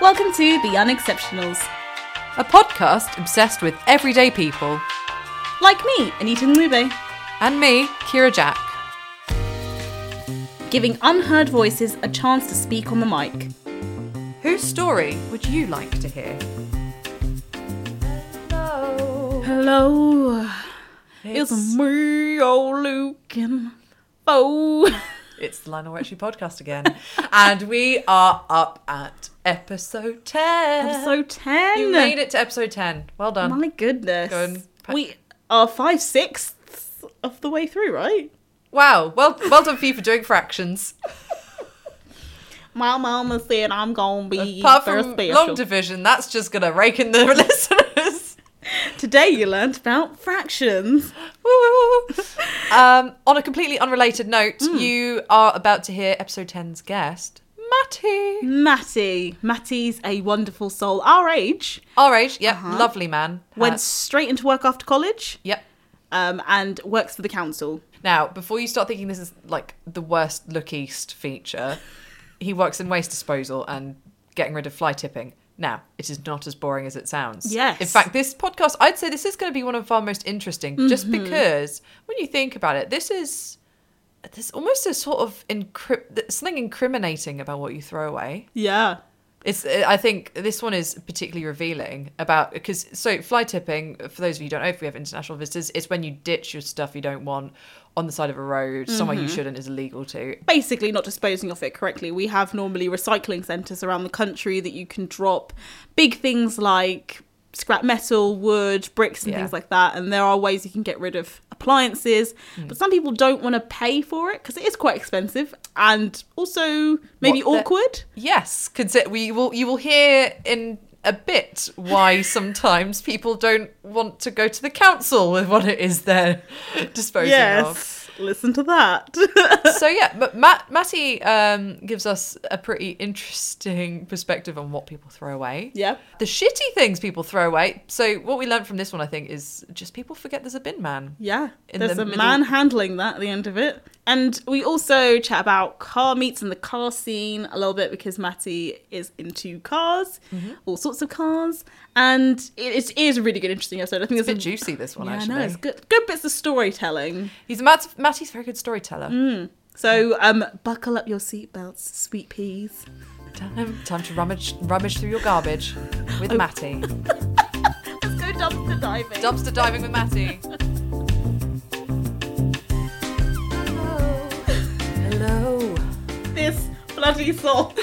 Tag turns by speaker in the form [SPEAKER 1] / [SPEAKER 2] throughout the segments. [SPEAKER 1] Welcome to The Unexceptionals.
[SPEAKER 2] a podcast obsessed with everyday people,
[SPEAKER 1] Like me, Anita Mube,
[SPEAKER 2] and me, Kira Jack.
[SPEAKER 1] giving unheard voices a chance to speak on the mic.
[SPEAKER 2] Whose story would you like to hear?
[SPEAKER 1] Hello, it's,
[SPEAKER 2] It's,
[SPEAKER 1] me, old Luke and Bo.
[SPEAKER 2] it's the Lionel Richie podcast again, and we are up at episode 10.
[SPEAKER 1] Episode 10.
[SPEAKER 2] You made it to episode 10. Well done.
[SPEAKER 1] My goodness.
[SPEAKER 2] Go and pa-
[SPEAKER 1] we are five sixths of the way through, right?
[SPEAKER 2] Wow. Well, well done for you for doing fractions.
[SPEAKER 1] My mama said I'm gonna be
[SPEAKER 2] Apart
[SPEAKER 1] very
[SPEAKER 2] from
[SPEAKER 1] special.
[SPEAKER 2] long division, that's just going to rake in the listeners.
[SPEAKER 1] Today you learnt about fractions.
[SPEAKER 2] Woo. um, on a completely unrelated note, you are about to hear episode 10's guest,
[SPEAKER 1] Hmm.
[SPEAKER 2] Matty.
[SPEAKER 1] Matty. Matty's a wonderful soul. Our age.
[SPEAKER 2] Our age, yep, lovely man.
[SPEAKER 1] went
[SPEAKER 2] Uh,
[SPEAKER 1] straight into work after college
[SPEAKER 2] yep.
[SPEAKER 1] um, and works for the council.
[SPEAKER 2] Now, before you start thinking this is like the worst Look East feature, he works in waste disposal and getting rid of fly tipping. Now, it is not as boring as it sounds.
[SPEAKER 1] Yes.
[SPEAKER 2] In fact, this podcast, I'd say this is going to be one of our most interesting just because when you think about it, this is there's almost a sort of incri- something incriminating about what you throw away.
[SPEAKER 1] Yeah.
[SPEAKER 2] It's. uh, I think this one is particularly revealing about because so fly tipping. For those of you who don't know, if we have international visitors, it's when you ditch your stuff you don't want on the side of a road, somewhere you shouldn't is illegal to.
[SPEAKER 1] Basically, not disposing of it correctly. We have normally recycling centres around the country that you can drop big things like scrap metal, wood, bricks, and
[SPEAKER 2] Yeah.
[SPEAKER 1] things like that. And there are ways you can get rid of appliances.
[SPEAKER 2] Hmm.
[SPEAKER 1] But some people don't want to pay for it because it is quite expensive and also maybe
[SPEAKER 2] What the-
[SPEAKER 1] awkward.
[SPEAKER 2] Yes, consider we will. You will hear in a bit why sometimes people don't want to go to the council with what it is they're disposing of.
[SPEAKER 1] Yes. Listen to that.
[SPEAKER 2] so yeah, but Matt Matty um, gives us a pretty interesting perspective on what people throw away.
[SPEAKER 1] Yeah.
[SPEAKER 2] the shitty things people throw away. So what we learned from this one, I think, is just people forget there's a bin man.
[SPEAKER 1] Yeah,
[SPEAKER 2] in
[SPEAKER 1] there's
[SPEAKER 2] the
[SPEAKER 1] a
[SPEAKER 2] middle-
[SPEAKER 1] man handling that at the end of it. And we also chat about car meets and the car scene a little bit because Matty is into cars,
[SPEAKER 2] Mm-hmm.
[SPEAKER 1] all sorts of cars, and it, it is a really good, interesting episode. I think
[SPEAKER 2] It's a bit
[SPEAKER 1] there's a
[SPEAKER 2] juicy this one
[SPEAKER 1] Mm. yeah, I
[SPEAKER 2] actually.
[SPEAKER 1] know, it's good, good bits of storytelling.
[SPEAKER 2] He's Matt, Matty's a very good storyteller.
[SPEAKER 1] Mm. So um, buckle up your seatbelts, sweet peas.
[SPEAKER 2] Time, time to rummage rummage through your garbage
[SPEAKER 1] Oh.
[SPEAKER 2] with Matty.
[SPEAKER 1] Let's go dumpster diving.
[SPEAKER 2] Dumpster diving with Matty. Hello.
[SPEAKER 1] this bloody song.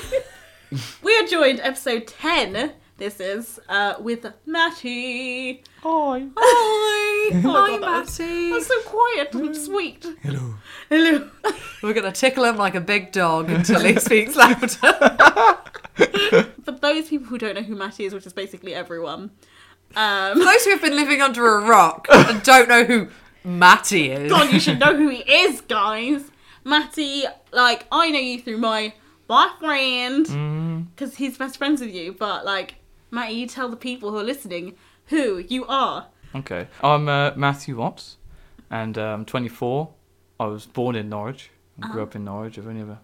[SPEAKER 1] we are joined episode ten. This is uh, with Matty.
[SPEAKER 2] Hi.
[SPEAKER 3] Hi.
[SPEAKER 2] Hi,
[SPEAKER 1] Oh God, that was-
[SPEAKER 2] Matty.
[SPEAKER 1] That's so quiet and sweet. Mm. Hello. Hello.
[SPEAKER 2] We're gonna tickle him like a big dog until he speaks louder.
[SPEAKER 1] For those people who don't know who Matty is, which is basically everyone,
[SPEAKER 2] For
[SPEAKER 1] um,
[SPEAKER 2] those who have been living under a rock and don't know who Matty is.
[SPEAKER 1] God, you should know who he is, guys. Matty, like, I know you through my boyfriend because he's best friends with you, but like, Matty, you tell the people who are listening who you are.
[SPEAKER 3] Okay. I'm uh, Matthew Watts, and um, 24. I was born in Norwich. and
[SPEAKER 2] Ah.
[SPEAKER 3] grew up in Norwich. I've only ever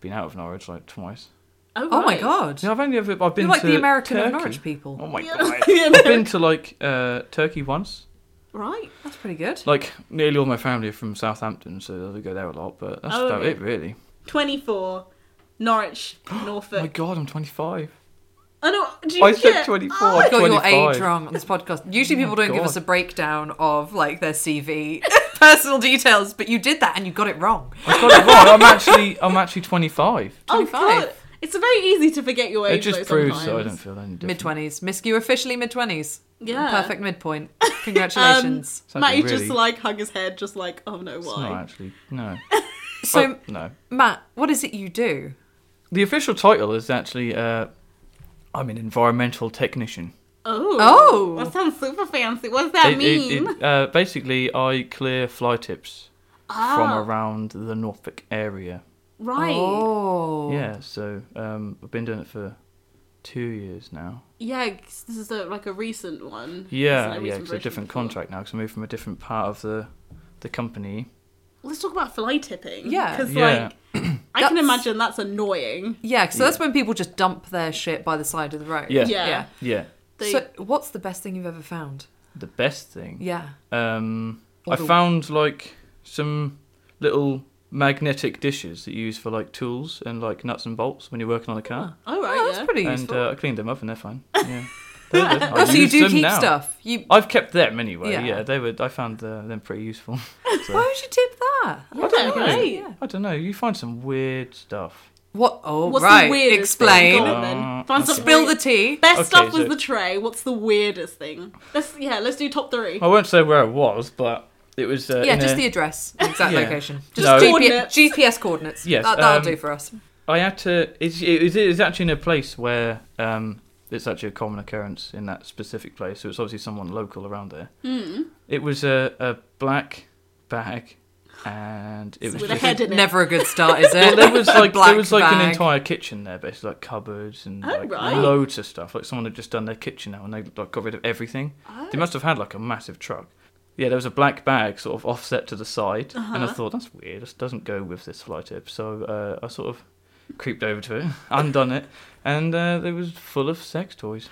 [SPEAKER 3] been out of Norwich like twice.
[SPEAKER 1] Oh,
[SPEAKER 2] Oh my
[SPEAKER 1] right.
[SPEAKER 2] god.
[SPEAKER 3] Yeah, I've only ever I've been
[SPEAKER 2] You're like
[SPEAKER 3] to
[SPEAKER 2] the American
[SPEAKER 3] Turkey.
[SPEAKER 2] of Norwich people.
[SPEAKER 3] Oh my
[SPEAKER 1] Yeah.
[SPEAKER 3] god.
[SPEAKER 1] The
[SPEAKER 3] I've been to like uh, Turkey once.
[SPEAKER 1] Right.
[SPEAKER 2] That's pretty good.
[SPEAKER 3] Like nearly all my family are from Southampton, so I go there a lot. But that's
[SPEAKER 1] Oh,
[SPEAKER 3] about
[SPEAKER 1] okay.
[SPEAKER 3] it really. Oh
[SPEAKER 1] 24, Norwich,
[SPEAKER 2] Oh
[SPEAKER 3] my
[SPEAKER 1] Norfolk.
[SPEAKER 3] god, I'm 25.
[SPEAKER 1] Oh no, do you
[SPEAKER 3] I said
[SPEAKER 1] get-
[SPEAKER 3] 24.
[SPEAKER 1] Oh,
[SPEAKER 2] Got your
[SPEAKER 3] 25.
[SPEAKER 2] age wrong on this podcast. Usually people don't give
[SPEAKER 3] God.
[SPEAKER 2] us a breakdown of like their CV, personal details, but you did that and you got it wrong.
[SPEAKER 3] I got it wrong. I'm actually I'm actually 25.
[SPEAKER 1] Oh
[SPEAKER 2] 25.
[SPEAKER 1] god, it's very easy to forget your age.
[SPEAKER 3] It just
[SPEAKER 1] though,
[SPEAKER 3] proves
[SPEAKER 1] sometimes.
[SPEAKER 3] that I don't feel any different.
[SPEAKER 2] Mid twenties, Miss, you officially mid twenties.
[SPEAKER 1] Yeah. Um,
[SPEAKER 2] perfect midpoint. Congratulations.
[SPEAKER 3] It's actually
[SPEAKER 1] Matty
[SPEAKER 3] really-
[SPEAKER 1] just like hung his head, just like, oh no,
[SPEAKER 3] it's not
[SPEAKER 1] why?
[SPEAKER 3] actually no.
[SPEAKER 2] so,
[SPEAKER 3] Oh, no.
[SPEAKER 2] Matt, what is it you do?
[SPEAKER 3] The official title is actually uh, I'm an environmental technician.
[SPEAKER 1] Oh,
[SPEAKER 2] Oh.
[SPEAKER 1] that sounds super fancy. What does that
[SPEAKER 3] It- it-
[SPEAKER 1] mean?
[SPEAKER 3] it, uh, basically, I clear fly tips from
[SPEAKER 1] Ah.
[SPEAKER 3] around the Norfolk area.
[SPEAKER 1] right.
[SPEAKER 2] Oh,
[SPEAKER 3] Yeah, so um, I've been doing it for two years now.
[SPEAKER 1] Yeah, 'cause this is a, like a recent one.
[SPEAKER 3] Yeah,
[SPEAKER 1] It's
[SPEAKER 3] yeah, it's a different contract now because I moved from a different part of the the company.
[SPEAKER 1] Let's talk about fly tipping.
[SPEAKER 2] Yeah.
[SPEAKER 1] because
[SPEAKER 3] Yeah.
[SPEAKER 1] like I can
[SPEAKER 2] That's-
[SPEAKER 1] imagine that's annoying.
[SPEAKER 2] Yeah, so that's when people just dump their shit by the side of the road.
[SPEAKER 3] Yeah.
[SPEAKER 1] Yeah.
[SPEAKER 2] Yeah.
[SPEAKER 3] Yeah.
[SPEAKER 1] They-
[SPEAKER 2] So, what's the best thing you've ever found?
[SPEAKER 3] The best thing.
[SPEAKER 2] Yeah.
[SPEAKER 3] Um,
[SPEAKER 2] Or
[SPEAKER 3] I
[SPEAKER 2] the-
[SPEAKER 3] found like some little magnetic dishes that you use for like tools and like nuts and bolts when you're working on a car.
[SPEAKER 1] All
[SPEAKER 2] Oh,
[SPEAKER 1] right,
[SPEAKER 2] that's
[SPEAKER 1] yeah.
[SPEAKER 2] pretty
[SPEAKER 3] and
[SPEAKER 2] useful.
[SPEAKER 3] uh, I cleaned them up and they're fine. Yeah. They're good. I
[SPEAKER 2] oh, so you
[SPEAKER 3] use
[SPEAKER 2] do
[SPEAKER 3] them
[SPEAKER 2] keep
[SPEAKER 3] now.
[SPEAKER 2] stuff. You.
[SPEAKER 3] I've kept them anyway.
[SPEAKER 2] Yeah.
[SPEAKER 3] Yeah, they were. I found uh, them pretty useful.
[SPEAKER 2] Why would you tip that?
[SPEAKER 1] Yeah, great.
[SPEAKER 2] Yeah.
[SPEAKER 3] I don't know. You find some weird stuff.
[SPEAKER 2] What? Oh,
[SPEAKER 1] What's
[SPEAKER 2] right.
[SPEAKER 1] the weirdest
[SPEAKER 2] Explain.
[SPEAKER 1] thing? Go on,
[SPEAKER 3] Uh,
[SPEAKER 1] then. Find
[SPEAKER 3] okay.
[SPEAKER 1] something-
[SPEAKER 2] Spill the tea.
[SPEAKER 1] Best
[SPEAKER 3] Okay,
[SPEAKER 1] stuff was
[SPEAKER 3] so-
[SPEAKER 1] the tray. What's the weirdest thing? Let's yeah, let's do top three.
[SPEAKER 3] I won't say where I was, but it was. Uh,
[SPEAKER 2] Yeah,
[SPEAKER 3] in
[SPEAKER 2] just
[SPEAKER 3] a-
[SPEAKER 2] the address, and exact
[SPEAKER 3] Yeah.
[SPEAKER 2] location. Just
[SPEAKER 3] No.
[SPEAKER 2] GP-
[SPEAKER 1] Coordinates.
[SPEAKER 2] GPS coordinates.
[SPEAKER 3] Yes,
[SPEAKER 2] that, that'll
[SPEAKER 3] um,
[SPEAKER 2] do for us.
[SPEAKER 3] I had to. It's, it, was- it was actually in a place where um, it's actually a common occurrence in that specific place. So it's obviously someone local around there.
[SPEAKER 2] Hmm.
[SPEAKER 3] It was a, a black bag, and it was
[SPEAKER 1] With a
[SPEAKER 3] just,
[SPEAKER 1] head in it.
[SPEAKER 2] Never a good start, is it?
[SPEAKER 3] Well, there was
[SPEAKER 2] A
[SPEAKER 3] like
[SPEAKER 2] black
[SPEAKER 3] there was like an
[SPEAKER 2] bag.
[SPEAKER 3] entire kitchen there, basically like cupboards and
[SPEAKER 1] Oh,
[SPEAKER 3] like
[SPEAKER 1] right.
[SPEAKER 3] loads of stuff. Like someone had just done their kitchen now, and they like got rid of everything. They must have had like a massive truck. Yeah, there was a black bag sort of offset to the side, and I thought that's weird. This doesn't go with this fly tip, so uh, I sort of creeped over to it, undone it, and uh, it was full of sex toys.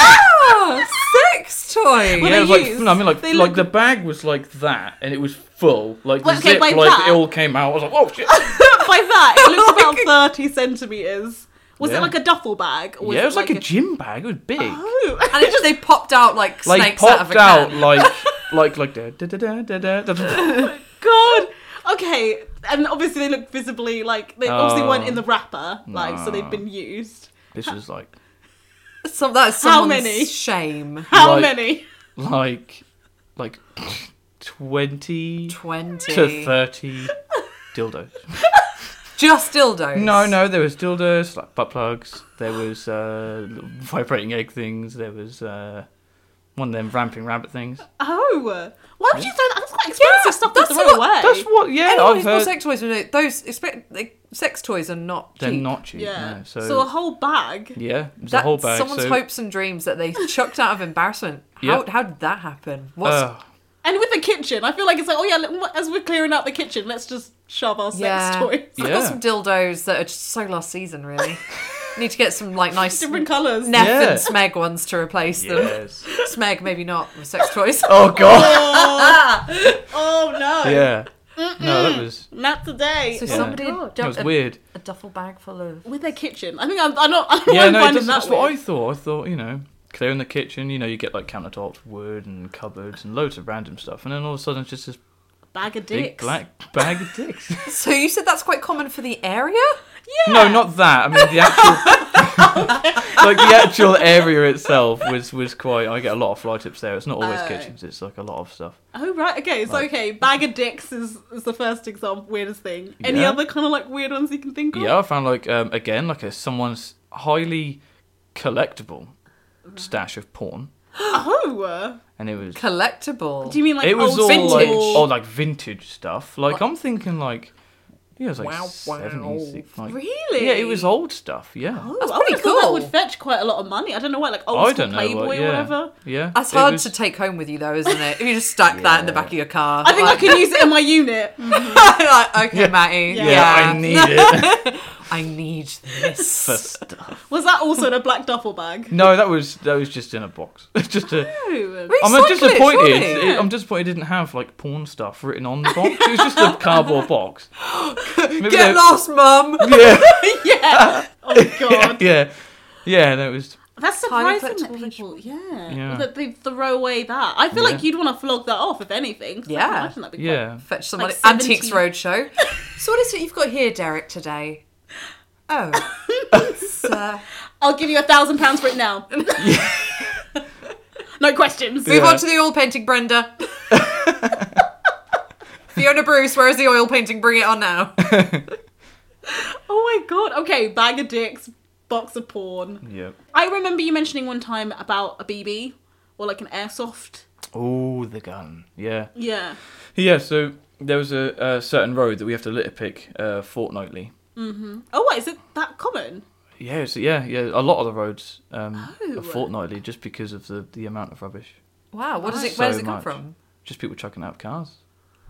[SPEAKER 2] Ah, sex toy.
[SPEAKER 1] Were
[SPEAKER 3] yeah,
[SPEAKER 1] they
[SPEAKER 3] it was like
[SPEAKER 1] used?
[SPEAKER 3] no, I mean like
[SPEAKER 1] They
[SPEAKER 3] like
[SPEAKER 1] look-
[SPEAKER 3] the bag was like that, and it was full. Like
[SPEAKER 1] Well,
[SPEAKER 3] the
[SPEAKER 1] okay,
[SPEAKER 3] zip,
[SPEAKER 1] by
[SPEAKER 3] like
[SPEAKER 1] that-
[SPEAKER 3] it all came out. I was like, oh shit.
[SPEAKER 1] By that, it looks about thirty centimeters. Was
[SPEAKER 3] Yeah.
[SPEAKER 1] it like a duffel bag? Or was
[SPEAKER 3] yeah, it was like, a gym bag. It was big.
[SPEAKER 1] Oh.
[SPEAKER 2] and it just they popped out like,
[SPEAKER 3] like
[SPEAKER 2] snakes out
[SPEAKER 3] popped
[SPEAKER 2] of a
[SPEAKER 3] out,
[SPEAKER 2] can.
[SPEAKER 3] like like like da da da da da da. da.
[SPEAKER 1] God. Okay, and obviously they look visibly like they obviously
[SPEAKER 3] Oh. Ah.
[SPEAKER 1] weren't in the wrapper, like so they've
[SPEAKER 3] No.
[SPEAKER 1] been used.
[SPEAKER 3] This was like
[SPEAKER 2] Some, that's
[SPEAKER 1] How
[SPEAKER 2] someone's
[SPEAKER 1] many?
[SPEAKER 2] shame.
[SPEAKER 1] How
[SPEAKER 3] Like-
[SPEAKER 1] many?
[SPEAKER 3] like like twenty
[SPEAKER 2] Twenty.
[SPEAKER 3] to thirty dildos.
[SPEAKER 2] Just dildos.
[SPEAKER 3] No, no, there was dildos, like butt plugs. There was uh, little vibrating egg things. There was uh, one of them ramping rabbit things.
[SPEAKER 1] Oh, why would you throw that? That's quite expensive stuff to
[SPEAKER 2] that's
[SPEAKER 1] throw
[SPEAKER 2] what-
[SPEAKER 1] away.
[SPEAKER 3] That's what. Yeah,
[SPEAKER 2] Anyone
[SPEAKER 3] I've
[SPEAKER 2] who's
[SPEAKER 3] heard.
[SPEAKER 2] bought sex toys, would know those expect like, sex toys are not
[SPEAKER 3] They're
[SPEAKER 2] cheap.
[SPEAKER 3] not cheap.
[SPEAKER 1] yeah.
[SPEAKER 3] No. So,
[SPEAKER 1] so, a whole bag.
[SPEAKER 3] yeah, it was a
[SPEAKER 2] That's
[SPEAKER 3] whole bag.
[SPEAKER 2] someone's
[SPEAKER 3] so,
[SPEAKER 2] hopes and dreams that they chucked out of embarrassment. How,
[SPEAKER 3] Yep.
[SPEAKER 2] how did that happen? What's
[SPEAKER 3] uh,
[SPEAKER 1] And with the kitchen, I feel like it's like, oh yeah, let- as we're clearing out the kitchen, let's just shove our sex
[SPEAKER 2] yeah.
[SPEAKER 1] toys.
[SPEAKER 2] I've got
[SPEAKER 3] Yeah.
[SPEAKER 2] some dildos that are just so last season, really. Need to get some like nice Neff
[SPEAKER 1] Different colours.
[SPEAKER 3] Yeah.
[SPEAKER 2] and Smeg ones to replace them.
[SPEAKER 3] yes.
[SPEAKER 2] Smeg, maybe not with sex toys.
[SPEAKER 3] oh god.
[SPEAKER 1] Oh no.
[SPEAKER 3] Yeah. No, that was.
[SPEAKER 1] Not today.
[SPEAKER 2] So
[SPEAKER 1] Oh,
[SPEAKER 2] somebody
[SPEAKER 1] God.
[SPEAKER 2] dumped
[SPEAKER 3] That was
[SPEAKER 2] a,
[SPEAKER 3] weird.
[SPEAKER 2] a duffel bag full of.
[SPEAKER 1] with their kitchen. I think I'm, I'm not. I don't
[SPEAKER 3] Yeah,
[SPEAKER 1] mind
[SPEAKER 3] no, it
[SPEAKER 1] finding
[SPEAKER 3] doesn't-
[SPEAKER 1] that
[SPEAKER 3] that's what I
[SPEAKER 1] weird.
[SPEAKER 3] thought. I thought, you know, clearing the kitchen, you know, you get like countertops, wood, and cupboards, and loads of random stuff, and then all of a sudden it's just this
[SPEAKER 1] bag of
[SPEAKER 3] big
[SPEAKER 1] dicks.
[SPEAKER 3] black bag of dicks.
[SPEAKER 2] So you said that's quite common for the area.
[SPEAKER 1] Yeah.
[SPEAKER 3] No, not that. I mean, the actual. like the actual area itself was was quite. I get a lot of fly tips there. It's not always
[SPEAKER 1] Oh.
[SPEAKER 3] kitchens. It's like a lot of stuff.
[SPEAKER 1] Oh right. Okay. So
[SPEAKER 3] Like-
[SPEAKER 1] okay. Bag of dicks is, is the first example. Weirdest thing. Any
[SPEAKER 3] Yeah.
[SPEAKER 1] other kind of like weird ones you can think of?
[SPEAKER 3] Yeah, I found like um, again like a someone's highly collectible
[SPEAKER 1] Mm.
[SPEAKER 3] stash of porn,
[SPEAKER 1] Oh. uh,
[SPEAKER 3] and it was
[SPEAKER 2] Collectible.
[SPEAKER 1] Do you mean like
[SPEAKER 3] it was
[SPEAKER 1] old
[SPEAKER 3] all
[SPEAKER 1] vintage?
[SPEAKER 3] like all like vintage stuff. Like I'm thinking like yeah, it was like
[SPEAKER 2] Wow, wow.
[SPEAKER 3] 70s, six- like-
[SPEAKER 1] really?
[SPEAKER 3] Yeah, it was old stuff. Yeah,
[SPEAKER 1] Oh,
[SPEAKER 2] That's
[SPEAKER 1] I would
[SPEAKER 2] pretty
[SPEAKER 1] have thought
[SPEAKER 2] cool.
[SPEAKER 1] That would fetch quite a lot of money. I don't know why, like old
[SPEAKER 3] I
[SPEAKER 1] school
[SPEAKER 3] don't know.
[SPEAKER 1] Playboy
[SPEAKER 3] what, yeah.
[SPEAKER 1] or whatever.
[SPEAKER 3] Yeah,
[SPEAKER 2] That's
[SPEAKER 3] it
[SPEAKER 2] hard
[SPEAKER 3] was-
[SPEAKER 2] to take home with you, though, isn't it? If you just stack that in the
[SPEAKER 3] Yeah.
[SPEAKER 2] back of your car.
[SPEAKER 1] I think I
[SPEAKER 2] like,
[SPEAKER 1] could use it in my unit.
[SPEAKER 2] like, okay,
[SPEAKER 3] Yeah.
[SPEAKER 2] Matty.
[SPEAKER 1] Yeah.
[SPEAKER 3] Yeah, I need it
[SPEAKER 2] I need this.
[SPEAKER 3] for stuff.
[SPEAKER 1] Was that also in a black duffel bag?
[SPEAKER 3] No, that was that was just in a box. just a.
[SPEAKER 1] No.
[SPEAKER 2] Recycle
[SPEAKER 3] I'm
[SPEAKER 2] it,
[SPEAKER 3] disappointed.
[SPEAKER 2] surely.
[SPEAKER 3] it- I'm disappointed it didn't have like porn stuff written on the box. It was just a cardboard box.
[SPEAKER 2] Get
[SPEAKER 3] Maybe they-
[SPEAKER 2] lost, mum.
[SPEAKER 3] Yeah,
[SPEAKER 1] yeah. Oh god.
[SPEAKER 3] yeah, yeah. That was
[SPEAKER 1] That's
[SPEAKER 2] Highly
[SPEAKER 1] surprising that
[SPEAKER 2] collectible
[SPEAKER 1] people, yeah,
[SPEAKER 3] Yeah.
[SPEAKER 1] that they throw away that. I feel like
[SPEAKER 3] Yeah.
[SPEAKER 1] you'd want to flog that off if anything. 'cause I can
[SPEAKER 2] Yeah.
[SPEAKER 1] imagine that'd be quite-
[SPEAKER 3] yeah.
[SPEAKER 2] Fetch somebody.
[SPEAKER 1] Like 70.
[SPEAKER 2] Antiques Roadshow. so what is it you've got here, Derek, today? Oh. it's, uh,
[SPEAKER 1] I'll give you a thousand pounds for it now. no questions.
[SPEAKER 2] move
[SPEAKER 3] Yeah.
[SPEAKER 2] on to the oil painting, Brenda. Fiona Bruce, where's the oil painting? Bring it on now.
[SPEAKER 1] Oh my god. Okay, bag of dicks, box of porn.
[SPEAKER 3] Yep.
[SPEAKER 1] I remember you mentioning one time about a BB or like an airsoft.
[SPEAKER 3] Oh, the gun. Yeah.
[SPEAKER 1] Yeah.
[SPEAKER 3] Yeah, so there was a, a certain road that we have to litter pick uh, fortnightly.
[SPEAKER 1] Oh, what is it that common?
[SPEAKER 3] Yeah, so yeah, yeah. A lot of the roads um,
[SPEAKER 1] Oh.
[SPEAKER 3] are fortnightly just because of the, the amount of rubbish.
[SPEAKER 2] Wow, what does it?
[SPEAKER 3] So
[SPEAKER 2] Where does it come
[SPEAKER 3] much.
[SPEAKER 2] from?
[SPEAKER 3] Just people chucking out of cars.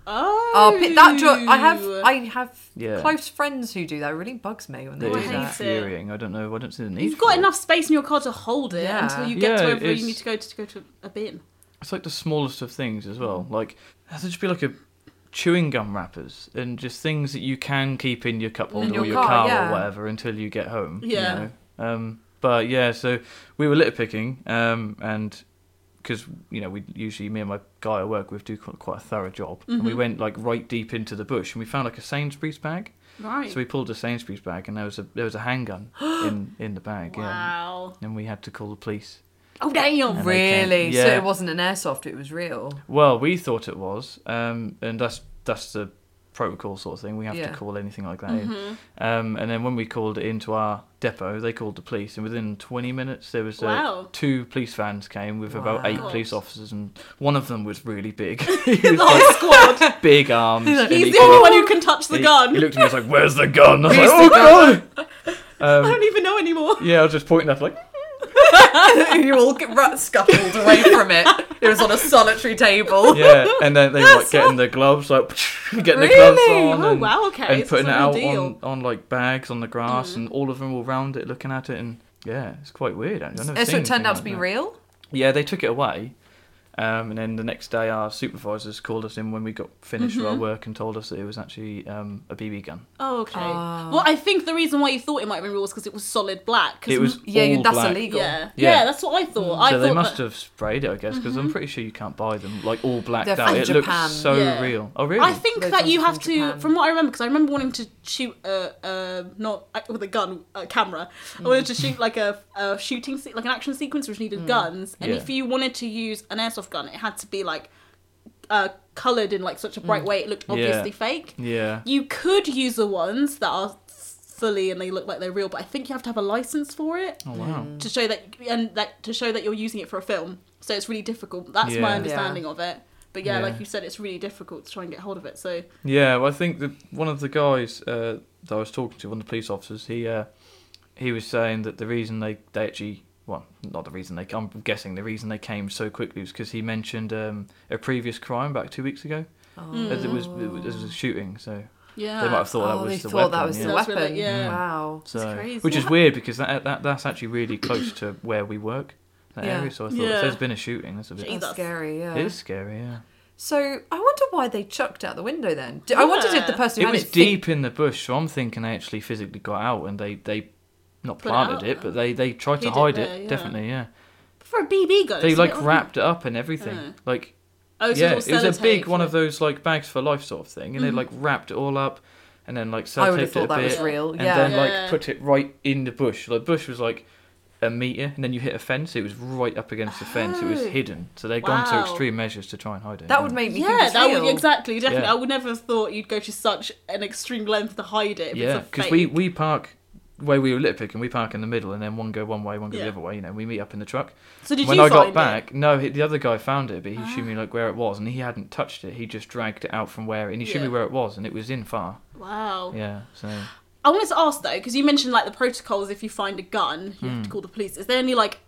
[SPEAKER 1] Oh,
[SPEAKER 2] Oh, pi- that draw. I have I have
[SPEAKER 3] Yeah.
[SPEAKER 2] close friends who do that. It really bugs me when they
[SPEAKER 3] It
[SPEAKER 1] I
[SPEAKER 2] do
[SPEAKER 3] is
[SPEAKER 1] hate
[SPEAKER 2] that.
[SPEAKER 1] it.
[SPEAKER 3] infuriating. I don't know. I don't see the need.
[SPEAKER 1] You've
[SPEAKER 3] for
[SPEAKER 1] got
[SPEAKER 3] it.
[SPEAKER 1] enough space in your car to hold it
[SPEAKER 2] Yeah.
[SPEAKER 1] until you get to
[SPEAKER 3] Yeah,
[SPEAKER 1] wherever you
[SPEAKER 3] it's-
[SPEAKER 1] need to go to, to go to a bin.
[SPEAKER 3] It's like the smallest of things as well.
[SPEAKER 1] Mm.
[SPEAKER 3] Like there should be like a chewing gum wrappers and just things that you can keep in your cup holder
[SPEAKER 1] your
[SPEAKER 3] or your
[SPEAKER 1] car,
[SPEAKER 3] car,
[SPEAKER 2] yeah.
[SPEAKER 3] or whatever until you get home. you
[SPEAKER 1] Yeah.
[SPEAKER 3] know? Um, but yeah, so we were litter picking, um, and because you know we usually me and my guy I work with do qu- quite a thorough job, and we
[SPEAKER 1] Mhm.
[SPEAKER 3] went like right deep into the bush and we found like a Sainsbury's bag.
[SPEAKER 1] Right.
[SPEAKER 3] So we pulled a Sainsbury's bag and there was a there was a handgun in in the bag. Yeah.
[SPEAKER 1] wow.
[SPEAKER 3] And we had to call the police.
[SPEAKER 1] Oh damn.
[SPEAKER 3] And they can-
[SPEAKER 2] Really? So
[SPEAKER 3] yeah.
[SPEAKER 2] it wasn't an airsoft. It was real.
[SPEAKER 3] Well, we thought it was, um, and that's that's the protocol sort of thing. We have
[SPEAKER 2] Yeah.
[SPEAKER 3] to call anything like that
[SPEAKER 1] Mm-hmm.
[SPEAKER 3] in. Um, and then when we called it into our depot, they called the police, and within 20 minutes there was uh,
[SPEAKER 1] Wow.
[SPEAKER 3] two police vans came with about
[SPEAKER 2] Wow.
[SPEAKER 3] eight
[SPEAKER 1] God.
[SPEAKER 3] police officers, and one of them was really big. he was
[SPEAKER 1] The whole
[SPEAKER 3] like
[SPEAKER 1] Oh, squad.
[SPEAKER 3] big arms. and
[SPEAKER 1] He's
[SPEAKER 3] he
[SPEAKER 1] the
[SPEAKER 3] came
[SPEAKER 1] only
[SPEAKER 3] up-
[SPEAKER 1] one who can touch the
[SPEAKER 3] he-
[SPEAKER 1] gun.
[SPEAKER 3] He looked at me. He was like, "Where's the gun?" I was
[SPEAKER 2] Where's
[SPEAKER 3] like,
[SPEAKER 2] the
[SPEAKER 3] "Oh god!"
[SPEAKER 1] I
[SPEAKER 3] Um,
[SPEAKER 1] don't even know anymore.
[SPEAKER 3] yeah, I was just pointing at like.
[SPEAKER 2] you all get rat scuttled away from it. It was on a solitary table.
[SPEAKER 3] Yeah, and then they were like getting their gloves, like getting the gloves
[SPEAKER 2] Really?
[SPEAKER 3] on,
[SPEAKER 1] Oh,
[SPEAKER 3] and,
[SPEAKER 1] wow, okay,
[SPEAKER 3] and
[SPEAKER 1] it's
[SPEAKER 3] putting it
[SPEAKER 1] a
[SPEAKER 3] out
[SPEAKER 1] deal.
[SPEAKER 3] on, on like bags on the
[SPEAKER 2] Mm.
[SPEAKER 3] grass, and all of them all round it, looking at it, and yeah, it's quite weird. I- I've never
[SPEAKER 2] And so
[SPEAKER 3] seen
[SPEAKER 2] it turned
[SPEAKER 3] anything
[SPEAKER 2] out to
[SPEAKER 3] like
[SPEAKER 2] be
[SPEAKER 3] that.
[SPEAKER 2] real.
[SPEAKER 3] Yeah, they took it away, um, and then the next day, our supervisors called us in when we got finished with our
[SPEAKER 2] Mm-hmm.
[SPEAKER 3] work and told us that it was actually um, a BB gun.
[SPEAKER 1] Oh, okay.
[SPEAKER 2] Ah.
[SPEAKER 1] Well, I think the reason why you thought it might have been real was because it was solid black. 'cause
[SPEAKER 3] It was
[SPEAKER 2] Yeah, you-
[SPEAKER 3] all
[SPEAKER 2] that's
[SPEAKER 3] black.
[SPEAKER 1] Yeah.
[SPEAKER 2] illegal.
[SPEAKER 1] yeah,
[SPEAKER 3] Yeah.
[SPEAKER 1] that's what I thought. I
[SPEAKER 3] so
[SPEAKER 1] thought
[SPEAKER 3] they must
[SPEAKER 1] that-
[SPEAKER 3] have sprayed it, I guess, because I'm pretty sure you can't buy them like all blacked
[SPEAKER 2] Mm-hmm. They're
[SPEAKER 3] out.
[SPEAKER 2] from
[SPEAKER 3] It
[SPEAKER 2] Japan.
[SPEAKER 3] looks so
[SPEAKER 1] Yeah.
[SPEAKER 3] real. Oh really?
[SPEAKER 1] I think
[SPEAKER 2] Those
[SPEAKER 1] that
[SPEAKER 2] ones
[SPEAKER 1] you
[SPEAKER 2] from
[SPEAKER 1] have to,
[SPEAKER 2] Japan.
[SPEAKER 1] from what I remember, because I remember wanting to shoot a, a not uh, with a gun, a camera. I wanted to
[SPEAKER 2] Mm.
[SPEAKER 1] shoot like a, a shooting, se- like an action sequence which needed guns. And
[SPEAKER 3] Yeah.
[SPEAKER 1] if you wanted to use an airsoft gun, it had to be like uh, coloured in like such a
[SPEAKER 2] Mm.
[SPEAKER 1] bright way it looked obviously fake.
[SPEAKER 3] yeah.
[SPEAKER 1] You could use the ones that are fully and they look like they're real, but I think you have to have a license for it.
[SPEAKER 3] Oh wow.
[SPEAKER 1] to show that and that to show that you're using it for a film. So it's really difficult. That's
[SPEAKER 3] Yeah.
[SPEAKER 1] my
[SPEAKER 3] Yeah.
[SPEAKER 1] understanding of it. But yeah,
[SPEAKER 3] Yeah.
[SPEAKER 1] like you said, it's really difficult to try and get hold of it. So
[SPEAKER 3] Yeah, well, I think that one of the guys uh, that I was talking to, one of the police officers, he uh, he was saying that the reason they, they actually, well, not the reason they, I'm guessing the reason they came so quickly was because he mentioned um, a previous crime back two weeks ago.
[SPEAKER 2] Oh.
[SPEAKER 3] Uh, there was there was a shooting, so
[SPEAKER 1] yeah,
[SPEAKER 3] they might have thought
[SPEAKER 2] oh,
[SPEAKER 3] that
[SPEAKER 2] they
[SPEAKER 3] was the
[SPEAKER 2] thought
[SPEAKER 3] weapon.
[SPEAKER 2] that was
[SPEAKER 3] yeah.
[SPEAKER 2] the
[SPEAKER 1] That's where
[SPEAKER 2] weapon.
[SPEAKER 1] they- yeah.
[SPEAKER 2] Wow.
[SPEAKER 3] so,
[SPEAKER 1] crazy.
[SPEAKER 3] which is weird because that, that that's actually really close to where we work, that
[SPEAKER 2] Yeah.
[SPEAKER 3] area. So I thought
[SPEAKER 1] Yeah.
[SPEAKER 3] if there's been a shooting, that's a bit.
[SPEAKER 1] Jesus.
[SPEAKER 2] That's scary. Yeah.
[SPEAKER 3] It is scary, yeah.
[SPEAKER 2] So I wonder why they chucked out the window then. Do- I wondered if the
[SPEAKER 1] Yeah.
[SPEAKER 2] person who
[SPEAKER 3] it
[SPEAKER 2] had
[SPEAKER 3] was
[SPEAKER 2] it think-
[SPEAKER 3] deep in the bush, so I'm thinking they actually physically got out and they they not
[SPEAKER 1] Put it out
[SPEAKER 3] planted it, but they they tried to
[SPEAKER 1] Hid it
[SPEAKER 3] hide it.
[SPEAKER 1] there, yeah.
[SPEAKER 3] Definitely, yeah.
[SPEAKER 1] for a BB gun.
[SPEAKER 3] They
[SPEAKER 1] it's a
[SPEAKER 3] like
[SPEAKER 1] bit-
[SPEAKER 3] wrapped it up and everything.
[SPEAKER 1] Yeah.
[SPEAKER 3] Like
[SPEAKER 1] Oh, so
[SPEAKER 3] yeah,
[SPEAKER 1] it's
[SPEAKER 3] it
[SPEAKER 1] all
[SPEAKER 3] was a big
[SPEAKER 1] sellotape. Mm.
[SPEAKER 3] one of those like bags for life sort of thing, and they like wrapped it all up. And then like
[SPEAKER 2] I would have
[SPEAKER 3] sellotaped it a
[SPEAKER 2] thought that
[SPEAKER 3] bit,
[SPEAKER 2] was real.
[SPEAKER 3] and
[SPEAKER 2] yeah.
[SPEAKER 3] then
[SPEAKER 1] Yeah.
[SPEAKER 3] like put it right in the bush. The bush was like a meter, and then you hit a fence. It was right up against the fence. It was
[SPEAKER 1] Oh.
[SPEAKER 3] hidden, so they've gone
[SPEAKER 1] Wow.
[SPEAKER 3] to extreme measures to try and hide it.
[SPEAKER 2] that would make me think
[SPEAKER 1] Yeah,
[SPEAKER 2] it's
[SPEAKER 1] that
[SPEAKER 2] real.
[SPEAKER 1] would exactly definitely.
[SPEAKER 3] Yeah.
[SPEAKER 1] I would never have thought you'd go to such an extreme length to hide it. If
[SPEAKER 3] Yeah,
[SPEAKER 1] because
[SPEAKER 3] because we, we park where we were litter picking, we park in the middle, and then one go one way, one go
[SPEAKER 1] Yeah.
[SPEAKER 3] the other way. You know, we meet up in the truck.
[SPEAKER 1] So did
[SPEAKER 3] when
[SPEAKER 1] you
[SPEAKER 3] I
[SPEAKER 1] find
[SPEAKER 3] got
[SPEAKER 1] it? Ah.
[SPEAKER 3] back, no, he, the other guy found it, but he showed me like where it was, and he hadn't touched it. He just dragged it out from where, and he showed
[SPEAKER 1] Yeah. Oh.
[SPEAKER 3] me where it was, and it was in far.
[SPEAKER 1] Wow.
[SPEAKER 3] Yeah, so
[SPEAKER 1] I wanted to ask though, because you mentioned like the protocols. If you find a gun, you
[SPEAKER 3] Hmm.
[SPEAKER 1] have to call the police. Is there any like,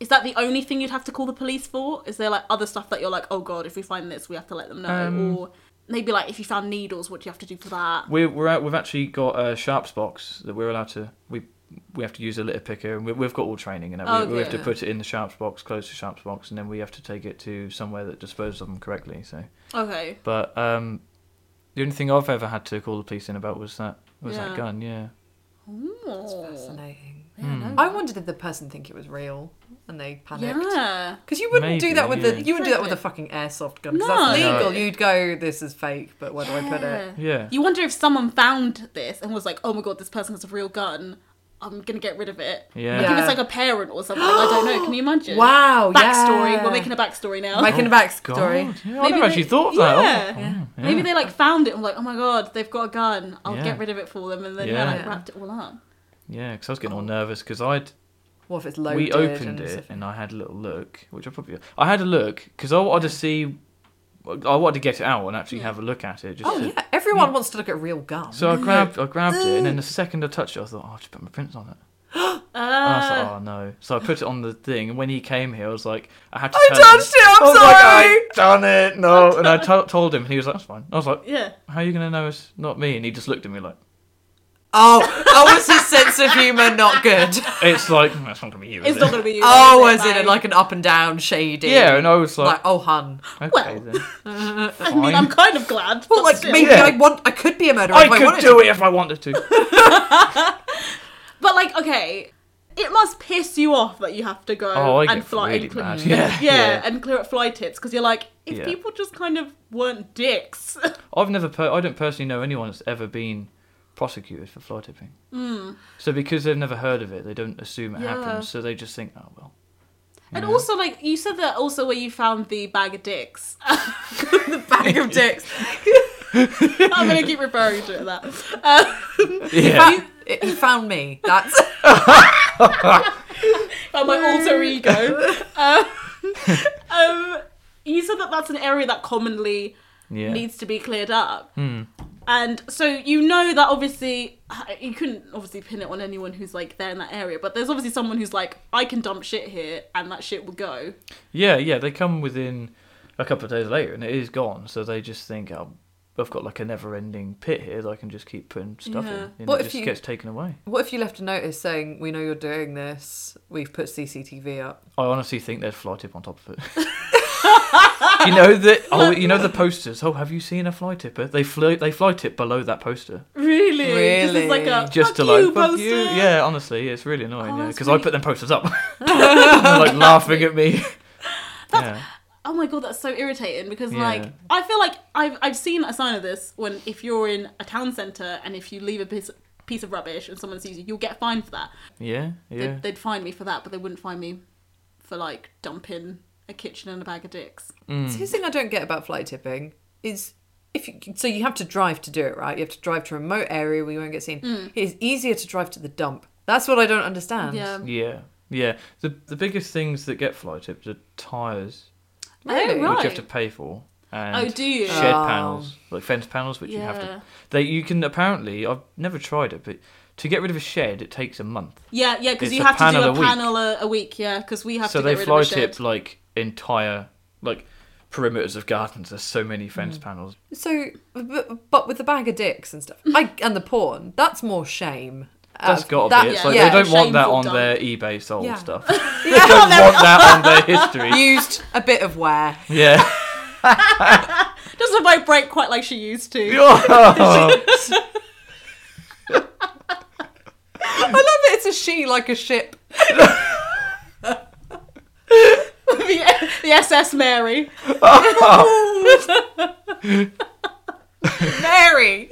[SPEAKER 1] is that the only thing you'd have to call the police for? Is there like other stuff that you're like, oh god, if we find this, we have to let them know,
[SPEAKER 3] Um,
[SPEAKER 1] or maybe like if you found needles, what do you have to do for that?
[SPEAKER 3] we're we're out, we've actually got a sharps box that we're allowed to we. We have to use a litter picker, and we, we've got all training, and
[SPEAKER 1] Oh,
[SPEAKER 3] we, we have to
[SPEAKER 2] yeah.
[SPEAKER 3] put it in the sharps box, close the sharps box, and then we have to take it to somewhere that disposes of them correctly. So,
[SPEAKER 1] Okay.
[SPEAKER 3] But um, the only thing I've ever had to call the police in about was that was
[SPEAKER 1] Yeah.
[SPEAKER 3] that gun. Yeah.
[SPEAKER 2] That's
[SPEAKER 1] Ooh.
[SPEAKER 2] fascinating.
[SPEAKER 1] Yeah, no.
[SPEAKER 2] I wondered if the person think it was real and they panicked.
[SPEAKER 1] Yeah.
[SPEAKER 2] Because you wouldn't do
[SPEAKER 3] Maybe,
[SPEAKER 2] that with
[SPEAKER 3] yeah.
[SPEAKER 2] the you wouldn't do that with a
[SPEAKER 1] Exactly.
[SPEAKER 2] fucking airsoft gun because
[SPEAKER 1] No.
[SPEAKER 2] that's
[SPEAKER 3] No.
[SPEAKER 2] legal. You'd go, this is fake, but where do I put it?
[SPEAKER 3] Yeah.
[SPEAKER 1] You wonder if someone found this and was like, oh my god, this person has a real gun. I'm gonna get rid of it.
[SPEAKER 3] Yeah.
[SPEAKER 1] If
[SPEAKER 2] Yeah.
[SPEAKER 1] it's like a parent or something, I don't know. Can you imagine?
[SPEAKER 2] Wow,
[SPEAKER 1] Backstory.
[SPEAKER 2] yeah.
[SPEAKER 1] We're making a backstory now.
[SPEAKER 2] Making a backstory.
[SPEAKER 3] God, yeah,
[SPEAKER 1] Maybe
[SPEAKER 3] I never
[SPEAKER 1] they-
[SPEAKER 3] actually thought of that.
[SPEAKER 1] Yeah.
[SPEAKER 3] Oh, yeah.
[SPEAKER 1] Maybe they like found it and were like, oh my god, they've got a gun. I'll
[SPEAKER 3] Yeah.
[SPEAKER 1] get rid of it for them, and then yeah,
[SPEAKER 3] Yeah.
[SPEAKER 1] like, wrapped it all up.
[SPEAKER 3] Yeah, because I was getting all nervous because I'd
[SPEAKER 2] What if it's loaded?
[SPEAKER 3] we opened
[SPEAKER 2] and
[SPEAKER 3] it
[SPEAKER 2] stuff?
[SPEAKER 3] and I had a little look, which I probably I had a look because I wanted to see, I wanted to get it out and actually
[SPEAKER 1] Yeah.
[SPEAKER 3] have a look at it. Just
[SPEAKER 2] Oh
[SPEAKER 3] to-
[SPEAKER 2] yeah, everyone wants to look at real guns.
[SPEAKER 3] So I grabbed I grabbed it and then the second I touched it, I thought, oh, I should put my prints on it. And I was
[SPEAKER 1] Uh,
[SPEAKER 3] like, oh no. So I put it on the thing, and when he came here, I was like, I had to.
[SPEAKER 2] I
[SPEAKER 3] tell him.
[SPEAKER 2] touched it. I'm
[SPEAKER 3] I was like,
[SPEAKER 2] sorry.
[SPEAKER 3] I done it. No, and I to- told him, and he was like, that's fine. I was like,
[SPEAKER 1] yeah.
[SPEAKER 3] how are you gonna know it's not me? And he just looked at me like,
[SPEAKER 2] Oh, oh, was his sense of humour not good?
[SPEAKER 3] it's like "Mm, that's not gonna be you. is
[SPEAKER 1] It's
[SPEAKER 3] it?"
[SPEAKER 1] not going to be you.
[SPEAKER 2] Oh, was it like an up and down shady?
[SPEAKER 3] Yeah, and I was
[SPEAKER 2] like
[SPEAKER 3] like,
[SPEAKER 2] oh, hun.
[SPEAKER 3] okay
[SPEAKER 1] well,
[SPEAKER 3] then.
[SPEAKER 1] I mean,
[SPEAKER 3] fine.
[SPEAKER 1] I'm kind of glad.
[SPEAKER 2] Well,
[SPEAKER 1] but
[SPEAKER 2] like
[SPEAKER 1] still.
[SPEAKER 2] maybe
[SPEAKER 3] Yeah.
[SPEAKER 2] I want. I could be a murderer. if
[SPEAKER 3] I
[SPEAKER 2] I
[SPEAKER 3] could
[SPEAKER 2] wanted
[SPEAKER 3] do
[SPEAKER 2] to.
[SPEAKER 3] it if I wanted to.
[SPEAKER 1] But like, okay, it must piss you off that you have to go
[SPEAKER 3] Oh, I
[SPEAKER 1] and
[SPEAKER 3] get
[SPEAKER 1] fly
[SPEAKER 3] really
[SPEAKER 1] and clear,
[SPEAKER 3] mad.
[SPEAKER 1] Yeah,
[SPEAKER 3] Yeah, yeah.
[SPEAKER 1] and clear up fly tips because you're like, if
[SPEAKER 3] Yeah.
[SPEAKER 1] people just kind of weren't dicks,
[SPEAKER 3] I've never, per- I don't personally know anyone that's ever been prosecuted for fly tipping.
[SPEAKER 1] Hmm.
[SPEAKER 3] So because they've never heard of it, they don't assume it
[SPEAKER 2] Yeah.
[SPEAKER 3] happens. So they just think, oh well.
[SPEAKER 1] and also like you said that also where you found the bag of dicks,
[SPEAKER 2] the bag of dicks.
[SPEAKER 1] I'm gonna keep referring to it that. Um,
[SPEAKER 3] Yeah.
[SPEAKER 2] You- it- he found me. That's
[SPEAKER 1] about my alter ego. Um, um, you said that that's an area that commonly
[SPEAKER 3] Yeah. Hmm.
[SPEAKER 1] needs to be cleared up. And so you know that obviously you couldn't obviously pin it on anyone who's like there in that area, but there's obviously someone who's like, I can dump shit here and that shit will go.
[SPEAKER 3] Yeah, yeah, they come within a couple of days later and it is gone. So they just think, oh, I've got like a never ending pit here that I can just keep putting stuff
[SPEAKER 1] Yeah.
[SPEAKER 3] in. And
[SPEAKER 2] What if
[SPEAKER 3] it just
[SPEAKER 2] you-
[SPEAKER 3] gets taken away.
[SPEAKER 2] what if you left a notice saying, "We know you're doing this. We've put CCTV up."
[SPEAKER 3] I honestly think there's fly tip on top of it. you know the oh, you know the posters. Oh, have you seen a fly tipper? They fly they fly tip below that poster
[SPEAKER 1] Really? Just as like a
[SPEAKER 2] Really?
[SPEAKER 3] just
[SPEAKER 1] fuck
[SPEAKER 3] to like
[SPEAKER 1] you
[SPEAKER 3] fuck
[SPEAKER 1] poster.
[SPEAKER 3] you. Yeah, honestly, it's really annoying.
[SPEAKER 1] Oh,
[SPEAKER 3] yeah,
[SPEAKER 1] that's
[SPEAKER 3] because
[SPEAKER 1] really-
[SPEAKER 3] I put them posters up. And they're like laughing at me. Yeah.
[SPEAKER 1] Oh my god, that's so irritating because
[SPEAKER 3] Yeah.
[SPEAKER 1] like I feel like I've I've seen a sign of this when if you're in a town centre and if you leave a piece piece of rubbish and someone sees you, you'll get fined for that.
[SPEAKER 3] yeah, yeah.
[SPEAKER 1] They'd, they'd find me for that, but they wouldn't find me for like dumping a kitchen and a bag of dicks.
[SPEAKER 3] Hmm.
[SPEAKER 2] So here's the thing I don't get about flight tipping is if you, so you have to drive to do it, right? You have to drive to a remote area where you won't get seen.
[SPEAKER 3] Hmm.
[SPEAKER 2] It is easier to drive to the dump. That's what I don't understand.
[SPEAKER 1] Yeah.
[SPEAKER 3] Yeah, yeah. The the biggest things that get fly tipped are tires,
[SPEAKER 2] Really?
[SPEAKER 1] Oh, right.
[SPEAKER 3] which you have to pay for, and
[SPEAKER 1] Oh, do you?
[SPEAKER 3] shed
[SPEAKER 2] Oh.
[SPEAKER 3] panels, like fence panels, which you have
[SPEAKER 1] Yeah.
[SPEAKER 3] to. They you can apparently I've never tried it, but to get rid of a shed it takes a month.
[SPEAKER 1] Yeah, yeah, because
[SPEAKER 3] It's
[SPEAKER 1] you
[SPEAKER 3] a
[SPEAKER 1] have to do
[SPEAKER 3] panel
[SPEAKER 1] a
[SPEAKER 3] a week.
[SPEAKER 1] panel a, a week, yeah, because we have
[SPEAKER 3] so
[SPEAKER 1] to
[SPEAKER 3] they
[SPEAKER 1] get rid
[SPEAKER 3] fly
[SPEAKER 1] of a shed.
[SPEAKER 3] tip like entire like perimeters of gardens. There's so many
[SPEAKER 1] Mm.
[SPEAKER 3] fence panels.
[SPEAKER 2] So, but, but with the bag of dicks and stuff, I, and the porn, that's more shame.
[SPEAKER 3] That's
[SPEAKER 1] Oh,
[SPEAKER 2] Uh,
[SPEAKER 3] got to
[SPEAKER 2] that-
[SPEAKER 3] be. It's like
[SPEAKER 2] yeah.
[SPEAKER 3] they don't want that
[SPEAKER 1] Shameful
[SPEAKER 3] on
[SPEAKER 1] dump.
[SPEAKER 3] their eBay sold
[SPEAKER 2] Yeah.
[SPEAKER 3] stuff. they don't want that on their history.
[SPEAKER 2] used a bit of wear.
[SPEAKER 3] yeah.
[SPEAKER 1] Doesn't vibrate break quite like she used to.
[SPEAKER 2] I love it. It's a she like a ship.
[SPEAKER 1] the, the SS Mary.
[SPEAKER 3] Oh.
[SPEAKER 2] Mary.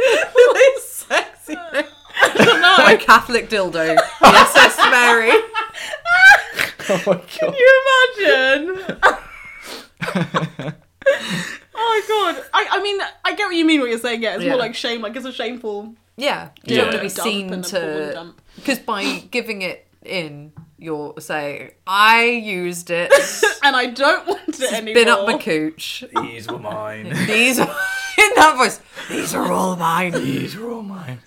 [SPEAKER 1] sexy.
[SPEAKER 2] My Catholic dildo. The SS Mary.
[SPEAKER 3] oh my god.
[SPEAKER 1] you imagine? oh my god! I, I mean, I get what you mean. What you're saying, yeah, it's
[SPEAKER 2] Yeah.
[SPEAKER 1] more like shame. Like it's a shameful.
[SPEAKER 2] Yeah. You
[SPEAKER 3] Yeah.
[SPEAKER 2] don't want to be
[SPEAKER 1] Dump
[SPEAKER 2] seen
[SPEAKER 1] and a porn
[SPEAKER 2] to.
[SPEAKER 1] dump.
[SPEAKER 2] Because by giving it in, you're saying, I used it.
[SPEAKER 1] And I don't want it anymore.
[SPEAKER 2] Been up my cooch.
[SPEAKER 3] These were mine.
[SPEAKER 2] These are. In that voice, these are all mine.
[SPEAKER 3] These were all mine.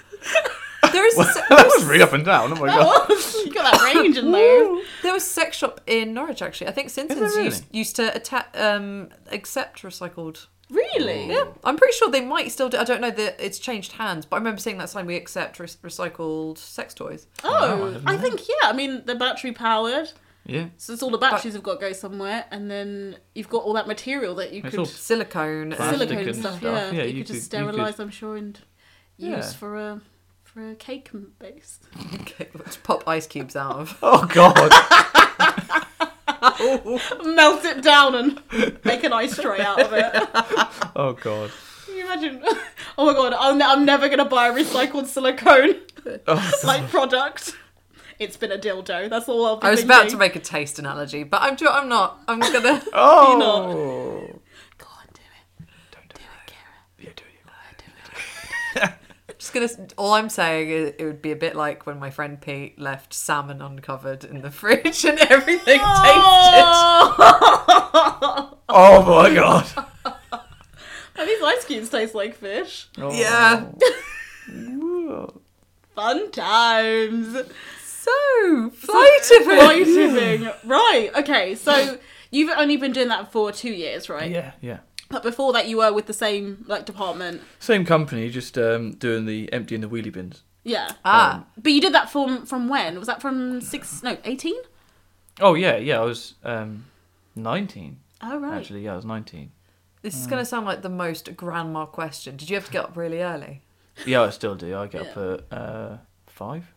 [SPEAKER 2] There is,
[SPEAKER 3] that was really up and down. Oh my god.
[SPEAKER 1] you got that range in there.
[SPEAKER 2] There was a sex shop in Norwich actually. I think Simpsons
[SPEAKER 3] really?
[SPEAKER 2] used, used to atta- um, accept recycled.
[SPEAKER 1] Really?
[SPEAKER 2] Yeah, I'm pretty sure they might still do. I don't know that it's changed hands, but I remember seeing that sign. We accept re- recycled sex toys.
[SPEAKER 1] Oh, I think yeah. I mean, they're battery powered,
[SPEAKER 3] Yeah.
[SPEAKER 1] so it's all the batteries have got to go somewhere, and then you've got all that material that you
[SPEAKER 3] It's
[SPEAKER 1] could
[SPEAKER 3] all
[SPEAKER 2] Silicone.
[SPEAKER 3] Plastic
[SPEAKER 1] silicone
[SPEAKER 3] and
[SPEAKER 1] stuff,
[SPEAKER 3] stuff.
[SPEAKER 1] Yeah.
[SPEAKER 3] Yeah,
[SPEAKER 1] you,
[SPEAKER 3] you
[SPEAKER 1] could just
[SPEAKER 3] could- you could-
[SPEAKER 1] sterilize, I'm sure, and use
[SPEAKER 3] Yeah.
[SPEAKER 1] for a for a cake m- base.
[SPEAKER 2] Okay, let's pop ice cubes out of.
[SPEAKER 3] Oh god.
[SPEAKER 1] Melt it down and make an ice tray out of it.
[SPEAKER 3] Oh god.
[SPEAKER 1] Can you imagine? Oh my god, I'm, I'm never gonna buy a recycled silicone
[SPEAKER 2] Oh.
[SPEAKER 1] like product. It's been a dildo. That's all I'll be
[SPEAKER 2] I was about to
[SPEAKER 1] thinking.
[SPEAKER 2] make a taste analogy, but I'm do- I'm not. I'm gonna.
[SPEAKER 3] Oh.
[SPEAKER 1] Go on, do it.
[SPEAKER 3] Don't
[SPEAKER 1] Do
[SPEAKER 3] do
[SPEAKER 1] it, Kara.
[SPEAKER 3] it. Yeah, do it.
[SPEAKER 1] Do it.
[SPEAKER 2] Just gonna. All I'm saying is it would be a bit like when my friend Pete left salmon uncovered in the fridge and everything tasted.
[SPEAKER 1] Oh!
[SPEAKER 3] Oh my god.
[SPEAKER 1] And these ice cubes taste like fish.
[SPEAKER 3] Oh.
[SPEAKER 2] Yeah.
[SPEAKER 1] Fun times.
[SPEAKER 2] So So, fly tipping.
[SPEAKER 1] Fly tipping. Right. Okay. So you've only been doing that for two years, right?
[SPEAKER 3] Yeah, yeah.
[SPEAKER 1] But before that, you were with the same like department.
[SPEAKER 3] Same company, just um, doing the emptying the wheelie bins.
[SPEAKER 1] Yeah.
[SPEAKER 2] Ah,
[SPEAKER 3] Um,
[SPEAKER 1] But you did that from from when? Was that from six? No, eighteen.
[SPEAKER 3] oh yeah, yeah. I was um, nineteen
[SPEAKER 1] Oh right.
[SPEAKER 3] actually. Yeah, I was nineteen.
[SPEAKER 2] this
[SPEAKER 3] mm.
[SPEAKER 2] is going to sound like the most grandma question. Did you have to get up really early?
[SPEAKER 3] Yeah, I still do. I get
[SPEAKER 1] Yeah.
[SPEAKER 3] up at uh, five.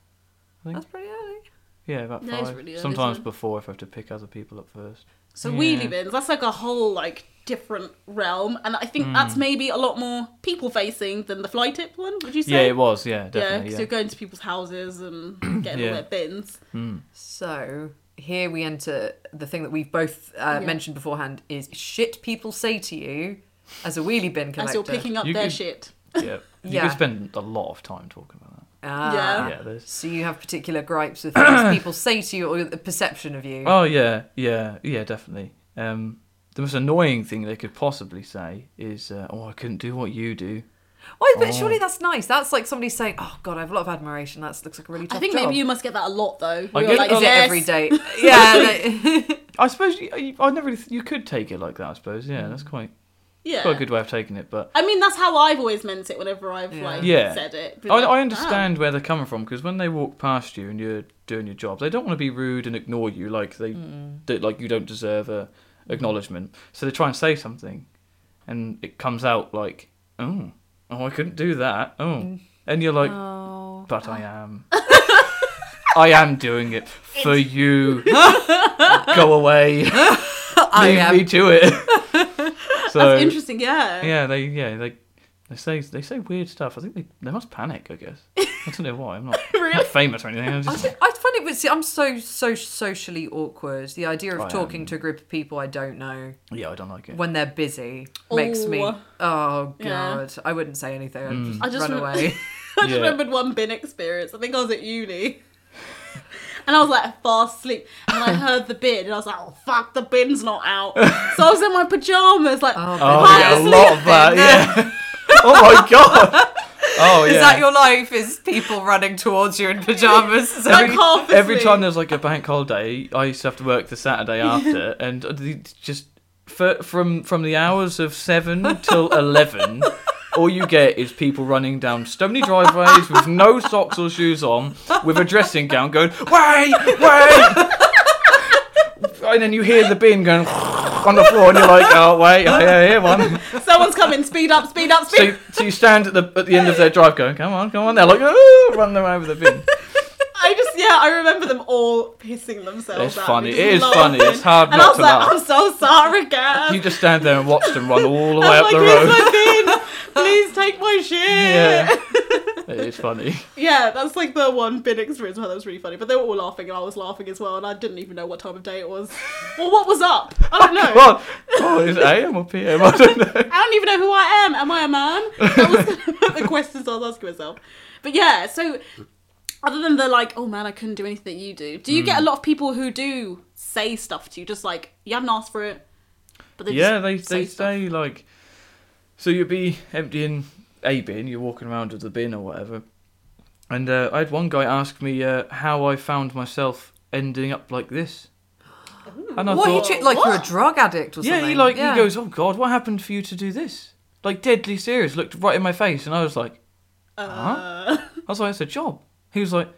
[SPEAKER 2] That's pretty early.
[SPEAKER 3] Yeah, about
[SPEAKER 1] That is
[SPEAKER 3] five.
[SPEAKER 1] really early,
[SPEAKER 3] Sometimes
[SPEAKER 1] isn't it?
[SPEAKER 3] before if I have to pick other people up first.
[SPEAKER 1] So
[SPEAKER 3] Yeah.
[SPEAKER 1] wheelie bins, that's like a whole like different realm, and I think
[SPEAKER 3] Mm.
[SPEAKER 1] that's maybe a lot more people facing than the fly tip one. Would you say?
[SPEAKER 3] yeah, it was. Yeah,
[SPEAKER 1] Yeah,
[SPEAKER 3] definitely.
[SPEAKER 1] because
[SPEAKER 3] Yeah,
[SPEAKER 1] you're going to people's houses and getting all
[SPEAKER 3] Yeah.
[SPEAKER 1] their bins.
[SPEAKER 2] So here we enter the thing that we've both uh,
[SPEAKER 1] Yeah.
[SPEAKER 2] mentioned beforehand is shit people say to you as a wheelie bin collector.
[SPEAKER 1] As you're picking up
[SPEAKER 3] You
[SPEAKER 1] their
[SPEAKER 3] could-
[SPEAKER 1] shit.
[SPEAKER 3] yeah. You
[SPEAKER 2] Yeah.
[SPEAKER 3] could spend a lot of time talking about that.
[SPEAKER 2] Ah.
[SPEAKER 1] Yeah.
[SPEAKER 3] Yeah, there's.
[SPEAKER 2] So you have particular gripes with things people say to you or the perception of you.
[SPEAKER 3] Oh yeah, yeah, yeah, definitely. Um, the most annoying thing they could possibly say is, uh, "Oh, I couldn't do what you do."
[SPEAKER 2] Oh, but
[SPEAKER 3] Oh.
[SPEAKER 2] surely that's nice. That's like somebody saying, "Oh God, I have a lot of admiration." That looks like a really tough
[SPEAKER 1] I think
[SPEAKER 2] job.
[SPEAKER 1] maybe you must get that a lot though.
[SPEAKER 3] I
[SPEAKER 1] You're
[SPEAKER 3] get
[SPEAKER 2] Is
[SPEAKER 3] like,
[SPEAKER 2] it
[SPEAKER 1] "Yes."
[SPEAKER 2] every day? Yeah. like-
[SPEAKER 3] I suppose you, you- I never. Really th- you could take it like that. I suppose. Yeah, that's quite
[SPEAKER 1] Yeah.
[SPEAKER 3] quite a good way of taking it. But
[SPEAKER 1] I mean, that's how I've always meant it whenever I've
[SPEAKER 2] Yeah.
[SPEAKER 1] like
[SPEAKER 3] Yeah.
[SPEAKER 1] said it. Be
[SPEAKER 3] I,
[SPEAKER 1] like, "Oh."
[SPEAKER 3] I understand where they're coming from because when they walk past you and you're doing your job, they don't want to be rude and ignore you like they, they like you don't deserve a acknowledgement. So they try and say something, and it comes out like, "Oh, oh, I couldn't do that." Oh,
[SPEAKER 1] Mm.
[SPEAKER 3] and you're like,
[SPEAKER 2] oh.
[SPEAKER 3] "But I am." I am doing it for you. Go away. Leave
[SPEAKER 2] I am.
[SPEAKER 3] me to it.
[SPEAKER 1] "Damn."
[SPEAKER 3] so
[SPEAKER 1] That's interesting. Yeah.
[SPEAKER 3] yeah, they yeah they they say they say weird stuff. I think they they must panic. I guess I don't know why. I'm not, I'm not famous or anything. I'm
[SPEAKER 2] I
[SPEAKER 3] just,
[SPEAKER 2] don't- I find it was. See, I'm so so socially awkward. The idea of
[SPEAKER 3] I
[SPEAKER 2] talking
[SPEAKER 3] am.
[SPEAKER 2] to a group of people I don't know
[SPEAKER 3] yeah, I don't like it.
[SPEAKER 2] when they're busy makes me.
[SPEAKER 1] Oh.
[SPEAKER 2] Oh god,
[SPEAKER 1] Yeah.
[SPEAKER 2] I wouldn't say anything. I'd just
[SPEAKER 1] I just
[SPEAKER 2] run
[SPEAKER 1] rem-
[SPEAKER 2] away.
[SPEAKER 1] I just
[SPEAKER 3] Yeah.
[SPEAKER 1] remembered one bin experience. I think I was at uni. And I was like fast asleep, and I heard the bin, and I was like, "Oh fuck, the bin's not out." So I was in my pajamas, like,
[SPEAKER 2] Oh,
[SPEAKER 3] Oh
[SPEAKER 1] Why
[SPEAKER 3] yeah,
[SPEAKER 1] is
[SPEAKER 3] a lot of that. Yeah. oh my god. Oh yeah.
[SPEAKER 2] Is that your life? Is people running towards you in pajamas? So
[SPEAKER 1] like half asleep.
[SPEAKER 3] Every time there's like a bank holiday, I used to have to work the Saturday after, and the- just for, from from the hours of seven till eleven, all you get is people running down stony driveways with no socks or shoes on, with a dressing gown, going wait, wait, and then you hear the bin going on the floor, and you're like, oh wait, I hear- I hear one.
[SPEAKER 1] someone's coming, speed up, speed up,
[SPEAKER 3] So,
[SPEAKER 1] speed.
[SPEAKER 3] you- so you stand at the at the end of their drive, going, come on, come on. They're like, oh, run them over the bin.
[SPEAKER 1] I just yeah, I remember them all pissing themselves.
[SPEAKER 3] It's
[SPEAKER 1] out.
[SPEAKER 3] funny.
[SPEAKER 1] We
[SPEAKER 3] It
[SPEAKER 1] just
[SPEAKER 3] is
[SPEAKER 1] laughed.
[SPEAKER 3] funny. It's hard
[SPEAKER 1] And I
[SPEAKER 3] not
[SPEAKER 1] was
[SPEAKER 3] to
[SPEAKER 1] like,
[SPEAKER 3] laugh.
[SPEAKER 1] "I'm so sorry, guys."
[SPEAKER 3] You just stand there and watch them run all the way
[SPEAKER 1] I'm like,
[SPEAKER 3] up the
[SPEAKER 1] "Here's
[SPEAKER 3] road.
[SPEAKER 1] my bin. Please take my shit."
[SPEAKER 3] Yeah, it's funny.
[SPEAKER 1] Yeah, that's like the one bin experience where that was really funny. But they were all laughing and I was laughing as well, and I didn't even know what time of day it was. Or what was up. I don't know.
[SPEAKER 3] Well, oh, is it AM or PM? I don't know.
[SPEAKER 1] I don't even know who I am. Am I a man? That was the questions I was asking myself. But yeah, so other than the like, oh man, I couldn't do anything that you do, do you get
[SPEAKER 3] Hmm.
[SPEAKER 1] a lot of people who do say stuff to you, just like, you haven't asked for it? But they
[SPEAKER 3] Yeah,
[SPEAKER 1] just
[SPEAKER 3] they they
[SPEAKER 1] stuff.
[SPEAKER 3] say like, so you'd be emptying a bin, you're walking around with the bin or whatever, and uh, I had one guy ask me uh, how I found myself ending up like this, and I
[SPEAKER 2] what?
[SPEAKER 3] thought,
[SPEAKER 2] He treat, like you're a drug addict or
[SPEAKER 3] Yeah,
[SPEAKER 2] something.
[SPEAKER 3] he like
[SPEAKER 2] Yeah.
[SPEAKER 3] he goes, "Oh God, what happened for you to do this?" Like deadly serious, looked right in my face, and I was like,
[SPEAKER 2] Uh.
[SPEAKER 3] "Huh?" I was like, "It's a job." He was like,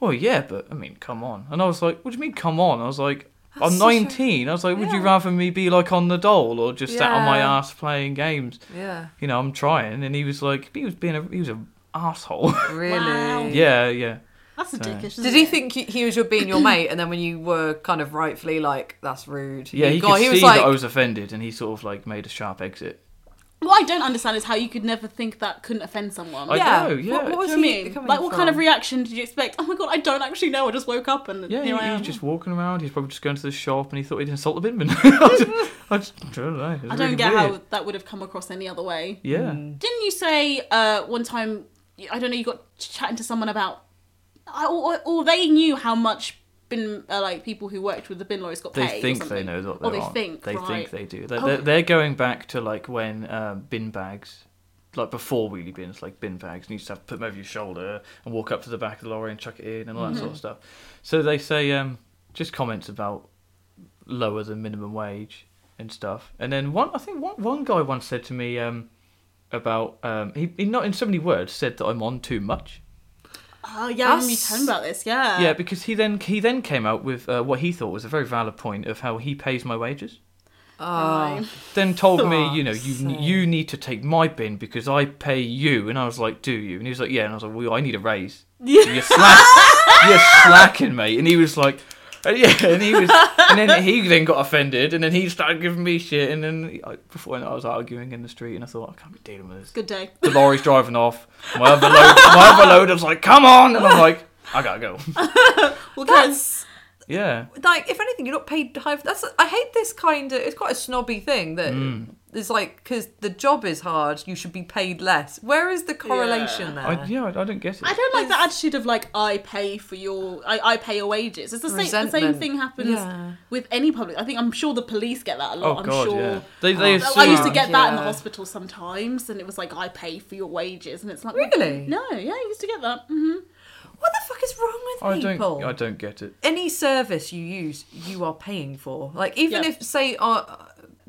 [SPEAKER 3] "Well, yeah, but I mean, come on." And I was like, "What do you mean, come on?" I was like, "I'm
[SPEAKER 2] That's such a-
[SPEAKER 3] 19." I was like, "Would you
[SPEAKER 2] Yeah.
[SPEAKER 3] rather me be like on the dole or just sat on my
[SPEAKER 2] Yeah.
[SPEAKER 3] ass playing games?"
[SPEAKER 2] Yeah.
[SPEAKER 3] You know, I'm trying, and he was like, he was being a he was a asshole.
[SPEAKER 2] Really.
[SPEAKER 1] Wow.
[SPEAKER 3] yeah, yeah.
[SPEAKER 1] That's a dickish.
[SPEAKER 2] Did he think he- he was your being your mate, and then when you were kind of rightfully like, "That's rude,"
[SPEAKER 3] Yeah, he
[SPEAKER 2] got-
[SPEAKER 3] could
[SPEAKER 2] he
[SPEAKER 3] see
[SPEAKER 2] was like,
[SPEAKER 3] that I was offended, and he sort of like made a sharp exit.
[SPEAKER 1] What I don't understand is how you could never think that couldn't offend someone.
[SPEAKER 3] I-
[SPEAKER 1] yeah.
[SPEAKER 2] yeah,
[SPEAKER 3] know, yeah.
[SPEAKER 2] What, what was
[SPEAKER 1] Do
[SPEAKER 2] he
[SPEAKER 1] you mean?
[SPEAKER 2] coming
[SPEAKER 1] Like, what kind of
[SPEAKER 2] from?
[SPEAKER 1] reaction did you expect? Oh my god, I don't actually know. I just woke up and
[SPEAKER 3] Yeah,
[SPEAKER 1] here
[SPEAKER 3] he,
[SPEAKER 1] I
[SPEAKER 3] he
[SPEAKER 1] am.
[SPEAKER 3] was just walking around. He's probably just going to the shop, and he thought he'd insult the binman. I, just, I, just, I don't know. It's
[SPEAKER 1] I don't
[SPEAKER 3] really
[SPEAKER 1] get
[SPEAKER 3] weird.
[SPEAKER 1] how Hmm. that would have come across any other way.
[SPEAKER 3] Yeah,
[SPEAKER 1] Didn't you say uh, one time? I don't know. You got chatting to someone about, I- or, or they knew how much bin uh, like people who worked with the bin lawyers got
[SPEAKER 3] they
[SPEAKER 1] paid. or
[SPEAKER 3] think they
[SPEAKER 1] something.
[SPEAKER 3] know what
[SPEAKER 1] Or they
[SPEAKER 3] they're on.
[SPEAKER 1] think
[SPEAKER 3] they
[SPEAKER 1] right.
[SPEAKER 3] think they do. They're,
[SPEAKER 1] Oh.
[SPEAKER 3] they're, they're going back to like when um, bin uh, bags like before wheelie bins, like bin bags, and you used to have to put them over your shoulder and walk up to the back of the lorry and chuck it in and all that
[SPEAKER 1] Mm-hmm.
[SPEAKER 3] sort of stuff. So they say um, just comments about lower than minimum wage and stuff. And then one, I think one, one guy once said to me um, about um, he, he not in so many words said that I'm on too much.
[SPEAKER 1] Oh yeah, I remember you
[SPEAKER 2] Us-
[SPEAKER 1] telling about this. Yeah.
[SPEAKER 3] yeah, because he then he then came out with uh, what he thought was a very valid point of how he pays my wages.
[SPEAKER 2] Oh,
[SPEAKER 1] Right.
[SPEAKER 3] then told me, you know,
[SPEAKER 2] Fuck's
[SPEAKER 3] you
[SPEAKER 2] sake.
[SPEAKER 3] you need to take my bin because I pay you. And I was like, do you? And he was like, yeah. And I was like, well, I need a raise.
[SPEAKER 1] Yeah.
[SPEAKER 3] You're, slack- you're slacking, mate. And he was like, uh, yeah. And he was, and then he then got offended, and then he started giving me shit. And then I, before I know it, I was arguing in the street, and I thought, I can't be dealing with this.
[SPEAKER 1] Good day.
[SPEAKER 3] The lorry's driving off. My other load, my other load. I was like, come on, and I'm like, I gotta go.
[SPEAKER 1] Well, guys,
[SPEAKER 2] that's
[SPEAKER 3] yeah.
[SPEAKER 2] like if anything, you're not paid high. That's I hate this kind of. It's quite a snobby thing that
[SPEAKER 3] Hmm.
[SPEAKER 2] it's like because the job is hard, you should be paid less. Where is the correlation there?
[SPEAKER 3] I, yeah, I, I don't get it.
[SPEAKER 1] Uh, I don't like the attitude of like I pay for your I, I pay your wages. It's the same. The same
[SPEAKER 2] Resentment.
[SPEAKER 1] thing happens
[SPEAKER 2] Yeah.
[SPEAKER 1] with any public. I think I'm sure the police get that a
[SPEAKER 3] oh
[SPEAKER 1] lot.
[SPEAKER 3] god,
[SPEAKER 1] I'm sure.
[SPEAKER 3] yeah. They, they
[SPEAKER 2] Oh,
[SPEAKER 3] assume,
[SPEAKER 1] I used to get that in the
[SPEAKER 2] Yeah.
[SPEAKER 1] hospital sometimes, and it was like I pay for your wages, and it's like
[SPEAKER 2] Really?
[SPEAKER 1] no, yeah, I used to get that. hmm
[SPEAKER 2] What the fuck is wrong
[SPEAKER 3] I
[SPEAKER 2] with people?
[SPEAKER 3] don't. I don't get it.
[SPEAKER 2] any service you use, you are paying for. Like even
[SPEAKER 1] Yeah.
[SPEAKER 2] if say uh,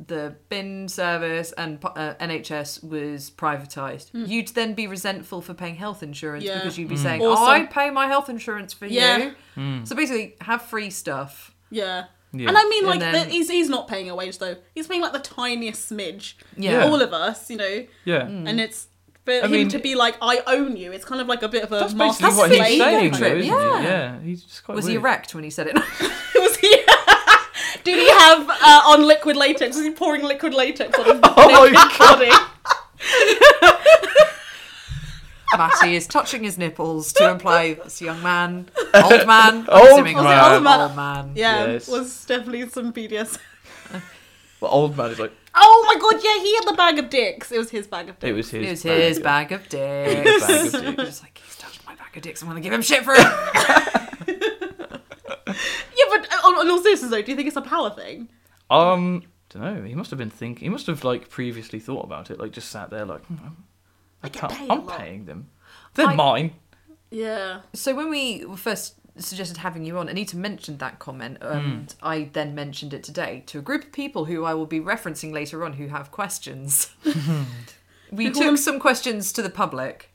[SPEAKER 2] the bin service and uh, NHS was privatized, you'd then be resentful for paying health insurance
[SPEAKER 1] Hmm. Yeah.
[SPEAKER 2] because you'd be saying,
[SPEAKER 1] Awesome.
[SPEAKER 2] "Oh, I pay my health insurance for
[SPEAKER 1] Yeah.
[SPEAKER 2] you." So basically, have free stuff.
[SPEAKER 1] Yeah.
[SPEAKER 3] Yeah.
[SPEAKER 1] And I mean,
[SPEAKER 2] And
[SPEAKER 1] like,
[SPEAKER 2] then-
[SPEAKER 1] the, he's, he's not paying a wage though. He's paying like the tiniest smidge.
[SPEAKER 2] Yeah.
[SPEAKER 1] All of us, you know.
[SPEAKER 3] Yeah.
[SPEAKER 1] And it's for him
[SPEAKER 3] Mm. mean-
[SPEAKER 1] to be like, I own you. It's kind of like a bit of a
[SPEAKER 3] That's basically
[SPEAKER 1] master's
[SPEAKER 3] what
[SPEAKER 2] That's
[SPEAKER 3] he's
[SPEAKER 1] slave
[SPEAKER 3] saying,
[SPEAKER 1] kind
[SPEAKER 3] though,
[SPEAKER 1] of-
[SPEAKER 2] trip,
[SPEAKER 3] isn't
[SPEAKER 2] yeah.
[SPEAKER 3] he? Yeah, he's just quite
[SPEAKER 2] Was he
[SPEAKER 3] weird.
[SPEAKER 2] erect when he said it?
[SPEAKER 1] was he? Did he have uh, on liquid latex? Was he pouring liquid latex on his
[SPEAKER 3] Oh my
[SPEAKER 1] body?
[SPEAKER 2] Matty is touching his nipples to imply this young man, old man, I'm
[SPEAKER 3] Old
[SPEAKER 2] assuming
[SPEAKER 3] man.
[SPEAKER 2] it's an
[SPEAKER 1] Old man.
[SPEAKER 2] old man.
[SPEAKER 1] Yeah,
[SPEAKER 3] Yes.
[SPEAKER 1] was definitely some BDS.
[SPEAKER 3] Well, old man is like
[SPEAKER 1] Oh my god, yeah, he had the bag of dicks. It was his bag of dicks.
[SPEAKER 3] it was his.
[SPEAKER 2] It was his
[SPEAKER 3] bag.
[SPEAKER 2] bag of dicks.
[SPEAKER 3] Bag of dicks.
[SPEAKER 2] Just like he's touched my bag of dicks. I'm gonna give him shit for it.
[SPEAKER 1] Yeah, but uh, on, on all seriousness though, do you think it's a power thing?
[SPEAKER 3] Um, don't know. He must have been thinking. He must have like previously thought about it. Like just sat there, like hmm, I'm- I
[SPEAKER 1] get
[SPEAKER 3] can't.
[SPEAKER 1] paid a
[SPEAKER 3] I'm
[SPEAKER 1] lot.
[SPEAKER 3] paying them. They're
[SPEAKER 2] I-
[SPEAKER 3] mine.
[SPEAKER 1] Yeah.
[SPEAKER 2] So when we first suggested having you on, Anita mentioned that comment, and I then mentioned it today to a group of people who I will be referencing later on who have questions. we
[SPEAKER 1] call them-
[SPEAKER 2] took some questions to the public.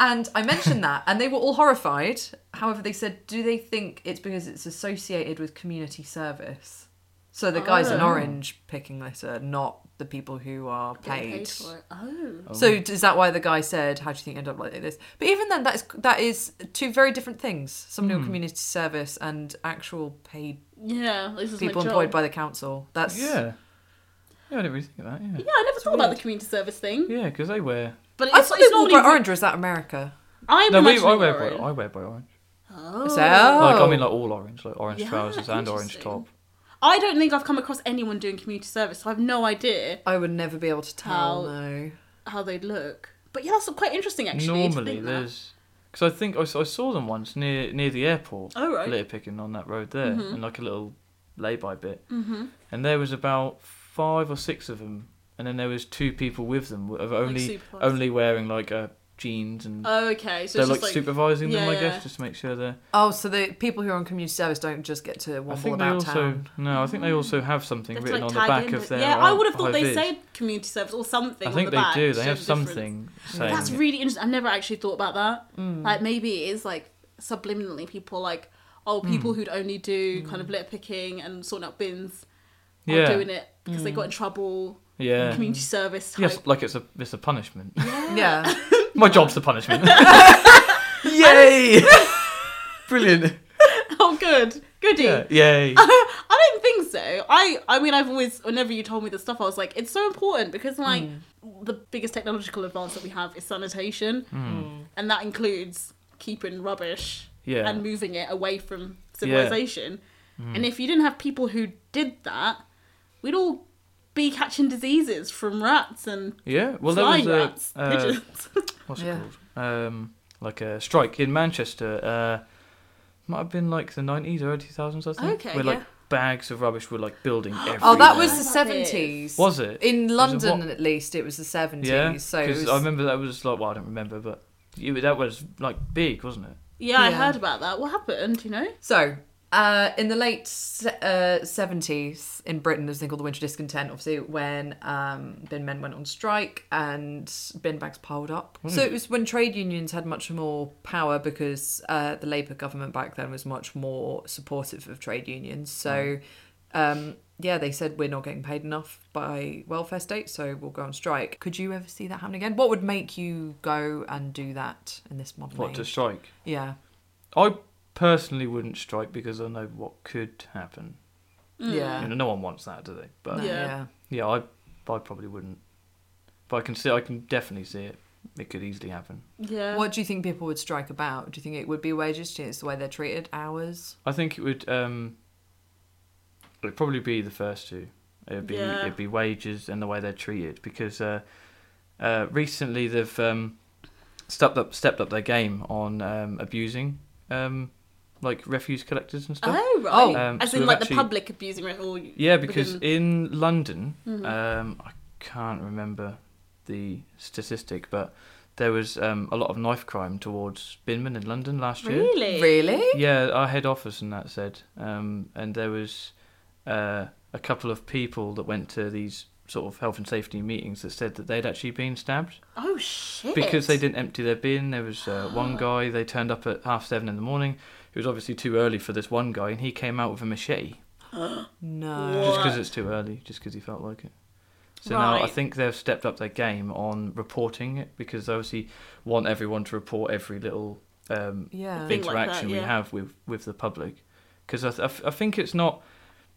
[SPEAKER 2] And I mentioned that, and they were all horrified. However, they said, "Do they think it's because it's associated with community service?" So the guys in
[SPEAKER 1] Oh.
[SPEAKER 2] orange picking this are not the people who are
[SPEAKER 1] Getting
[SPEAKER 2] paid.
[SPEAKER 1] for it. Oh.
[SPEAKER 2] So is that why the guy said, "How do you think you end up like this?" But even then, that is that is two very different things: somebody
[SPEAKER 3] Hmm.
[SPEAKER 2] on community service and actual paid
[SPEAKER 1] Yeah, this is
[SPEAKER 2] people
[SPEAKER 1] my job.
[SPEAKER 2] employed by the council. That's
[SPEAKER 3] Yeah. Yeah, I didn't really think of that. Yeah.
[SPEAKER 1] Yeah, I never thought about the community service thing.
[SPEAKER 3] Yeah, because they wear.
[SPEAKER 1] But
[SPEAKER 2] I
[SPEAKER 1] it's,
[SPEAKER 2] thought
[SPEAKER 1] it's
[SPEAKER 2] they were all
[SPEAKER 1] normally
[SPEAKER 2] bright orange, or is that America?
[SPEAKER 1] I'm
[SPEAKER 3] No, we,
[SPEAKER 1] imagining
[SPEAKER 3] I wear
[SPEAKER 1] orange.
[SPEAKER 3] bright, I wear bright orange.
[SPEAKER 1] Oh.
[SPEAKER 2] So, oh,
[SPEAKER 3] Like I mean, like all orange, like orange
[SPEAKER 1] Yeah,
[SPEAKER 3] trousers and orange
[SPEAKER 1] interesting.
[SPEAKER 3] top.
[SPEAKER 1] I don't think I've come across anyone doing community service, so I have no idea
[SPEAKER 2] I would never be able to tell.
[SPEAKER 1] How-
[SPEAKER 2] No,
[SPEAKER 1] how they look. But yeah, that's quite interesting actually. to
[SPEAKER 3] Normally
[SPEAKER 1] think that.
[SPEAKER 3] there's because I think I saw, I saw them once near near the airport.
[SPEAKER 1] Oh, right. Mm-hmm.
[SPEAKER 3] Litter picking on that road there, and like a little lay by bit. Mm-hmm. And there was about five or six of them, and then there was two people with them of only
[SPEAKER 1] supervisors.
[SPEAKER 3] only wearing like uh, jeans and.
[SPEAKER 1] Oh, Okay, so
[SPEAKER 3] they're
[SPEAKER 1] it's
[SPEAKER 3] like,
[SPEAKER 1] just like
[SPEAKER 3] supervising them,
[SPEAKER 1] yeah,
[SPEAKER 3] I
[SPEAKER 1] yeah.
[SPEAKER 3] guess, just to make sure they're.
[SPEAKER 2] oh, so the people who are on community service don't just get to
[SPEAKER 3] I
[SPEAKER 2] wobble
[SPEAKER 3] think they
[SPEAKER 2] about
[SPEAKER 3] also
[SPEAKER 2] town.
[SPEAKER 3] no. I think they also have something
[SPEAKER 1] they have to,
[SPEAKER 3] written
[SPEAKER 1] Mm. like,
[SPEAKER 3] on the
[SPEAKER 1] tag
[SPEAKER 3] back
[SPEAKER 1] in,
[SPEAKER 3] of
[SPEAKER 1] but-
[SPEAKER 3] their.
[SPEAKER 1] Yeah, I would have thought they
[SPEAKER 3] high-vis.
[SPEAKER 1] said community service or something.
[SPEAKER 3] I
[SPEAKER 1] on
[SPEAKER 3] think
[SPEAKER 1] the
[SPEAKER 3] they
[SPEAKER 1] back
[SPEAKER 3] do.
[SPEAKER 1] to
[SPEAKER 3] They
[SPEAKER 1] show
[SPEAKER 3] have
[SPEAKER 1] the difference.
[SPEAKER 3] something saying. Hmm.
[SPEAKER 1] That's
[SPEAKER 3] it.
[SPEAKER 1] really interesting. I've never actually thought about that. Like maybe it is like subliminally people like oh
[SPEAKER 3] Hmm.
[SPEAKER 1] people who'd only do kind of litter picking and sorting out bins are
[SPEAKER 3] Yeah. Hmm.
[SPEAKER 1] doing it because they got in trouble.
[SPEAKER 3] yeah.
[SPEAKER 1] Community service type.
[SPEAKER 3] Yes, like it's a it's a punishment.
[SPEAKER 1] Ah,
[SPEAKER 2] Yeah,
[SPEAKER 3] My job's the punishment. Yay! Brilliant.
[SPEAKER 1] Oh, good, goody.
[SPEAKER 3] Yeah. Yay.
[SPEAKER 1] I don't think so. I I mean, I've always, whenever you told me this stuff, I was like, it's so important because like
[SPEAKER 3] Mm.
[SPEAKER 1] the biggest technological advance that we have is sanitation,
[SPEAKER 3] Hmm.
[SPEAKER 1] and that includes keeping rubbish
[SPEAKER 3] Yeah. Mm.
[SPEAKER 1] and moving it away from civilization. And if you didn't have people who did that, we'd all be catching diseases from rats and
[SPEAKER 3] yeah. Well, there was
[SPEAKER 1] flying
[SPEAKER 3] a
[SPEAKER 1] rats,
[SPEAKER 3] uh,
[SPEAKER 1] pigeons.
[SPEAKER 3] what's it
[SPEAKER 2] Yeah.
[SPEAKER 3] called? Um, like a strike in Manchester. Uh, might have been like the nineties, early two thousands, I think.
[SPEAKER 1] Okay,
[SPEAKER 3] Where like
[SPEAKER 1] yeah.
[SPEAKER 3] bags of rubbish were like building everywhere.
[SPEAKER 2] Oh, that was the
[SPEAKER 1] Love it.
[SPEAKER 2] seventies.
[SPEAKER 3] Was it?
[SPEAKER 2] in
[SPEAKER 3] Was it
[SPEAKER 2] London
[SPEAKER 3] what-
[SPEAKER 2] at least? It was the seventies.
[SPEAKER 3] Yeah,
[SPEAKER 2] so it
[SPEAKER 3] 'cause
[SPEAKER 2] was,
[SPEAKER 3] I remember that was like well, I don't remember, but you, that was like big, wasn't it?
[SPEAKER 1] Yeah, I
[SPEAKER 2] Yeah.
[SPEAKER 1] heard about that. What happened? Do you know?
[SPEAKER 2] So, uh, in the late uh, seventies in Britain, there's a thing called the Winter Discontent. Obviously, when um, bin men went on strike and bin bags piled up.
[SPEAKER 3] Hmm.
[SPEAKER 2] So it was when trade unions had much more power because uh, the Labour government back then was much more supportive of trade unions. So.
[SPEAKER 3] Hmm.
[SPEAKER 2] Um, yeah, they said we're not getting paid enough by welfare state, so we'll go on strike. Could you ever see that happen again? What would make you go and do that in this modern
[SPEAKER 3] What
[SPEAKER 2] age?
[SPEAKER 3] to strike?
[SPEAKER 2] yeah,
[SPEAKER 3] I personally wouldn't strike because I know what could happen.
[SPEAKER 2] yeah,
[SPEAKER 3] You know, no one wants that, do they? But
[SPEAKER 2] No,
[SPEAKER 1] Yeah.
[SPEAKER 2] yeah.
[SPEAKER 3] yeah, I I probably wouldn't. But I can see, I can definitely see it. It could easily happen.
[SPEAKER 1] Yeah.
[SPEAKER 2] What do you think people would strike about? Do you think it would be wages? Do you think it's the way they're treated? Hours?
[SPEAKER 3] I think it would. Um, it'd probably be the first two. It'd be
[SPEAKER 1] Yeah.
[SPEAKER 3] it'd be wages and the way they're treated because uh, uh, recently they've um, stepped up stepped up their game on um, abusing um, like refuse collectors and stuff.
[SPEAKER 1] Oh right.
[SPEAKER 3] Um,
[SPEAKER 1] As
[SPEAKER 3] so
[SPEAKER 1] in
[SPEAKER 3] we've
[SPEAKER 1] like the
[SPEAKER 3] actually-
[SPEAKER 1] public abusing it or
[SPEAKER 3] Yeah, because
[SPEAKER 1] Oh. within- Mm-hmm.
[SPEAKER 3] in London, um, I can't remember the statistic, but there was um, a lot of knife crime towards binmen in London last year.
[SPEAKER 1] really
[SPEAKER 2] Really?
[SPEAKER 3] Yeah, our head office and that said, um, and there was uh, a couple of people that went to these sort of health and safety meetings that said that they'd actually been stabbed
[SPEAKER 1] Oh shit.
[SPEAKER 3] because they didn't empty their bin. There was uh, one guy they turned up at half seven in the morning. It was obviously too early for this one guy, and he came out with a machete
[SPEAKER 2] No.
[SPEAKER 1] What?
[SPEAKER 3] just because it's too early, just because he felt like it. So now I
[SPEAKER 1] Right.
[SPEAKER 3] think they've stepped up their game on reporting it because they obviously want everyone to report every little um,
[SPEAKER 2] Yeah.
[SPEAKER 1] Thing like that,
[SPEAKER 3] interaction we
[SPEAKER 1] yeah.
[SPEAKER 3] have with, with the public. Because I, th- I, f- I think it's not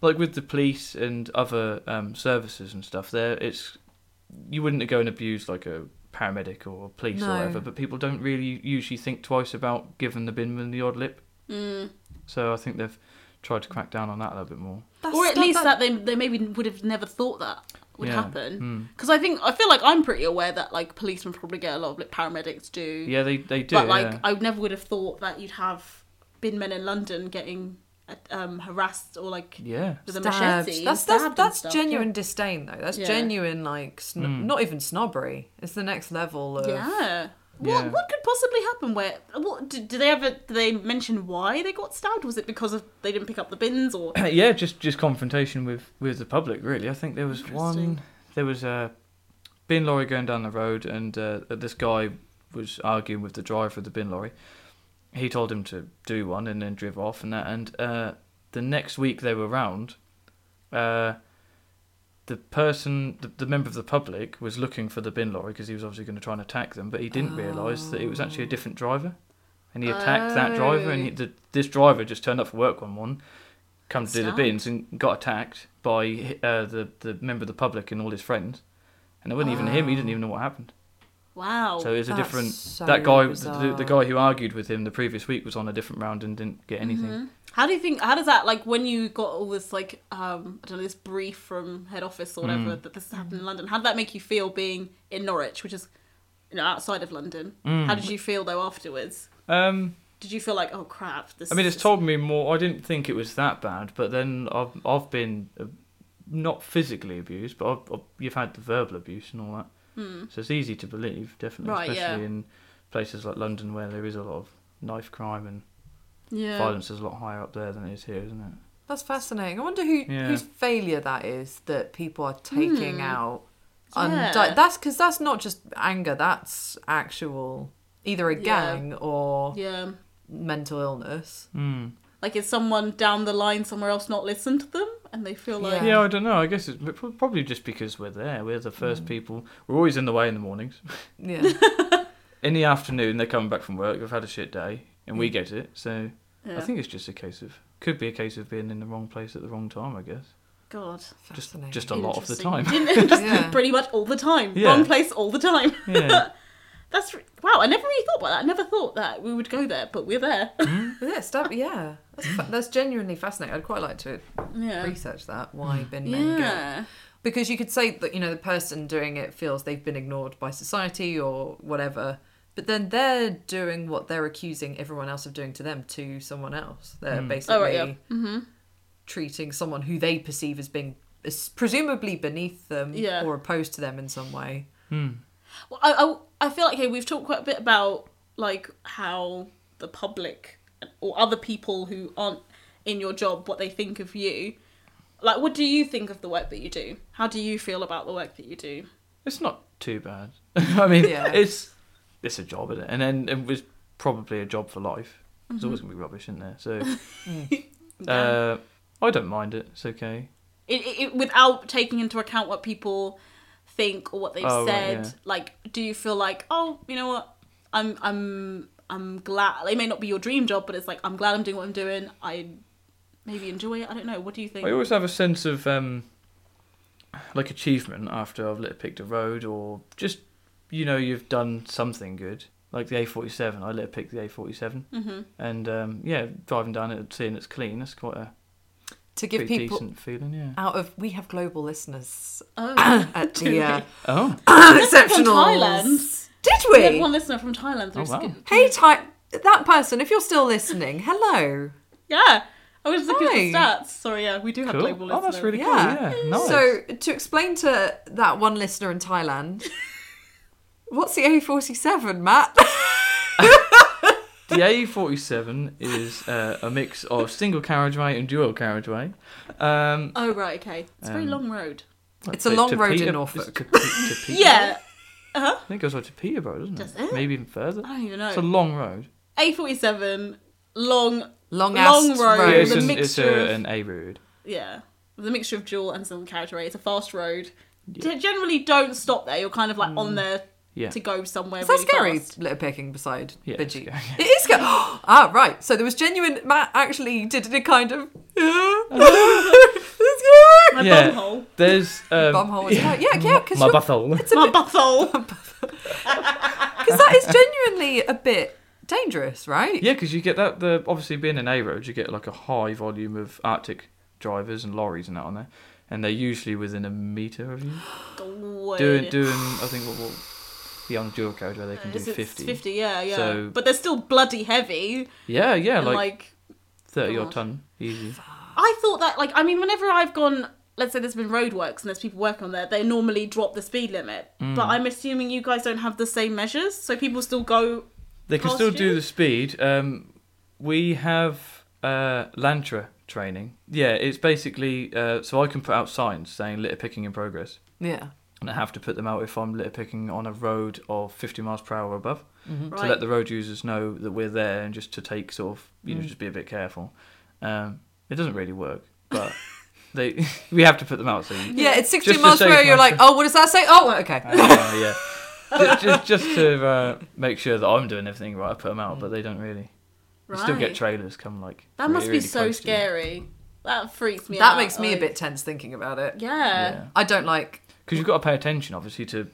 [SPEAKER 3] like with the police and other um, services and stuff. There, it's you wouldn't go and abuse like a paramedic or a police
[SPEAKER 2] No.
[SPEAKER 3] or whatever, but people don't really usually think twice about giving the binman the odd lip.
[SPEAKER 1] Mm.
[SPEAKER 3] So I think they've tried to crack down on that a little bit more.
[SPEAKER 2] That's
[SPEAKER 1] or at
[SPEAKER 2] not
[SPEAKER 1] least that, they they maybe would have never thought that would
[SPEAKER 3] Yeah. Hmm.
[SPEAKER 1] happen. Because I think I feel like I'm pretty aware that like policemen probably get a lot of like paramedics do.
[SPEAKER 3] Yeah, they they do.
[SPEAKER 1] Mm. But like
[SPEAKER 3] yeah.
[SPEAKER 1] I never would have thought that you'd have bin men in London getting uh, um, harassed or like
[SPEAKER 3] Yeah.
[SPEAKER 1] with a
[SPEAKER 2] Stabbed.
[SPEAKER 1] machete.
[SPEAKER 2] That's
[SPEAKER 1] stabbed
[SPEAKER 2] that's
[SPEAKER 1] and
[SPEAKER 2] that's
[SPEAKER 1] stuff, yeah.
[SPEAKER 2] genuine disdain though. That's
[SPEAKER 1] Yeah.
[SPEAKER 2] genuine like sno-
[SPEAKER 3] Hmm.
[SPEAKER 2] not even snobbery. It's the next level of
[SPEAKER 1] Yeah. What
[SPEAKER 3] Yeah.
[SPEAKER 1] what could possibly happen? Where what did, did they ever? Did they mention why they got stabbed? Was it because of they didn't pick up the bins or?
[SPEAKER 3] yeah, just just confrontation with with the public. Really, I think there was one.
[SPEAKER 1] Interesting.
[SPEAKER 3] There was a bin lorry going down the road, and uh, this guy was arguing with the driver of the bin lorry. He told him to do one, and then drove off, and that. And uh, the next week they were round. Uh, the person, the, the member of the public, was looking for the bin lorry because he was obviously going to try and attack them, but he didn't realise that it was actually a different driver, and he attacked that driver, and he, the, this driver just turned up for work one morning, come to do the
[SPEAKER 1] Stabbed.
[SPEAKER 3] bins, and got attacked by uh, the the member of the public and all his friends, and it wasn't even him; he didn't even know what happened.
[SPEAKER 1] Wow.
[SPEAKER 3] So it was a
[SPEAKER 2] That's
[SPEAKER 3] different.
[SPEAKER 2] so
[SPEAKER 3] that guy, the,
[SPEAKER 2] bizarre.
[SPEAKER 3] the guy who argued with him the previous week, was on a different round and didn't get anything.
[SPEAKER 1] How do you think? How does that like when you got all this like um I don't know this brief from head office or whatever
[SPEAKER 3] Mm.
[SPEAKER 1] that this has happened in London? How did that make you feel being in Norwich, which is you know outside of London?
[SPEAKER 3] Mm.
[SPEAKER 1] How did you feel though afterwards?
[SPEAKER 3] Um,
[SPEAKER 1] Did you feel like oh crap? This
[SPEAKER 3] I mean,
[SPEAKER 1] is-
[SPEAKER 3] it's told me more. I didn't think it was that bad, but then I've I've been uh, not physically abused, but I've, I've, you've had the verbal abuse and all that. Mm. So it's easy to believe, definitely,
[SPEAKER 1] Right,
[SPEAKER 3] especially
[SPEAKER 1] yeah.
[SPEAKER 3] in places like London where there is a lot of knife crime and
[SPEAKER 1] yeah.
[SPEAKER 3] violence is a lot higher up there than it is here, isn't it?
[SPEAKER 2] That's fascinating. I wonder who
[SPEAKER 3] Yeah.
[SPEAKER 2] whose failure that is that people are taking out.
[SPEAKER 1] Hmm. Yeah.
[SPEAKER 2] Undi- that's because that's not just anger. That's actual either a
[SPEAKER 1] Yeah.
[SPEAKER 2] gang or
[SPEAKER 1] Yeah.
[SPEAKER 2] mental illness.
[SPEAKER 3] Mm.
[SPEAKER 1] Like is someone down the line somewhere else not listened to them and they feel like
[SPEAKER 2] Yeah.
[SPEAKER 3] Yeah, I don't know. I guess it's but pro- probably just because we're there. We're the first people. We're always in the way in the mornings.
[SPEAKER 2] Yeah.
[SPEAKER 3] in the afternoon, they're coming back from work. They've had a shit day, and we get it. So
[SPEAKER 1] Yeah.
[SPEAKER 3] I think it's just a case of could be a case of being in the wrong place at the wrong time. I guess
[SPEAKER 1] God.
[SPEAKER 3] just
[SPEAKER 2] Fascinating.
[SPEAKER 3] just a lot of the
[SPEAKER 1] Interesting.
[SPEAKER 3] time.
[SPEAKER 1] Just
[SPEAKER 2] Yeah.
[SPEAKER 1] Pretty much all the time.
[SPEAKER 3] Yeah.
[SPEAKER 1] Wrong place all the time.
[SPEAKER 3] yeah,
[SPEAKER 1] That's re- wow. I never really thought about that. I never thought that we would go there, but we're there.
[SPEAKER 2] Yeah, stab, yeah. That's, fa- that's genuinely fascinating. I'd quite like to
[SPEAKER 1] yeah. Mm.
[SPEAKER 2] research that. Why bin men get
[SPEAKER 1] Yeah.
[SPEAKER 2] because you could say that you know the person doing it feels they've been ignored by society or whatever, but then they're
[SPEAKER 1] Mm.
[SPEAKER 2] doing what they're accusing everyone else of doing to them to someone else. They're basically
[SPEAKER 1] Oh, right, yeah.
[SPEAKER 2] treating someone who they perceive as being as presumably beneath them
[SPEAKER 1] Yeah.
[SPEAKER 2] or opposed to them in some way.
[SPEAKER 1] Well, I, I, I feel like here we've talked quite a bit about like how the public or other people who aren't in your job what they think of you. Like, what do you think of the work that you do? How do you feel about the work that you do?
[SPEAKER 3] It's not too bad. I mean,
[SPEAKER 2] Yeah.
[SPEAKER 3] it's it's a job, isn't it? And then it was probably a job for life. It's always gonna be rubbish, isn't there? So uh, I don't mind it. It's okay.
[SPEAKER 1] It, it, it- without taking into account what people think or what they've
[SPEAKER 3] Oh, right,
[SPEAKER 1] said.
[SPEAKER 3] yeah.
[SPEAKER 1] Like, do you feel like, oh, you know what? I'm I'm I'm glad. It may not be your dream job, but it's like I'm glad I'm doing what I'm doing. I maybe enjoy it. I don't know. What do you think?
[SPEAKER 3] I always have a sense of um, like achievement after I've lit picked a road, or just you know you've done something good. Like the A47, I lit pick the A47,
[SPEAKER 1] Mhm.
[SPEAKER 3] and um, yeah, driving down it and seeing it's clean, that's quite a
[SPEAKER 2] To give
[SPEAKER 3] pretty
[SPEAKER 2] people
[SPEAKER 3] decent feeling. Yeah.
[SPEAKER 2] out of we have global listeners
[SPEAKER 1] Oh.
[SPEAKER 2] at the uh,
[SPEAKER 3] Oh,
[SPEAKER 2] exceptional
[SPEAKER 1] Thailand.
[SPEAKER 2] Did
[SPEAKER 1] We had
[SPEAKER 2] we?
[SPEAKER 1] one listener from Thailand. through
[SPEAKER 3] Oh, wow.
[SPEAKER 1] Skype.
[SPEAKER 2] Hey, Ty- that person, if you're still listening, hello.
[SPEAKER 1] Yeah. I was looking
[SPEAKER 2] Hi.
[SPEAKER 1] at the stats. Sorry, yeah, we do have
[SPEAKER 3] cool.
[SPEAKER 1] global
[SPEAKER 3] Oh,
[SPEAKER 1] listeners.
[SPEAKER 3] that's really
[SPEAKER 2] Yeah.
[SPEAKER 3] cool. Yeah, nice.
[SPEAKER 2] So, to explain to that one listener in Thailand, what's the A47, Matt?
[SPEAKER 3] The A47 is uh, a mix of single carriageway and dual carriageway. Um,
[SPEAKER 1] Oh, right, okay. It's a very
[SPEAKER 3] Um,
[SPEAKER 1] long road.
[SPEAKER 2] It's a
[SPEAKER 3] to-
[SPEAKER 2] long
[SPEAKER 3] to
[SPEAKER 2] road in
[SPEAKER 3] Peter-
[SPEAKER 2] Norfolk.
[SPEAKER 3] to Pe- to Peter-
[SPEAKER 1] Yeah.
[SPEAKER 3] I think it goes right to Peterborough, doesn't
[SPEAKER 1] Does
[SPEAKER 3] it?
[SPEAKER 1] it?
[SPEAKER 3] Maybe even further.
[SPEAKER 1] I don't even
[SPEAKER 3] It's a
[SPEAKER 1] know.
[SPEAKER 3] long road.
[SPEAKER 1] A47, long,
[SPEAKER 2] Long ass
[SPEAKER 1] Long road.
[SPEAKER 3] Yeah, it's,
[SPEAKER 1] the
[SPEAKER 3] an, it's
[SPEAKER 1] mixture
[SPEAKER 3] a,
[SPEAKER 1] of-
[SPEAKER 3] an A road.
[SPEAKER 1] yeah. The mixture of dual and single carriageway. It's a fast road. G- Generally, don't stop there. You're kind of like on there
[SPEAKER 3] Mm. Yeah.
[SPEAKER 1] to go somewhere.
[SPEAKER 2] Is that
[SPEAKER 1] really
[SPEAKER 2] scary?
[SPEAKER 1] fast.
[SPEAKER 2] Litter picking beside
[SPEAKER 3] Yeah,
[SPEAKER 2] the
[SPEAKER 3] it's
[SPEAKER 2] Jeep.
[SPEAKER 3] scary.
[SPEAKER 2] It is scary. ah, right. So there was genuine. Matt actually did a kind of.
[SPEAKER 1] My
[SPEAKER 2] it's
[SPEAKER 3] Yeah.
[SPEAKER 1] bumhole.
[SPEAKER 3] There's um,
[SPEAKER 2] Bumhole is hurt. Yeah, yeah, 'cause
[SPEAKER 3] my
[SPEAKER 2] you're-
[SPEAKER 3] butthole.
[SPEAKER 1] My butthole.
[SPEAKER 2] Because that is genuinely a bit dangerous, right?
[SPEAKER 3] Yeah, because you get that. The obviously being an A road, you get like a high volume of Arctic drivers and lorries and that on there, and they're usually within a meter of you.
[SPEAKER 1] God.
[SPEAKER 3] Doing, doing. I think what, what the young dual carriageway they can do
[SPEAKER 1] Uh, Is it
[SPEAKER 3] 50.
[SPEAKER 1] 50, yeah, yeah.
[SPEAKER 3] So-
[SPEAKER 1] But they're still bloody heavy.
[SPEAKER 3] Yeah, yeah,
[SPEAKER 1] and
[SPEAKER 3] like,
[SPEAKER 1] like
[SPEAKER 3] thirty
[SPEAKER 1] God.
[SPEAKER 3] odd ton easy.
[SPEAKER 1] I thought that, like, I mean, whenever I've gone, let's say there's been roadworks and there's people working on there, they normally drop the speed limit.
[SPEAKER 3] Hmm.
[SPEAKER 1] But I'm assuming you guys don't have the same measures, so people still go.
[SPEAKER 3] They can
[SPEAKER 1] Past
[SPEAKER 3] still do
[SPEAKER 1] you?
[SPEAKER 3] the speed. Um, we have uh, Lantra training. Yeah, it's basically uh, so I can put out signs saying litter picking in progress,
[SPEAKER 2] Yeah.
[SPEAKER 3] and I have to put them out if I'm litter picking on a road of 50 miles per hour or above to
[SPEAKER 1] Right.
[SPEAKER 3] let the road users know that we're there and just to take sort of you
[SPEAKER 1] Mm.
[SPEAKER 3] know just be a bit careful. Um, it doesn't really work, but they we have to put them out. So you,
[SPEAKER 2] Yeah, it's 16
[SPEAKER 3] to
[SPEAKER 2] miles per
[SPEAKER 3] save
[SPEAKER 2] hour. You're like,
[SPEAKER 3] myself.
[SPEAKER 2] oh, what does that say? Oh, okay.
[SPEAKER 3] Uh, yeah. Just, just, just to uh, make sure that I'm doing everything right, I put them out, but they don't really. You
[SPEAKER 1] right.
[SPEAKER 3] still get trailers come like.
[SPEAKER 1] That must
[SPEAKER 3] really
[SPEAKER 1] be so
[SPEAKER 3] close to you.
[SPEAKER 1] scary. That freaks me out.
[SPEAKER 2] That makes me a
[SPEAKER 1] like-
[SPEAKER 2] bit tense thinking about it.
[SPEAKER 1] Yeah.
[SPEAKER 3] Yeah,
[SPEAKER 2] I don't like.
[SPEAKER 3] because you've got to pay attention, obviously, to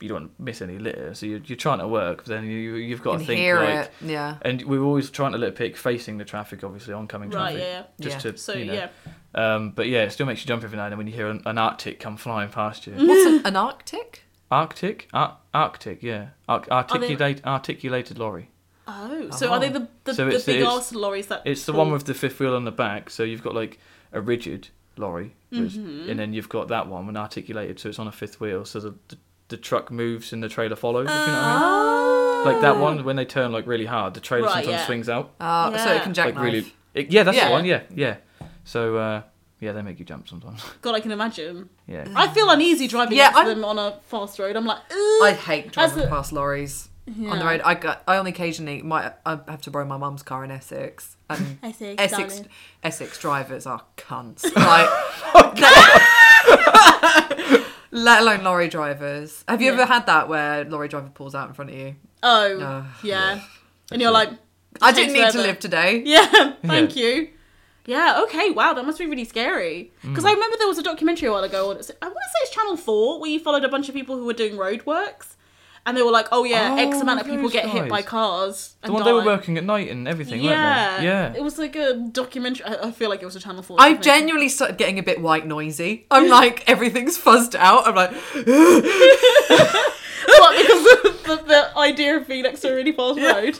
[SPEAKER 3] you don't miss any litter. So you're, you're trying to work, but then you you've got
[SPEAKER 2] Can
[SPEAKER 3] to think
[SPEAKER 2] hear
[SPEAKER 3] like.
[SPEAKER 2] it. Yeah.
[SPEAKER 3] And we were always trying to litter pick facing the traffic, obviously, oncoming
[SPEAKER 1] Right,
[SPEAKER 3] traffic.
[SPEAKER 1] yeah,
[SPEAKER 2] yeah.
[SPEAKER 3] Just
[SPEAKER 2] Yeah.
[SPEAKER 3] to
[SPEAKER 1] So,
[SPEAKER 3] you know.
[SPEAKER 1] yeah.
[SPEAKER 3] Um, but yeah, it still makes you jump every now and then when you hear an, an Arctic come flying past
[SPEAKER 1] Mm-hmm.
[SPEAKER 3] you.
[SPEAKER 2] What's an, an Arctic?
[SPEAKER 3] Arctic, Ar- Arctic, yeah, Ar-
[SPEAKER 1] they-
[SPEAKER 3] articulate, articulated lorry.
[SPEAKER 1] Oh, so are they the, the,
[SPEAKER 3] So
[SPEAKER 1] the
[SPEAKER 3] it's-
[SPEAKER 1] big
[SPEAKER 3] it's-
[SPEAKER 1] ass lorries that.
[SPEAKER 3] It's the one with the fifth wheel on the back, so you've got like a rigid lorry, with-
[SPEAKER 1] Mm-hmm.
[SPEAKER 3] and then you've got that one, an articulated, so it's on a fifth wheel, so the the, the truck moves and the trailer follows. if you know what I mean.
[SPEAKER 1] Oh.
[SPEAKER 3] Like that one, when they turn like really hard, the trailer
[SPEAKER 1] Right,
[SPEAKER 3] sometimes
[SPEAKER 1] yeah.
[SPEAKER 3] swings out,
[SPEAKER 2] Uh, So it
[SPEAKER 1] Yeah.
[SPEAKER 2] can
[SPEAKER 3] like
[SPEAKER 2] jackknife.
[SPEAKER 3] really. it- yeah, that's
[SPEAKER 2] Yeah.
[SPEAKER 3] the one. Yeah, yeah. So uh, yeah, they make you jump sometimes.
[SPEAKER 1] God, I can imagine.
[SPEAKER 3] yeah.
[SPEAKER 1] I feel uneasy driving
[SPEAKER 2] Yeah,
[SPEAKER 1] next to
[SPEAKER 2] I'm-
[SPEAKER 1] them on a fast road. I'm like,
[SPEAKER 2] I
[SPEAKER 1] Ugh.
[SPEAKER 2] hate
[SPEAKER 1] As
[SPEAKER 2] driving
[SPEAKER 1] a-
[SPEAKER 2] past lorries on the
[SPEAKER 1] Yeah.
[SPEAKER 2] road. I got, I only occasionally might I have to borrow my mum's car in Essex, and
[SPEAKER 1] I see.
[SPEAKER 2] Essex
[SPEAKER 1] darling.
[SPEAKER 2] Essex drivers are cunts. Like,
[SPEAKER 1] Oh,
[SPEAKER 2] let alone lorry drivers. Have you
[SPEAKER 1] Yeah.
[SPEAKER 2] ever had that where lorry driver pulls out in front of you?
[SPEAKER 1] Oh,
[SPEAKER 2] Ugh.
[SPEAKER 1] yeah. And you're like,
[SPEAKER 2] I didn't need
[SPEAKER 1] Takes
[SPEAKER 2] to
[SPEAKER 1] forever.
[SPEAKER 2] live today.
[SPEAKER 1] Yeah, thank you. Yeah, okay, wow, that must be really scary.
[SPEAKER 3] Mm.
[SPEAKER 1] Because I remember there was a documentary a while ago, on, I want to say it's Channel 4, where you followed a bunch of people who were doing roadworks. And they were like, oh yeah, X
[SPEAKER 3] Oh,
[SPEAKER 1] amount of people
[SPEAKER 3] those
[SPEAKER 1] get hit
[SPEAKER 3] guys.
[SPEAKER 1] by cars.
[SPEAKER 3] The
[SPEAKER 1] and
[SPEAKER 3] one they were
[SPEAKER 1] die."
[SPEAKER 3] working at night and everything,
[SPEAKER 1] Yeah.
[SPEAKER 3] weren't they?
[SPEAKER 1] It
[SPEAKER 3] Yeah.
[SPEAKER 1] was like a documentary. I, I feel like it was a Channel 4.
[SPEAKER 2] I
[SPEAKER 1] documentary.
[SPEAKER 2] genuinely started getting a bit white noisy. I'm like, everything's fuzzed out. I'm like,
[SPEAKER 1] What, because of the, the idea of being next to a really fast road.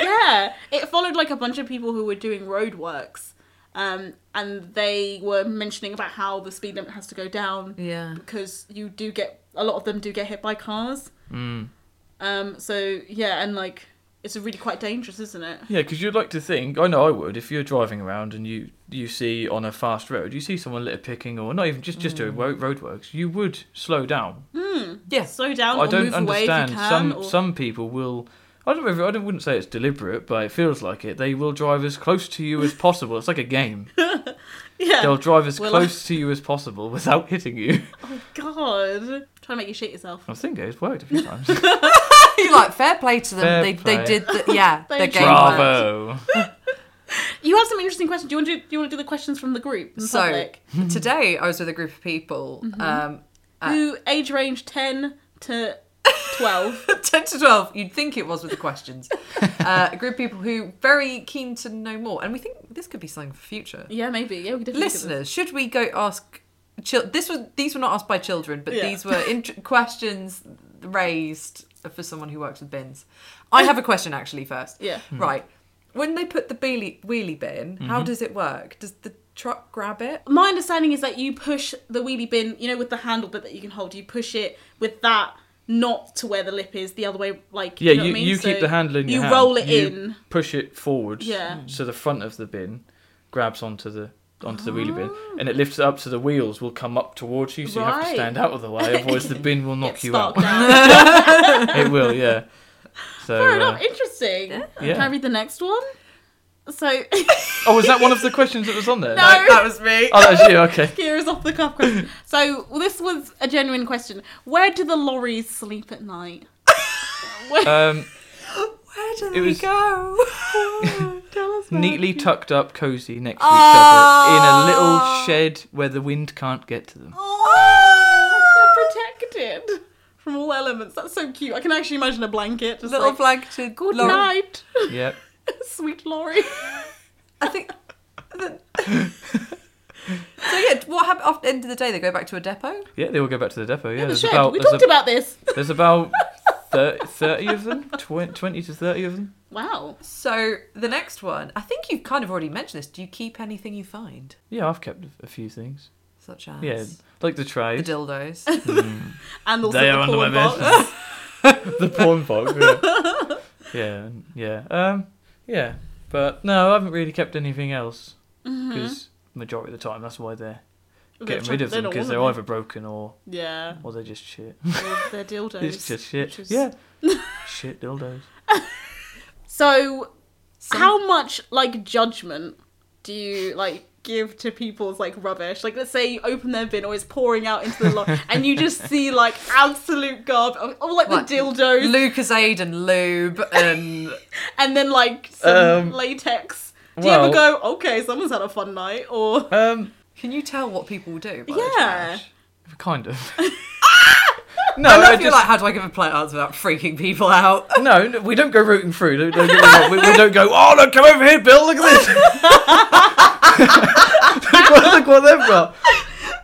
[SPEAKER 1] yeah, it followed like a bunch of people who were doing roadworks, Um, and they were mentioning about how the speed limit has to go down
[SPEAKER 2] Yeah.
[SPEAKER 1] because you do get a lot of them do get hit by cars.
[SPEAKER 3] Mm.
[SPEAKER 1] Um, so yeah, and like it's really quite dangerous, isn't it?
[SPEAKER 3] Yeah, because you'd like to think. I know I would. If you're driving around and you you see on a fast road, you see someone litter picking or not even just just doing
[SPEAKER 1] Mm.
[SPEAKER 3] road roadworks, you would slow down.
[SPEAKER 2] Yes.
[SPEAKER 1] Slow down
[SPEAKER 3] I
[SPEAKER 1] or
[SPEAKER 3] don't
[SPEAKER 1] move
[SPEAKER 3] understand.
[SPEAKER 1] away if you can.
[SPEAKER 3] some
[SPEAKER 1] or...
[SPEAKER 3] some people will. I don't. know if- I don't- wouldn't say it's deliberate, but it feels like it. They will drive as close to you as possible. It's like a game.
[SPEAKER 1] yeah.
[SPEAKER 3] They'll drive as
[SPEAKER 1] Well, I-
[SPEAKER 3] close to you as possible without hitting you.
[SPEAKER 1] God, trying to make you shit yourself.
[SPEAKER 3] I think it's worked a few times.
[SPEAKER 2] You're like fair play to them.
[SPEAKER 3] Fair
[SPEAKER 2] they
[SPEAKER 3] play.
[SPEAKER 2] they did the, yeah
[SPEAKER 1] They
[SPEAKER 2] their
[SPEAKER 1] tried.
[SPEAKER 2] game plan.
[SPEAKER 3] Bravo.
[SPEAKER 1] You have some interesting questions. Do you want to do, you want to do the questions from the group? In
[SPEAKER 2] So
[SPEAKER 1] public? Mm-hmm.
[SPEAKER 2] today I was with a group of people, um, uh,
[SPEAKER 1] who age range ten to twelve?
[SPEAKER 2] 10 to 12. You'd think it was with the questions. uh, a group of people who very keen to know more, and we think this could be something for future.
[SPEAKER 1] yeah, maybe. Yeah, we could definitely do this.
[SPEAKER 2] Listeners, should we go ask? Chil- this was these were not asked by children, but
[SPEAKER 1] Yeah.
[SPEAKER 2] these were int- questions raised for someone who works with bins. I have a question actually first.
[SPEAKER 1] Yeah.
[SPEAKER 3] Hmm.
[SPEAKER 2] Right. When they put the wheelie, wheelie bin,
[SPEAKER 3] Mm-hmm.
[SPEAKER 2] how does it work? Does the truck grab it?
[SPEAKER 1] My understanding is that you push the wheelie bin, you know, with the handle bit that you can hold. You push it with that, not to where the lip is, the other way. Like
[SPEAKER 3] Yeah,
[SPEAKER 1] know
[SPEAKER 3] you,
[SPEAKER 1] what I
[SPEAKER 3] you,
[SPEAKER 1] mean?
[SPEAKER 3] keep
[SPEAKER 1] So
[SPEAKER 3] the handle in your
[SPEAKER 1] you
[SPEAKER 3] hand,
[SPEAKER 1] roll it
[SPEAKER 3] you
[SPEAKER 1] in.
[SPEAKER 3] push it forwards.
[SPEAKER 1] Yeah.
[SPEAKER 3] So the front of the bin grabs onto the onto the wheelie bin, and it lifts it up so the wheels will come up towards you, so you have to
[SPEAKER 1] Ah. Right.
[SPEAKER 3] stand out of the way. Otherwise, the bin will knock
[SPEAKER 1] Get
[SPEAKER 3] you out.
[SPEAKER 1] sparked out.
[SPEAKER 3] it will, yeah. So,
[SPEAKER 1] Fair
[SPEAKER 3] uh,
[SPEAKER 1] enough. Interesting. Can I
[SPEAKER 3] Yeah.
[SPEAKER 1] read the next one? So
[SPEAKER 3] oh, was that one of the questions that was on there?
[SPEAKER 1] No.
[SPEAKER 2] That was me.
[SPEAKER 3] Oh, that's you. Okay.
[SPEAKER 1] here is off the cuff question. So well, this was a genuine question. Where do the lorries sleep at night?
[SPEAKER 3] Um,
[SPEAKER 2] Where do
[SPEAKER 3] It
[SPEAKER 2] they
[SPEAKER 3] was-
[SPEAKER 2] go?
[SPEAKER 1] Tell us. where.
[SPEAKER 3] neatly tucked up, cozy next to
[SPEAKER 2] Ah.
[SPEAKER 3] each other in a little shed where the wind can't get to them.
[SPEAKER 1] Oh, they're protected from all elements. That's so cute. I can actually imagine a blanket. Just
[SPEAKER 2] Little
[SPEAKER 1] like,
[SPEAKER 2] blanketed
[SPEAKER 1] Good
[SPEAKER 2] lorry.
[SPEAKER 1] night,
[SPEAKER 3] Yep.
[SPEAKER 1] sweet Laurie.
[SPEAKER 2] I think. the- so yeah, what happened after the end of the day? They go back to a depot.
[SPEAKER 3] Yeah, they all go back to the depot. Yeah,
[SPEAKER 1] the
[SPEAKER 3] there's
[SPEAKER 1] shed.
[SPEAKER 3] about
[SPEAKER 1] we
[SPEAKER 3] there's
[SPEAKER 1] talked
[SPEAKER 3] a-
[SPEAKER 1] about this.
[SPEAKER 3] There's about thir 30 of them, tw- 20 to 30 of them.
[SPEAKER 1] Wow.
[SPEAKER 2] So the next one, I think you've kind of already mentioned this. Do you keep anything you find,
[SPEAKER 3] Yeah, I've kept a few things.
[SPEAKER 2] such as
[SPEAKER 3] Yeah, like the
[SPEAKER 2] the
[SPEAKER 3] Mm. tray,
[SPEAKER 2] dildos?
[SPEAKER 1] And also
[SPEAKER 3] They
[SPEAKER 1] the
[SPEAKER 3] are under
[SPEAKER 1] porn
[SPEAKER 3] my
[SPEAKER 1] box.
[SPEAKER 3] the porn box. Yeah. yeah, and- yeah, um, yeah. But no, I haven't really kept anything else because majority of the time that's why they're
[SPEAKER 1] They're
[SPEAKER 3] getting
[SPEAKER 1] tr-
[SPEAKER 3] rid of
[SPEAKER 1] they
[SPEAKER 3] them
[SPEAKER 1] don't
[SPEAKER 3] because
[SPEAKER 1] want
[SPEAKER 3] they're
[SPEAKER 1] them.
[SPEAKER 3] either broken or
[SPEAKER 1] Yeah.
[SPEAKER 3] or they're just shit.
[SPEAKER 1] Or they're dildos.
[SPEAKER 3] it's just shit.
[SPEAKER 1] which is-
[SPEAKER 3] Yeah, shit dildos.
[SPEAKER 1] So,
[SPEAKER 2] Some-
[SPEAKER 1] how much like judgment do you like give to people's like rubbish? Like, let's say you open their bin or it's pouring out into the lot, and you just see like absolute garbage, or like
[SPEAKER 2] Like,
[SPEAKER 1] the dildos,
[SPEAKER 2] Lucas Aid and lube and
[SPEAKER 1] and then like some
[SPEAKER 3] Um,
[SPEAKER 1] latex. Do you
[SPEAKER 3] well-
[SPEAKER 1] ever go, okay, someone's had a fun night, or
[SPEAKER 3] Um,
[SPEAKER 2] can you tell what people do? By the
[SPEAKER 1] yeah,
[SPEAKER 2] trash?
[SPEAKER 3] kind of. no,
[SPEAKER 2] I love
[SPEAKER 3] I
[SPEAKER 2] you.
[SPEAKER 3] just-
[SPEAKER 2] Like, how do I give a polite answer without freaking people out?
[SPEAKER 3] No, no, we don't go rooting through. Don't, don't get me wrong. We, we don't go. Oh look, come over here, Bill. Look at this. look, what, look what they've got.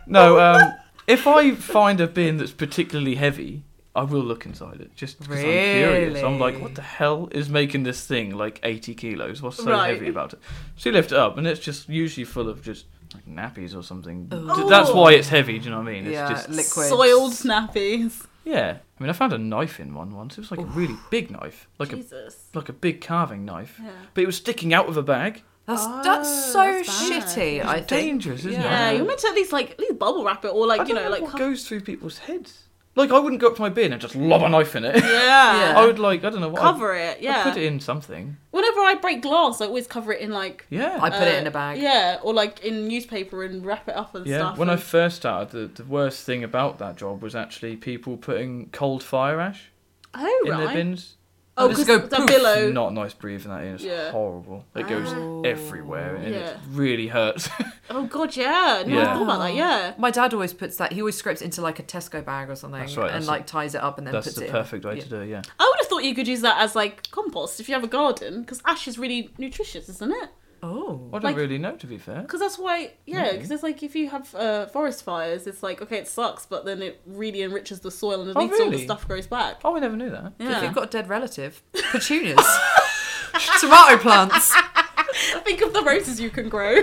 [SPEAKER 3] No, um, if I find a bin that's particularly heavy, I will look inside it just because I'm curious. I'm like,
[SPEAKER 2] Really?
[SPEAKER 3] what the hell is making this thing like 80 kilos? What's so
[SPEAKER 1] Right.
[SPEAKER 3] heavy about it? So you lift it up, and it's just usually full of just like nappies or something.
[SPEAKER 2] Ooh.
[SPEAKER 3] That's why it's heavy. Do you know what I mean? It's
[SPEAKER 2] Oh. Yeah,
[SPEAKER 3] just
[SPEAKER 2] liquids.
[SPEAKER 1] soiled snappies.
[SPEAKER 3] yeah. I mean, I found a knife in one once. It was like a really big knife, like a
[SPEAKER 1] Jesus.
[SPEAKER 3] like a big carving knife,
[SPEAKER 1] Yeah.
[SPEAKER 3] but it was sticking out of a bag.
[SPEAKER 2] That's
[SPEAKER 1] Oh,
[SPEAKER 2] that's so
[SPEAKER 1] that's bad.
[SPEAKER 2] shitty. I think
[SPEAKER 3] dangerous, isn't
[SPEAKER 1] Yeah,
[SPEAKER 3] it?
[SPEAKER 1] you're meant to at least like at least bubble wrap it or
[SPEAKER 3] I
[SPEAKER 1] like
[SPEAKER 3] don't
[SPEAKER 1] you know
[SPEAKER 3] know
[SPEAKER 1] like
[SPEAKER 3] what
[SPEAKER 1] cut-
[SPEAKER 3] goes through people's heads. Like I wouldn't go up to my bin and just lob a knife in it.
[SPEAKER 1] yeah.
[SPEAKER 2] Yeah.
[SPEAKER 3] I would like I don't know what. I'd-
[SPEAKER 1] cover it.
[SPEAKER 3] I'd
[SPEAKER 1] Yeah.
[SPEAKER 3] put it in something.
[SPEAKER 1] Whenever I break glass, I always cover it in like uh,
[SPEAKER 3] Yeah.
[SPEAKER 2] I put it in a bag.
[SPEAKER 1] Yeah, or like in newspaper and wrap it up and
[SPEAKER 3] yeah.
[SPEAKER 1] stuff.
[SPEAKER 3] When I
[SPEAKER 1] and-
[SPEAKER 3] first started, the, the worst thing about that job was actually people putting cold fire ash
[SPEAKER 1] oh
[SPEAKER 3] in their
[SPEAKER 1] right.
[SPEAKER 3] bins.
[SPEAKER 1] oh,
[SPEAKER 2] Just
[SPEAKER 1] because
[SPEAKER 2] go
[SPEAKER 1] the
[SPEAKER 2] poof.
[SPEAKER 1] billow.
[SPEAKER 3] Not nice breathing that in. It's
[SPEAKER 1] Yeah.
[SPEAKER 3] horrible. It goes
[SPEAKER 2] Ah.
[SPEAKER 3] everywhere and it
[SPEAKER 1] Yeah.
[SPEAKER 3] really hurts.
[SPEAKER 1] Oh god, yeah. No, I
[SPEAKER 3] Yeah.
[SPEAKER 1] thought about that. Yeah.
[SPEAKER 2] My dad always puts that. He always scrapes it into like a Tesco bag or something,
[SPEAKER 3] That's right,
[SPEAKER 2] and
[SPEAKER 3] that's
[SPEAKER 2] like ties it up and then
[SPEAKER 3] That's
[SPEAKER 2] puts
[SPEAKER 3] the
[SPEAKER 2] it.
[SPEAKER 3] perfect
[SPEAKER 2] in.
[SPEAKER 3] way
[SPEAKER 2] Yeah.
[SPEAKER 3] to do it. Yeah.
[SPEAKER 1] I would have thought you could use that as like compost if you have a garden, because ash is really nutritious, isn't it?
[SPEAKER 2] Oh,
[SPEAKER 3] I don't
[SPEAKER 1] Like-
[SPEAKER 3] really know to be fair.
[SPEAKER 1] Because that's why, yeah. Because it's like if you have uh, forest fires, it's like okay, it sucks, but then it really enriches the soil and at
[SPEAKER 3] Oh,
[SPEAKER 1] least all the
[SPEAKER 3] really?
[SPEAKER 1] stuff grows back.
[SPEAKER 3] Oh, I never knew that.
[SPEAKER 2] If
[SPEAKER 1] Yeah.
[SPEAKER 2] you've got a dead relative, petunias, tomato plants.
[SPEAKER 1] Think of the roses you can grow.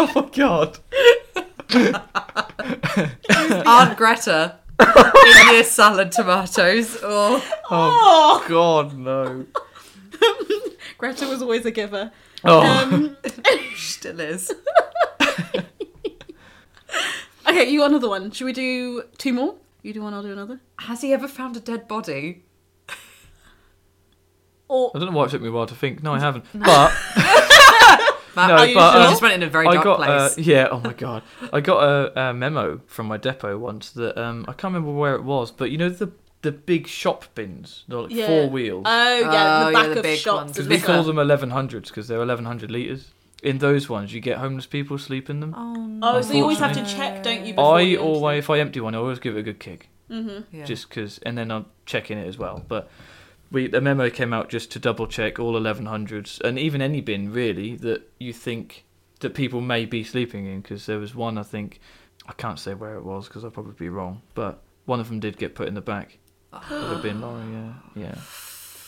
[SPEAKER 3] Oh my god.
[SPEAKER 2] Aunt Greta in your salad tomatoes. Oh,
[SPEAKER 3] Um,
[SPEAKER 1] Oh,
[SPEAKER 3] God, no.
[SPEAKER 1] Greta was always a giver.
[SPEAKER 3] Oh.
[SPEAKER 1] Um,
[SPEAKER 2] still is.
[SPEAKER 1] okay, you got another one. Should we do two more? You do one, I'll do another.
[SPEAKER 2] Has he ever found a dead body?
[SPEAKER 1] Or
[SPEAKER 3] I don't know why it took me a while to think. No, I haven't. But
[SPEAKER 2] Matt,
[SPEAKER 3] No,
[SPEAKER 2] are you
[SPEAKER 3] but,
[SPEAKER 2] sure?
[SPEAKER 3] um,
[SPEAKER 2] You just went in a very
[SPEAKER 3] I
[SPEAKER 2] dark
[SPEAKER 3] got
[SPEAKER 2] place.
[SPEAKER 3] Uh, yeah. Oh my god, I got a, a memo from my depot once that um, I can't remember where it was, but you know the the big shop bins, they're like
[SPEAKER 1] yeah.
[SPEAKER 3] four wheels.
[SPEAKER 1] Oh yeah,
[SPEAKER 2] Oh,
[SPEAKER 1] the
[SPEAKER 2] yeah,
[SPEAKER 1] back
[SPEAKER 2] the big
[SPEAKER 1] of shops.
[SPEAKER 2] ones.
[SPEAKER 1] is
[SPEAKER 2] Because
[SPEAKER 3] we
[SPEAKER 1] bigger.
[SPEAKER 3] call them 1100s because they're 1100 liters. In those ones, you get homeless people sleep in them.
[SPEAKER 2] oh,
[SPEAKER 1] Oh, so you always have to check, don't you? before
[SPEAKER 3] I
[SPEAKER 1] you empty
[SPEAKER 3] always, if I empty one, I always give it a good kick,
[SPEAKER 2] Yeah.
[SPEAKER 3] just because, and then I'm checking it as well. But we, the memo came out just to double check all 1100s and even any bin really that you think that people may be sleeping in, because there was one I think I can't say where it was because I'll probably be wrong, but one of them did get put in the back of a bin lorry. Yeah, yeah.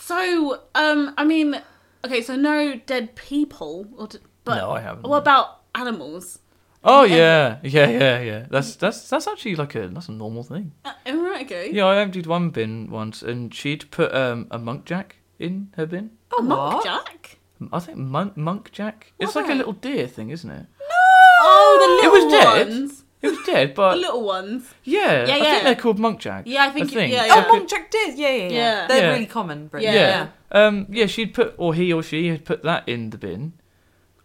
[SPEAKER 1] So, um, I mean, okay, so no dead people, or d- but
[SPEAKER 3] No, I haven't.
[SPEAKER 1] What about animals?
[SPEAKER 3] Oh yeah, yeah, yeah, yeah. That's that's that's actually like a that's a normal thing.
[SPEAKER 1] Uh, am I right, go?
[SPEAKER 3] Yeah, I emptied one bin once, and she'd put um, a monk jack in her bin.
[SPEAKER 2] Oh,
[SPEAKER 1] Monk
[SPEAKER 2] what?
[SPEAKER 1] Jack.
[SPEAKER 3] I think monk monk jack. It's like a
[SPEAKER 1] the
[SPEAKER 3] little deer thing, isn't it?
[SPEAKER 1] Oh, the
[SPEAKER 3] It was
[SPEAKER 1] little
[SPEAKER 3] dead.
[SPEAKER 1] ones.
[SPEAKER 3] It was dead,
[SPEAKER 1] The
[SPEAKER 3] but
[SPEAKER 1] little ones.
[SPEAKER 3] yeah,
[SPEAKER 1] Yeah,
[SPEAKER 3] I
[SPEAKER 1] yeah.
[SPEAKER 3] think they're called monk jack.
[SPEAKER 1] Yeah, I think it-
[SPEAKER 3] thing.
[SPEAKER 1] yeah,
[SPEAKER 2] Oh,
[SPEAKER 1] yeah.
[SPEAKER 2] Monk Jack did. Yeah, yeah, yeah.
[SPEAKER 1] Yeah.
[SPEAKER 2] They're
[SPEAKER 3] Yeah.
[SPEAKER 2] really common, Britain.
[SPEAKER 1] Yeah.
[SPEAKER 3] yeah. Um, yeah, she'd put or he or she had put that in the bin.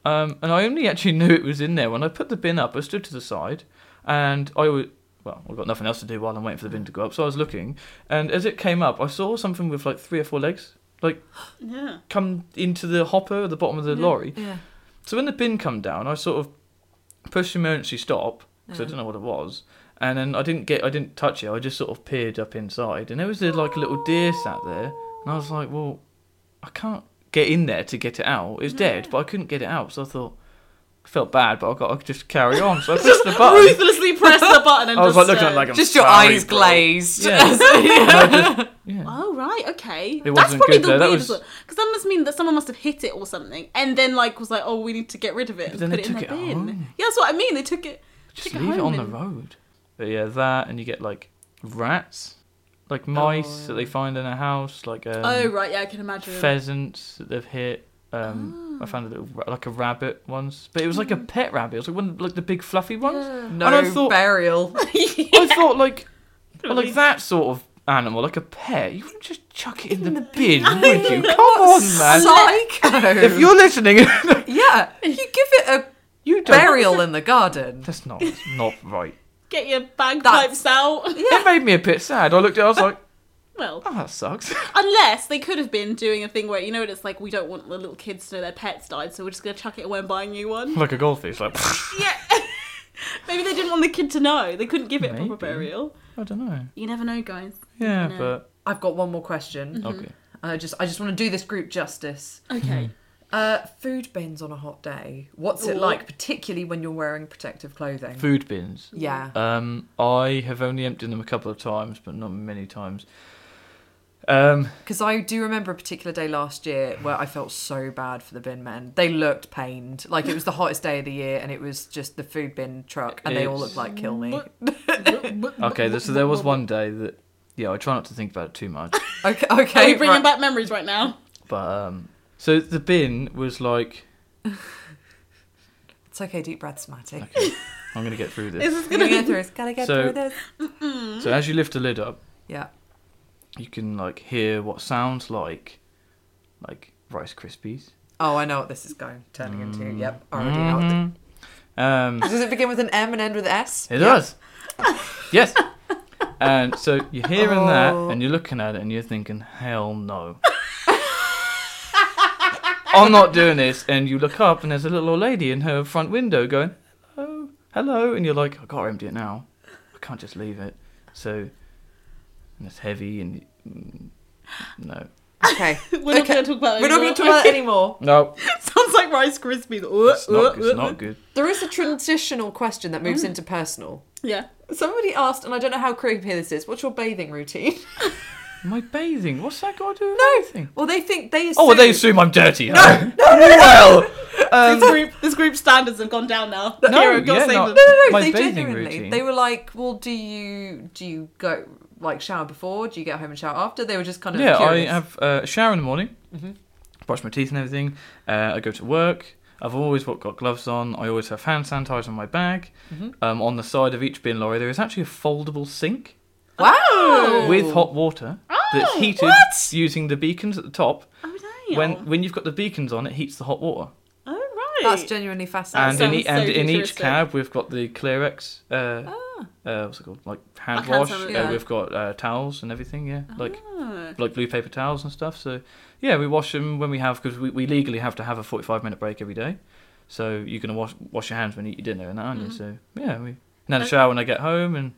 [SPEAKER 3] Um, and I only actually knew it was in there when I put the bin up. I stood to the side, and I was well, I've got nothing else to do while I'm waiting for the bin to go up. So I was looking, and as it came up, I saw something with like three or four legs, like
[SPEAKER 1] Yeah.
[SPEAKER 3] come into the hopper at the bottom of the lorry.
[SPEAKER 2] Yeah.
[SPEAKER 3] So when the bin come down, I sort of pushed the emergency stop because I
[SPEAKER 2] Yeah.
[SPEAKER 3] don't know what it was, and then I didn't get, I didn't touch it. I just sort of peered up inside, and there was a, like a little deer sat there, and I was like, well, I can't get in there to get it out. It's dead, but I couldn't get it out, so I thought. I Felt bad, but I got to just carry on. So I pressed the button.
[SPEAKER 1] Ruthlessly press the button and
[SPEAKER 3] I was
[SPEAKER 1] just,
[SPEAKER 3] like looking at it
[SPEAKER 1] uh,
[SPEAKER 3] like I'm
[SPEAKER 2] Just your
[SPEAKER 3] sorry,
[SPEAKER 2] eyes
[SPEAKER 3] bro.
[SPEAKER 2] glazed.
[SPEAKER 3] Yeah. And I just- yeah.
[SPEAKER 1] Oh right, okay. That's
[SPEAKER 3] wasn't
[SPEAKER 1] probably
[SPEAKER 3] good
[SPEAKER 1] the
[SPEAKER 3] though, that
[SPEAKER 1] weirdest
[SPEAKER 3] was-
[SPEAKER 1] one because that must mean that someone must have hit it or something, and then like was like, oh, we need to get rid of it and
[SPEAKER 3] then
[SPEAKER 1] put
[SPEAKER 3] they
[SPEAKER 1] it in
[SPEAKER 3] took
[SPEAKER 1] their
[SPEAKER 3] it
[SPEAKER 1] bin.
[SPEAKER 3] home.
[SPEAKER 1] Yeah, that's what I mean. They took it.
[SPEAKER 3] Just
[SPEAKER 1] Take it
[SPEAKER 3] leave it
[SPEAKER 1] home
[SPEAKER 3] on the
[SPEAKER 1] and-
[SPEAKER 3] road. But yeah, that and you get like rats, like mice
[SPEAKER 2] Oh,
[SPEAKER 3] that they find in a house, like um,
[SPEAKER 1] oh right, yeah, I can imagine.
[SPEAKER 3] pheasants that they've hit. Um, I found a little ra- like a rabbit once, but it was like a pet rabbit. It was like one of- like the big fluffy ones.
[SPEAKER 2] No
[SPEAKER 3] And I thought-
[SPEAKER 2] burial.
[SPEAKER 3] I thought like well, like that sort of animal, like a pet. You wouldn't just chuck it in the bin, would you? Come on, man. If
[SPEAKER 2] Psycho.
[SPEAKER 3] you're listening,
[SPEAKER 2] Yeah. You give it a
[SPEAKER 3] you don't.
[SPEAKER 2] burial in the garden.
[SPEAKER 3] That's not that's not right.
[SPEAKER 1] Get your bagpipes out.
[SPEAKER 3] It made me a bit sad. I looked at, it, I was like,
[SPEAKER 1] well,
[SPEAKER 3] oh, that sucks.
[SPEAKER 1] unless they could have been doing a thing where you know what it's like. We don't want the little kids to know their pets died, so we're just gonna chuck it away and buy a new one.
[SPEAKER 3] like a goldfish, like.
[SPEAKER 1] yeah. Maybe they didn't want the kid to know. They couldn't give it a proper
[SPEAKER 3] Maybe.
[SPEAKER 1] burial.
[SPEAKER 3] I don't know.
[SPEAKER 1] You never know, guys.
[SPEAKER 3] Yeah,
[SPEAKER 1] No.
[SPEAKER 3] but
[SPEAKER 2] I've got one more question.
[SPEAKER 3] okay.
[SPEAKER 2] I just I just want to do this group justice.
[SPEAKER 1] Okay.
[SPEAKER 2] Uh, food bins on a hot day. What's it
[SPEAKER 1] Ooh.
[SPEAKER 2] like, particularly when you're wearing protective clothing?
[SPEAKER 3] Food bins.
[SPEAKER 2] Yeah.
[SPEAKER 3] Um, I have only emptied them a couple of times, but not many times. Um,
[SPEAKER 2] Because I do remember a particular day last year where I felt so bad for the bin men. They looked pained. Like it was the hottest day of the year and it was just the food bin truck and they all looked like kill me.
[SPEAKER 3] okay, th- so there was one day that, yeah, I try not to think about it too much,
[SPEAKER 2] Okay,
[SPEAKER 1] Are
[SPEAKER 2] okay.
[SPEAKER 1] we bringing
[SPEAKER 2] right.
[SPEAKER 1] back memories right now?
[SPEAKER 3] but um, so the bin was like,
[SPEAKER 2] It's okay, deep breaths, Matty.
[SPEAKER 3] okay, I'm gonna get through
[SPEAKER 1] Is
[SPEAKER 3] this.
[SPEAKER 1] this
[SPEAKER 2] You're
[SPEAKER 1] gonna
[SPEAKER 2] gonna get through this. Gotta get
[SPEAKER 3] So-
[SPEAKER 2] through this.
[SPEAKER 3] So as you lift the lid up,
[SPEAKER 2] Yeah.
[SPEAKER 3] you can like hear what sounds like, like Rice Krispies.
[SPEAKER 2] Oh, I know what this is going turning into. Yep, already out.
[SPEAKER 3] Mhm. Um,
[SPEAKER 2] Does it begin with an M and end with S?
[SPEAKER 3] It does. yes. And so you're hearing that
[SPEAKER 2] Oh.
[SPEAKER 3] and you're looking at it and you're thinking, hell no. I'm not doing this. And you look up and there's a little old lady in her front window going, hello, hello. And you're like, i got to empty it now. I can't just leave it. So, and it's heavy and. mm, No.
[SPEAKER 2] Okay.
[SPEAKER 1] We're not
[SPEAKER 2] Okay.
[SPEAKER 1] going to talk about it.
[SPEAKER 2] We're
[SPEAKER 1] anymore.
[SPEAKER 2] not going to talk about it anymore.
[SPEAKER 3] No.
[SPEAKER 1] Sounds like Rice Krispies. Uh,
[SPEAKER 3] It's not, it's not good.
[SPEAKER 2] There is a transitional question that moves into personal.
[SPEAKER 1] Yeah.
[SPEAKER 2] Somebody asked, and I don't know how creepy this is, what's your bathing routine?
[SPEAKER 3] My bathing? What's that got to do with anything?
[SPEAKER 2] Well, they think they assume.
[SPEAKER 3] Oh, well, they assume I'm dirty. No, no, well, um,
[SPEAKER 1] uh. this group, this group standards have gone down now.
[SPEAKER 3] No,
[SPEAKER 1] Hero, go
[SPEAKER 3] yeah,
[SPEAKER 1] save
[SPEAKER 3] no.
[SPEAKER 1] them.
[SPEAKER 2] No, no, no.
[SPEAKER 3] My
[SPEAKER 2] they
[SPEAKER 3] bathing
[SPEAKER 2] genuinely.
[SPEAKER 3] routine.
[SPEAKER 2] They were like, "Well, do you do you go like shower before? Do you get home and shower after?" They were just kind of
[SPEAKER 3] yeah, I
[SPEAKER 2] curious.
[SPEAKER 3] have uh, a shower in the morning,
[SPEAKER 1] Mm-hmm.
[SPEAKER 3] brush my teeth and everything. Uh, I go to work. I've always got got gloves on. I always have hand sanitizer in my bag.
[SPEAKER 1] Mm-hmm.
[SPEAKER 3] Um, on the side of each bin lorry, there is actually a foldable sink
[SPEAKER 2] Wow.
[SPEAKER 3] with hot water that's
[SPEAKER 1] Oh,
[SPEAKER 3] heated
[SPEAKER 1] what?
[SPEAKER 3] using the beacons at the top.
[SPEAKER 1] Oh, damn.
[SPEAKER 3] When when you've got the beacons on, it heats the hot water.
[SPEAKER 1] oh, right.
[SPEAKER 2] That's genuinely fascinating.
[SPEAKER 3] and in,
[SPEAKER 1] sounds
[SPEAKER 3] e-
[SPEAKER 1] so
[SPEAKER 3] and in each
[SPEAKER 1] futuristic. Ah.
[SPEAKER 3] cab, we've got the Clerics. Uh, uh, what's it called? Like hand
[SPEAKER 1] Like hand
[SPEAKER 3] wash.
[SPEAKER 1] sanitizer.
[SPEAKER 2] Yeah.
[SPEAKER 3] Uh, we've got uh, towels and everything. Yeah, like
[SPEAKER 1] Ah.
[SPEAKER 3] like blue paper towels and stuff. So yeah, we wash them when we have because we, we legally have to have a forty-five minute break every day. So you're gonna wash wash your hands when you eat your dinner and that, aren't you?
[SPEAKER 1] Mm-hmm.
[SPEAKER 3] So yeah, we and then
[SPEAKER 1] Uh,
[SPEAKER 3] a shower when I get home and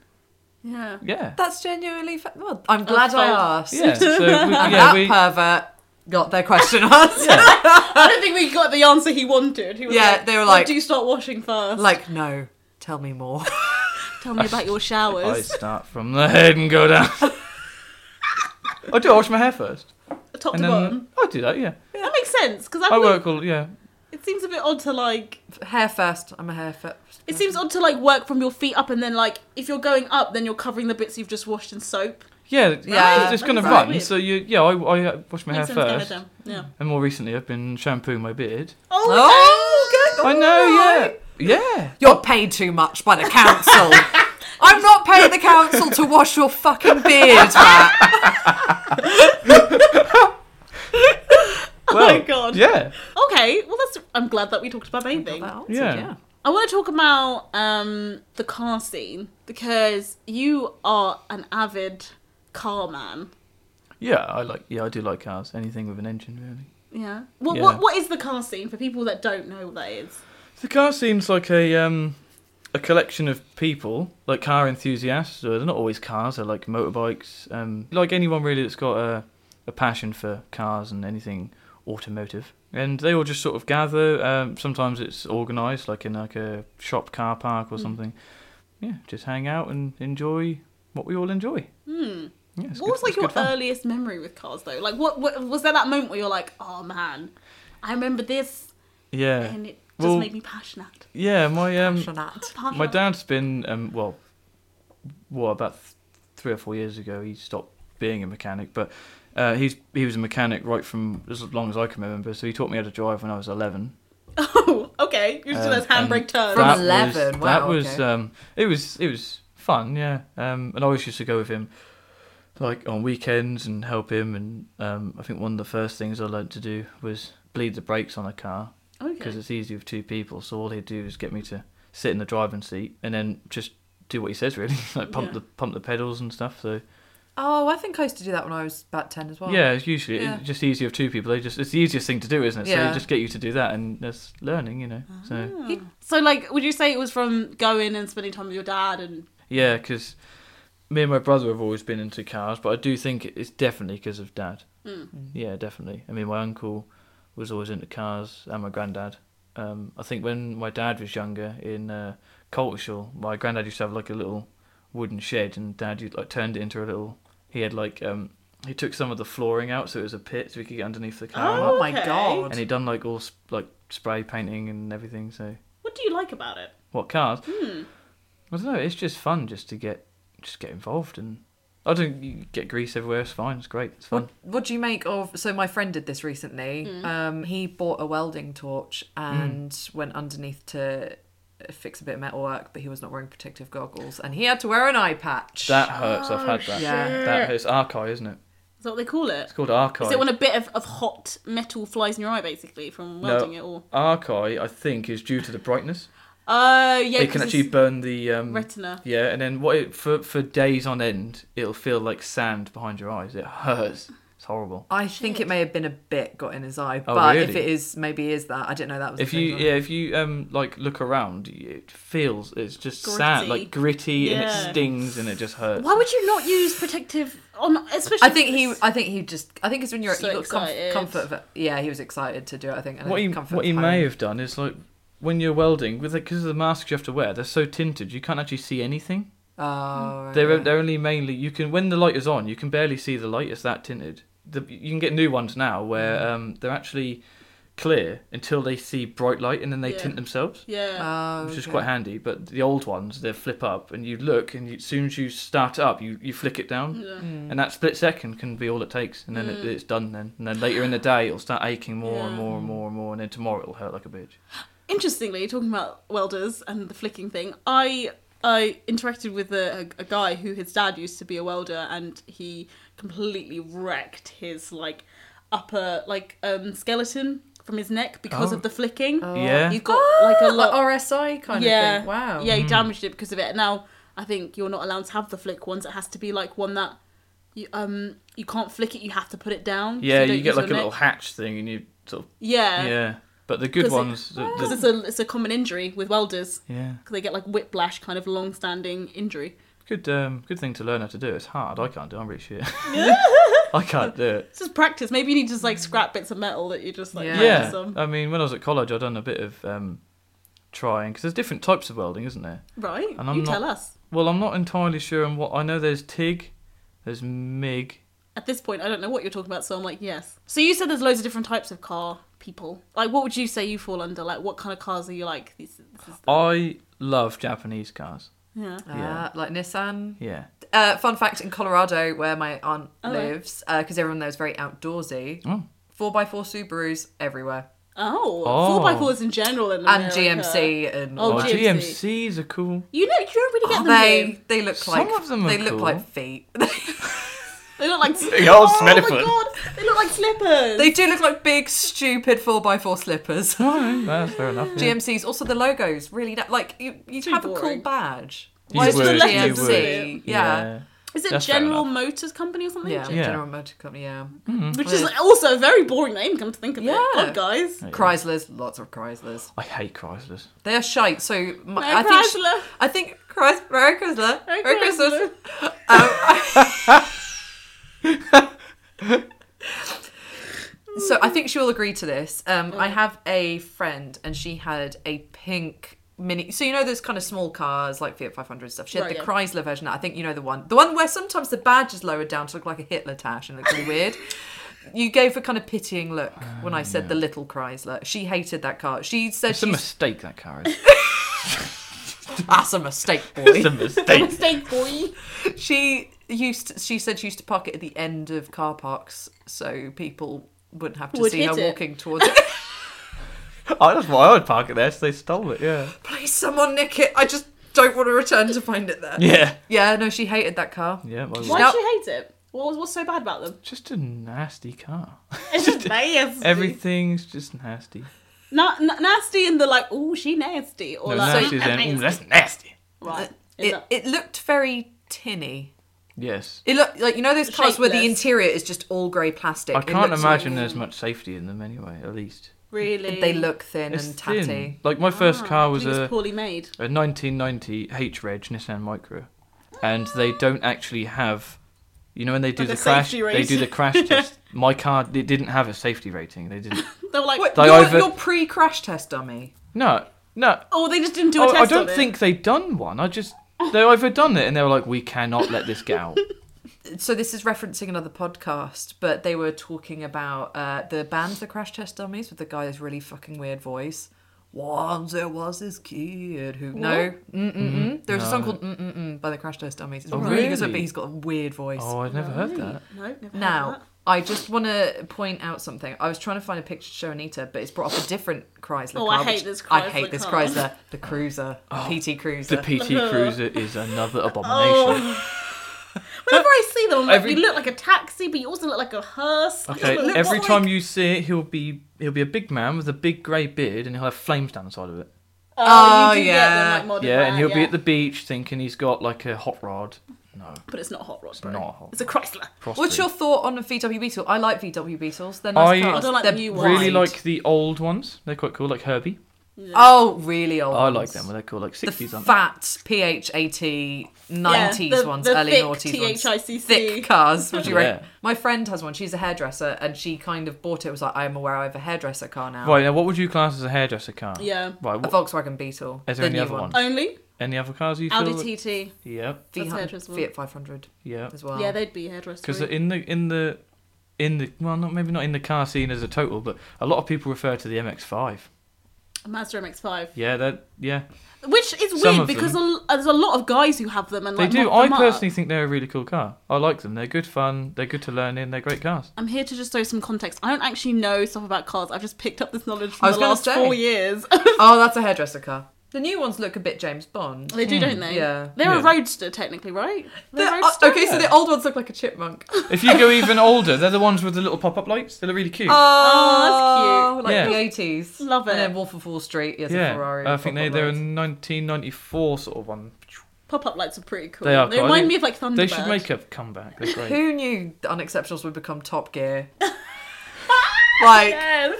[SPEAKER 1] yeah.
[SPEAKER 3] yeah,
[SPEAKER 2] That's genuinely. Fa- well, I'm glad I
[SPEAKER 1] fine.
[SPEAKER 2] asked.
[SPEAKER 3] yeah. So we,
[SPEAKER 2] And
[SPEAKER 3] yeah,
[SPEAKER 2] that
[SPEAKER 3] we
[SPEAKER 2] pervert got their question answered.
[SPEAKER 3] yeah.
[SPEAKER 1] I don't think we got the answer he wanted. He was
[SPEAKER 2] Yeah,
[SPEAKER 1] like,
[SPEAKER 2] they were
[SPEAKER 1] "Why
[SPEAKER 2] like-
[SPEAKER 1] do you start washing first?
[SPEAKER 2] Like, no, tell me more.
[SPEAKER 1] tell me about your
[SPEAKER 3] I
[SPEAKER 1] showers.
[SPEAKER 3] start from the head and go down. I do. I wash my hair first,
[SPEAKER 1] Top to
[SPEAKER 3] and
[SPEAKER 1] bottom.
[SPEAKER 3] then I do that. Yeah,
[SPEAKER 1] That makes sense because I,
[SPEAKER 3] I
[SPEAKER 1] believe-
[SPEAKER 3] work all. Yeah,
[SPEAKER 1] It seems a bit odd to like.
[SPEAKER 2] hair first. I'm a hair first.
[SPEAKER 1] It seems odd to like work from your feet up, and then like if you're going up, then you're covering the bits you've just washed in soap.
[SPEAKER 3] yeah, it's-
[SPEAKER 2] Yeah,
[SPEAKER 3] It's just gonna
[SPEAKER 1] that's
[SPEAKER 3] run.
[SPEAKER 1] weird.
[SPEAKER 3] So you, yeah, I, I uh, wash my
[SPEAKER 1] Makes
[SPEAKER 3] hair
[SPEAKER 1] sense, go
[SPEAKER 3] first,
[SPEAKER 1] ahead then. Yeah.
[SPEAKER 3] and more recently I've been shampooing my beard.
[SPEAKER 1] Oh,
[SPEAKER 2] Oh, good.
[SPEAKER 3] I know.
[SPEAKER 2] Alright.
[SPEAKER 3] Yeah, yeah.
[SPEAKER 2] You're paid too much by the council. I'm not paying the council to wash your fucking beard, Matt.
[SPEAKER 3] Well,
[SPEAKER 1] Oh my God.
[SPEAKER 3] Yeah.
[SPEAKER 1] Okay, well that's. I'm glad that we talked about bathing.
[SPEAKER 2] That answered,
[SPEAKER 3] Yeah.
[SPEAKER 1] I want to talk about um, the car scene because you are an avid car man.
[SPEAKER 3] Yeah, I like. Yeah, I do like cars. Anything with an engine, really.
[SPEAKER 1] Yeah. What
[SPEAKER 3] Yeah.
[SPEAKER 1] what what is the car scene for people that don't know what that is?
[SPEAKER 3] The car seems like a um, a collection of people, like car enthusiasts. Uh, they're not always cars. They're like motorbikes. Um, like anyone really that's got a a passion for cars and anything automotive. And they all just sort of gather. Um, sometimes it's organised, like in like a shop car park
[SPEAKER 1] Hmm.
[SPEAKER 3] or something. Yeah, just hang out and enjoy what we all enjoy.
[SPEAKER 1] Hmm.
[SPEAKER 3] Yeah, it's
[SPEAKER 1] what
[SPEAKER 3] good-
[SPEAKER 1] was like
[SPEAKER 3] it's good
[SPEAKER 1] your
[SPEAKER 3] fun.
[SPEAKER 1] earliest memory with cars though? Like what, what was there that moment where you're like, oh man, I remember this
[SPEAKER 3] Yeah,
[SPEAKER 1] and it just
[SPEAKER 3] Well-
[SPEAKER 1] made me passionate.
[SPEAKER 3] yeah. My um,
[SPEAKER 2] Passionate.
[SPEAKER 1] passionate.
[SPEAKER 3] My dad's been um, well, well about th- three or four years ago he stopped being a mechanic, but uh, he's he was a mechanic right from as long as I can remember. So he taught me how to drive when I was eleven.
[SPEAKER 1] Oh, okay. You're just
[SPEAKER 3] Um,
[SPEAKER 1] those handbrake
[SPEAKER 3] and
[SPEAKER 1] turns.
[SPEAKER 2] From
[SPEAKER 3] That
[SPEAKER 2] 11,
[SPEAKER 3] was,
[SPEAKER 2] wow,
[SPEAKER 3] That was
[SPEAKER 2] okay.
[SPEAKER 3] um, it was it was fun, yeah. Um, and I always used to go with him, like on weekends and help him. And um, I think one of the first things I learnt to do was bleed the brakes on a car because
[SPEAKER 1] okay.
[SPEAKER 3] it's easy with two people. So all he'd do is get me to sit in the driving seat and then just do what he says, really, like pump
[SPEAKER 1] Yeah.
[SPEAKER 3] the pump the pedals and stuff. So
[SPEAKER 2] Oh, I think I used to do that when I was about 10 as well.
[SPEAKER 3] yeah, it's usually
[SPEAKER 2] Yeah.
[SPEAKER 3] it's just easier with two people. They just it's the easiest thing to do, isn't it? So
[SPEAKER 2] Yeah. Ah.
[SPEAKER 3] they just get you to do that, and that's learning, you know. So
[SPEAKER 1] He-
[SPEAKER 2] Oh.
[SPEAKER 1] So like, would you say it was from going and spending time with your dad and
[SPEAKER 3] yeah, because me and my brother have always been into cars, but I do think it's definitely because of dad.
[SPEAKER 1] Mm.
[SPEAKER 3] Yeah, definitely. I mean, my uncle was always into cars, and my granddad. Um, I think when my dad was younger in uh, Coltishall, my granddad used to have like a little wooden shed, and dad you'd, like turned it into a little. He had like um, he took some of the flooring out, so it was a pit, so we could get underneath the car. and
[SPEAKER 2] Oh
[SPEAKER 3] that.
[SPEAKER 2] my
[SPEAKER 1] Okay.
[SPEAKER 2] god.
[SPEAKER 3] and he'd done like all sp- like spray painting and everything. So
[SPEAKER 1] what do you like about it?
[SPEAKER 3] what cars?
[SPEAKER 1] Hmm.
[SPEAKER 3] I don't know. It's just fun just to get just get involved and I don't you get grease everywhere. It's fine. It's great. It's fun.
[SPEAKER 2] What, what do you make of? So my friend did this recently. Um, he bought a welding torch
[SPEAKER 3] Mm.
[SPEAKER 2] and went underneath to fix a bit of metal work, but he was not wearing protective goggles, and he had to wear an eye patch.
[SPEAKER 3] That hurts. Oh,
[SPEAKER 2] Oh,
[SPEAKER 3] I've had that.
[SPEAKER 2] Yeah.
[SPEAKER 3] That hurts. Archi, isn't it?
[SPEAKER 1] Is that what they call it?
[SPEAKER 3] It's called Archi.
[SPEAKER 1] Is it when a bit of, of hot metal flies in your eye, basically, from
[SPEAKER 3] No.
[SPEAKER 1] welding it all?
[SPEAKER 3] Archi, I think, is due to the brightness.
[SPEAKER 1] Oh, yeah.
[SPEAKER 3] it can
[SPEAKER 1] 'cause
[SPEAKER 3] actually
[SPEAKER 1] it's
[SPEAKER 3] burn the um,
[SPEAKER 1] retina.
[SPEAKER 3] Yeah, and then what? It, for for days on end, it'll feel like sand behind your eyes. It hurts. It's horrible.
[SPEAKER 2] I think it may have been a bit got in his eye,
[SPEAKER 3] Oh,
[SPEAKER 2] but if
[SPEAKER 3] really?
[SPEAKER 2] it is, maybe it is that. I didn't know that was.
[SPEAKER 3] If
[SPEAKER 2] the
[SPEAKER 3] you
[SPEAKER 2] thing.
[SPEAKER 3] yeah, if you um like look around, it feels it's just
[SPEAKER 1] Gritty.
[SPEAKER 3] sand, like gritty, and
[SPEAKER 1] Yeah.
[SPEAKER 3] it stings and it just hurts.
[SPEAKER 1] Why would you not use protective on, especially?
[SPEAKER 2] I think he. I think he just. I think it's when you're
[SPEAKER 1] So
[SPEAKER 2] you got comf-
[SPEAKER 1] excited.
[SPEAKER 2] comfort. Of, yeah, he was excited to do it. I think. And
[SPEAKER 3] what
[SPEAKER 2] then
[SPEAKER 3] he,
[SPEAKER 2] comfort
[SPEAKER 3] what he
[SPEAKER 2] of
[SPEAKER 3] may
[SPEAKER 2] home.
[SPEAKER 3] have done is like when you're welding with because of the masks you have to wear they're so tinted you can't actually see anything
[SPEAKER 2] Oh, right,
[SPEAKER 3] They're
[SPEAKER 2] right.
[SPEAKER 3] they're only mainly you can when the light is on, you can barely see the light. It's that tinted. The, you can get new ones now where
[SPEAKER 2] Mm.
[SPEAKER 3] um, they're actually clear until they see bright light and then they
[SPEAKER 1] Yeah.
[SPEAKER 3] tint themselves,
[SPEAKER 1] Yeah.
[SPEAKER 2] Oh,
[SPEAKER 3] which is
[SPEAKER 2] okay.
[SPEAKER 3] quite handy. But the old ones they flip up and you look and you, as soon as you start it up, you you flick it down.
[SPEAKER 1] yeah.
[SPEAKER 2] Mm.
[SPEAKER 3] And that split second can be all it takes, and then it,
[SPEAKER 1] Mm.
[SPEAKER 3] it's done. Then, and then later in the day, it'll start aching more and
[SPEAKER 1] Yeah.
[SPEAKER 3] more and more and more, and then tomorrow it'll hurt like a bitch.
[SPEAKER 1] Interestingly, talking about welders and the flicking thing, I I interacted with a, a guy who his dad used to be a welder, and he completely wrecked his like upper like um skeleton from his neck because
[SPEAKER 3] Oh.
[SPEAKER 1] of the flicking.
[SPEAKER 2] Oh.
[SPEAKER 3] Yeah. Hmm.
[SPEAKER 1] You got like a lot.
[SPEAKER 2] RSI kind of
[SPEAKER 1] yeah,
[SPEAKER 2] thing. Wow.
[SPEAKER 1] Yeah, he damaged it because of it. Now I think you're not allowed to have the flick ones. It has to be like one that you um you can't flick it. You have to put it down. so
[SPEAKER 3] Yeah,
[SPEAKER 1] don't
[SPEAKER 3] you
[SPEAKER 1] use
[SPEAKER 3] get
[SPEAKER 1] your
[SPEAKER 3] like a little
[SPEAKER 1] neck.
[SPEAKER 3] hatch thing, and you sort of
[SPEAKER 1] Yeah,
[SPEAKER 3] yeah. But the good
[SPEAKER 1] 'Cause it-
[SPEAKER 3] ones, the,
[SPEAKER 1] because
[SPEAKER 3] the,
[SPEAKER 1] it's a it's a common injury with welders.
[SPEAKER 3] yeah,
[SPEAKER 1] Because they get like whiplash, kind of long-standing injury.
[SPEAKER 3] good um, good thing to learn how to do. It's hard. I can't do. it, I'm really shit. I can't do it.
[SPEAKER 1] It's just practice. Maybe you need to just like scrap bits of metal that you just like.
[SPEAKER 2] Mm. Yeah.
[SPEAKER 1] practice
[SPEAKER 3] Yeah, Uh,
[SPEAKER 1] on.
[SPEAKER 3] I mean, when I was at college, I'd done a bit of um, trying because there's different types of welding, isn't there?
[SPEAKER 1] Right.
[SPEAKER 3] And I'm
[SPEAKER 1] you
[SPEAKER 3] not-
[SPEAKER 1] tell us.
[SPEAKER 3] Well, I'm not entirely sure on what I know. There's TIG, there's MIG.
[SPEAKER 1] At this point, I don't know what you're talking about, so I'm like, yes. So you said there's loads of different types of car people. Like, what would you say you fall under? Like, what kind of cars are you like? This, this is the...
[SPEAKER 3] I love Japanese cars.
[SPEAKER 1] Yeah.
[SPEAKER 2] Ah,
[SPEAKER 3] Yeah.
[SPEAKER 2] like Nissan.
[SPEAKER 3] Yeah.
[SPEAKER 2] Uh, fun fact in Colorado, where my aunt
[SPEAKER 1] Oh, right.
[SPEAKER 2] lives, because everyone there is very outdoorsy,
[SPEAKER 3] Oh.
[SPEAKER 2] 4x4 Subarus everywhere.
[SPEAKER 1] Oh,
[SPEAKER 3] Oh.
[SPEAKER 1] four by fours in general in
[SPEAKER 2] And
[SPEAKER 1] America.
[SPEAKER 2] GMC and
[SPEAKER 1] Oh,
[SPEAKER 2] all
[SPEAKER 3] Oh,
[SPEAKER 2] that.
[SPEAKER 1] GMC.
[SPEAKER 3] GMCs are cool.
[SPEAKER 1] You know, you don't really get them. do you?
[SPEAKER 2] they they look
[SPEAKER 3] Some
[SPEAKER 2] like
[SPEAKER 3] of them are
[SPEAKER 2] they look
[SPEAKER 3] cool.
[SPEAKER 2] like feet.
[SPEAKER 1] They look like.
[SPEAKER 3] Big old
[SPEAKER 1] oh my
[SPEAKER 3] smelly foot.
[SPEAKER 1] god! They look like slippers.
[SPEAKER 2] they do look like big stupid 4x4 slippers.
[SPEAKER 3] Alright, that's fair enough. yeah.
[SPEAKER 2] GMCs also the logos really na- like you you
[SPEAKER 1] Too
[SPEAKER 2] have a cool
[SPEAKER 1] boring.
[SPEAKER 2] badge.
[SPEAKER 3] You
[SPEAKER 2] Why is it
[SPEAKER 1] would, you
[SPEAKER 2] GMC?
[SPEAKER 1] would.
[SPEAKER 2] Yeah.
[SPEAKER 1] Is it
[SPEAKER 3] That's fair
[SPEAKER 1] General
[SPEAKER 3] enough. Mm-hmm.
[SPEAKER 1] Motors Company or something?
[SPEAKER 2] Yeah.
[SPEAKER 1] Gen-
[SPEAKER 3] Yeah.
[SPEAKER 2] General Motor Company, yeah.
[SPEAKER 1] Which is also a very boring name. Come to think of
[SPEAKER 2] Yeah.
[SPEAKER 1] it, God, guys.
[SPEAKER 3] Yeah.
[SPEAKER 2] Chryslers, lots of Chryslers.
[SPEAKER 3] I hate Chryslers.
[SPEAKER 2] They are shite. So my,
[SPEAKER 1] Mary
[SPEAKER 2] I think
[SPEAKER 1] Chrysler.
[SPEAKER 2] I think Chrys- Merry Chrysler.
[SPEAKER 1] Merry
[SPEAKER 2] Merry Christmas.
[SPEAKER 1] Chrysler.
[SPEAKER 2] Um, I- so I think she'll agree to this. Um, I have a friend, and she had a pink mini. So you know those kind of small cars like Fiat 500 stuff. She had
[SPEAKER 1] Right,
[SPEAKER 2] the
[SPEAKER 1] yeah.
[SPEAKER 2] Chrysler version. I think you know the one, the one where sometimes the badge is lowered down to look like a Hitler tash and look really weird. You gave a kind of pitying look
[SPEAKER 3] Ah,
[SPEAKER 2] when I said the little Chrysler. She hated that car. She said
[SPEAKER 3] It's a
[SPEAKER 2] she's,
[SPEAKER 3] mistake that car is.
[SPEAKER 2] that's a mistake, boy.
[SPEAKER 3] It's a mistake.
[SPEAKER 1] Mistake boy.
[SPEAKER 2] She used. she said she used to park it at the end of car parks, so people wouldn't have to
[SPEAKER 1] Would
[SPEAKER 2] see her
[SPEAKER 1] hit it.
[SPEAKER 2] walking towards it.
[SPEAKER 3] I, that's why I would park it there, so they stole it, yeah.
[SPEAKER 2] Please, someone nick it. I just don't want to return to find it there. Yeah,
[SPEAKER 3] Yeah.
[SPEAKER 2] no, she hated that car.
[SPEAKER 3] Yeah, well,
[SPEAKER 1] Why
[SPEAKER 2] Now-
[SPEAKER 1] did you hate it? What was what's so bad about them?
[SPEAKER 3] just a nasty car.
[SPEAKER 1] It's just nasty.
[SPEAKER 3] Everything's just nasty.
[SPEAKER 1] Na- na- nasty in the like, oh, she nasty, or
[SPEAKER 3] No,
[SPEAKER 1] like,
[SPEAKER 3] nasty's
[SPEAKER 1] "I'm
[SPEAKER 3] in, "Ooh, that's nasty.
[SPEAKER 1] Right. Is
[SPEAKER 2] It,
[SPEAKER 1] that-
[SPEAKER 2] it looked very tinny.
[SPEAKER 3] Yes.
[SPEAKER 2] It looked like you know those cars where the
[SPEAKER 1] Shapeless.
[SPEAKER 2] interior is just all grey plastic.
[SPEAKER 3] I
[SPEAKER 2] It
[SPEAKER 3] can't
[SPEAKER 2] looks-
[SPEAKER 3] imagine there's much safety in them anyway, at least.
[SPEAKER 1] really?
[SPEAKER 2] they look thin
[SPEAKER 3] It's
[SPEAKER 2] and tatty.
[SPEAKER 3] thin. Like, my
[SPEAKER 1] Ah,
[SPEAKER 3] first car was
[SPEAKER 1] it was
[SPEAKER 3] a,
[SPEAKER 1] poorly made.
[SPEAKER 3] a 1990 H-Reg Nissan Micra. And they don't actually have... You know when they do
[SPEAKER 1] Like a
[SPEAKER 3] the crash,
[SPEAKER 1] safety
[SPEAKER 3] they
[SPEAKER 1] rating.
[SPEAKER 3] do the crash test. My car, it didn't have a safety rating. They didn't.
[SPEAKER 1] They were like,
[SPEAKER 2] What,
[SPEAKER 3] They
[SPEAKER 2] your,
[SPEAKER 3] over-
[SPEAKER 2] your pre-crash test dummy.
[SPEAKER 3] No, no.
[SPEAKER 1] oh, they just didn't do a
[SPEAKER 3] I,
[SPEAKER 1] test.
[SPEAKER 3] I don't
[SPEAKER 1] on it.
[SPEAKER 3] think they done one. I just they overdone it, and they were like, "We cannot let this get out."
[SPEAKER 2] so this is referencing another podcast, but they were talking about uh, the band The Crash Test Dummies with the guy with really fucking weird voice. Once there was this kid who no mm mm mm. There was a song
[SPEAKER 3] Mm-hmm. No.
[SPEAKER 2] called mm mm mm by the Crash Test Dummies. It's
[SPEAKER 3] Oh,
[SPEAKER 2] really good,
[SPEAKER 3] really?
[SPEAKER 2] but he's got a weird voice.
[SPEAKER 3] Oh, I've never heard that.
[SPEAKER 1] No, never heard
[SPEAKER 2] Now,
[SPEAKER 1] of
[SPEAKER 2] I just want to point out something. I was trying to find a picture to show Anita, but it's brought up a different Chrysler
[SPEAKER 1] Oh, I
[SPEAKER 2] car.
[SPEAKER 1] hate
[SPEAKER 2] which-
[SPEAKER 1] this
[SPEAKER 2] I
[SPEAKER 1] Chrysler
[SPEAKER 2] hate this
[SPEAKER 1] car.
[SPEAKER 2] Chrysler. The Cruiser. The PT Cruiser.
[SPEAKER 3] Oh, The PT Cruiser is
[SPEAKER 1] Oh.
[SPEAKER 3] another abomination.
[SPEAKER 1] that. Whenever I see them, I'm like,
[SPEAKER 3] Every-
[SPEAKER 1] you look like a taxi, but you also look like a hearse. I just
[SPEAKER 3] Okay,
[SPEAKER 1] look-
[SPEAKER 3] every
[SPEAKER 1] what,
[SPEAKER 3] time
[SPEAKER 1] like-
[SPEAKER 3] you see it, he'll be he'll be a big man with a big grey beard, and he'll have flames down the side of it.
[SPEAKER 1] oh,
[SPEAKER 2] Oh,
[SPEAKER 1] you do get
[SPEAKER 2] yeah.
[SPEAKER 1] them, like, modern
[SPEAKER 3] Ah, Yeah, and
[SPEAKER 1] man,
[SPEAKER 3] he'll be
[SPEAKER 1] yeah.
[SPEAKER 3] at the beach thinking he's got like a hot rod. No,
[SPEAKER 1] But it's not a hot rod. It's
[SPEAKER 3] not a hot rod.
[SPEAKER 1] It's a Chrysler.
[SPEAKER 3] cross
[SPEAKER 2] What's
[SPEAKER 3] breed.
[SPEAKER 2] your thought on a VW Beetle? I like VW Beetles. They're nice
[SPEAKER 3] I
[SPEAKER 2] cars.
[SPEAKER 1] I don't like the
[SPEAKER 2] They're
[SPEAKER 1] new ones.
[SPEAKER 3] Really
[SPEAKER 2] wide.
[SPEAKER 3] like the old ones. They're quite cool, like Herbie.
[SPEAKER 2] Oh, really old.
[SPEAKER 3] I like
[SPEAKER 2] ones.
[SPEAKER 3] them. Well, they're cool, like
[SPEAKER 2] The
[SPEAKER 3] sixties. aren't they?
[SPEAKER 2] fat PHAT 90s
[SPEAKER 1] Yeah, the-
[SPEAKER 2] ones,
[SPEAKER 1] the
[SPEAKER 2] early
[SPEAKER 1] thick
[SPEAKER 2] noughties
[SPEAKER 1] THICC.
[SPEAKER 2] ones. Thick cars. Would you
[SPEAKER 3] Yeah.
[SPEAKER 2] reckon? My friend has one. She's a hairdresser and she kind of bought it. was like, I am aware I have a hairdresser car now.
[SPEAKER 3] Right now, what would you class as a hairdresser car?
[SPEAKER 1] Yeah.
[SPEAKER 3] Right.
[SPEAKER 2] A
[SPEAKER 3] What,
[SPEAKER 2] Volkswagen Beetle.
[SPEAKER 3] Is
[SPEAKER 2] the
[SPEAKER 3] there any
[SPEAKER 2] new
[SPEAKER 3] other
[SPEAKER 2] one.
[SPEAKER 3] one?
[SPEAKER 1] Only?
[SPEAKER 3] Any other cars you feel?
[SPEAKER 1] Audi
[SPEAKER 3] that-
[SPEAKER 1] TT.
[SPEAKER 3] Yep,
[SPEAKER 1] That's
[SPEAKER 2] Fiat,
[SPEAKER 1] hairdresser.
[SPEAKER 2] Fiat 500
[SPEAKER 3] yep.
[SPEAKER 2] as well.
[SPEAKER 1] Yeah, they'd be hairdressers.
[SPEAKER 3] Because in the in the in the well, not maybe not in the car scene as a total, but a lot of people refer to the MX-5.
[SPEAKER 1] Mazda MX-5,
[SPEAKER 3] Yeah, that yeah,
[SPEAKER 1] which is
[SPEAKER 3] Some
[SPEAKER 1] weird
[SPEAKER 3] of
[SPEAKER 1] because
[SPEAKER 3] them.
[SPEAKER 1] a l- there's a lot of guys who have them and
[SPEAKER 3] they
[SPEAKER 1] like,
[SPEAKER 3] do.
[SPEAKER 1] mock
[SPEAKER 3] I
[SPEAKER 1] them up.
[SPEAKER 3] personally think they're a really cool car. I like them. They're good fun. They're good to learn in. They're great cars.
[SPEAKER 1] I'm here to just throw some context. I don't actually know stuff about cars. I've just picked up this knowledge
[SPEAKER 2] I
[SPEAKER 1] from
[SPEAKER 2] was
[SPEAKER 1] the
[SPEAKER 2] gonna
[SPEAKER 1] last
[SPEAKER 2] say.
[SPEAKER 1] four years.
[SPEAKER 2] Oh, that's a hairdresser car. The new ones look a bit James Bond.
[SPEAKER 1] they do, don't they?
[SPEAKER 2] Yeah.
[SPEAKER 1] They're a
[SPEAKER 3] Hmm. Yeah.
[SPEAKER 1] roadster, technically, right?
[SPEAKER 2] The-
[SPEAKER 1] They're
[SPEAKER 2] uh,
[SPEAKER 1] roadster?
[SPEAKER 2] okay, so the old ones look like a chipmunk.
[SPEAKER 3] If you go even older, they're the ones with the little pop-up lights. They look really cute.
[SPEAKER 1] Oh,
[SPEAKER 2] Oh, like
[SPEAKER 3] Yeah.
[SPEAKER 2] the eighties.
[SPEAKER 1] Love
[SPEAKER 2] And
[SPEAKER 1] it.
[SPEAKER 2] then Wolf of Wall Street. Yes, a
[SPEAKER 3] yeah,
[SPEAKER 2] Ferrari.
[SPEAKER 3] I
[SPEAKER 2] with
[SPEAKER 3] think they
[SPEAKER 2] pop-up
[SPEAKER 3] they're a
[SPEAKER 2] lights.
[SPEAKER 3] 1994 sort of one.
[SPEAKER 1] Pop-up lights are pretty cool.
[SPEAKER 3] They are cool. I
[SPEAKER 1] remind
[SPEAKER 3] think
[SPEAKER 1] me of like Thunderbird.
[SPEAKER 3] They should make a comeback. They're great.
[SPEAKER 2] Who knew the Unexceptionals would become Top Gear? like
[SPEAKER 1] Yes.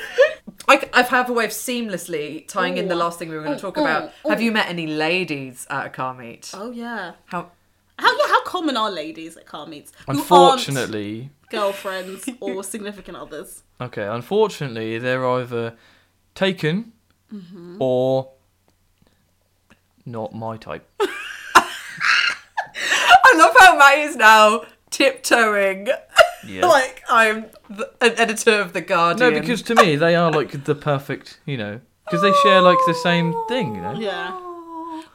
[SPEAKER 2] I, I have a way of seamlessly tying in the
[SPEAKER 1] Ooh.
[SPEAKER 2] last thing we were going
[SPEAKER 1] Ooh,
[SPEAKER 2] to talk
[SPEAKER 1] ooh,
[SPEAKER 2] about. Have
[SPEAKER 1] ooh.
[SPEAKER 2] you met any ladies at a car meet?
[SPEAKER 1] Oh yeah.
[SPEAKER 2] How
[SPEAKER 1] How yeah, how common are ladies at car meets? who aren't
[SPEAKER 3] Unfortunately,
[SPEAKER 1] girlfriends or significant others.
[SPEAKER 3] okay. Unfortunately, they're either taken
[SPEAKER 2] Mm-hmm.
[SPEAKER 3] or not my type.
[SPEAKER 2] I love how Matt is now tiptoeing.
[SPEAKER 3] Yeah.
[SPEAKER 2] like I'm the, an editor of the Guardian.
[SPEAKER 3] No, because to me they are like the perfect, you know, because they share like the same thing, you know.
[SPEAKER 1] Yeah.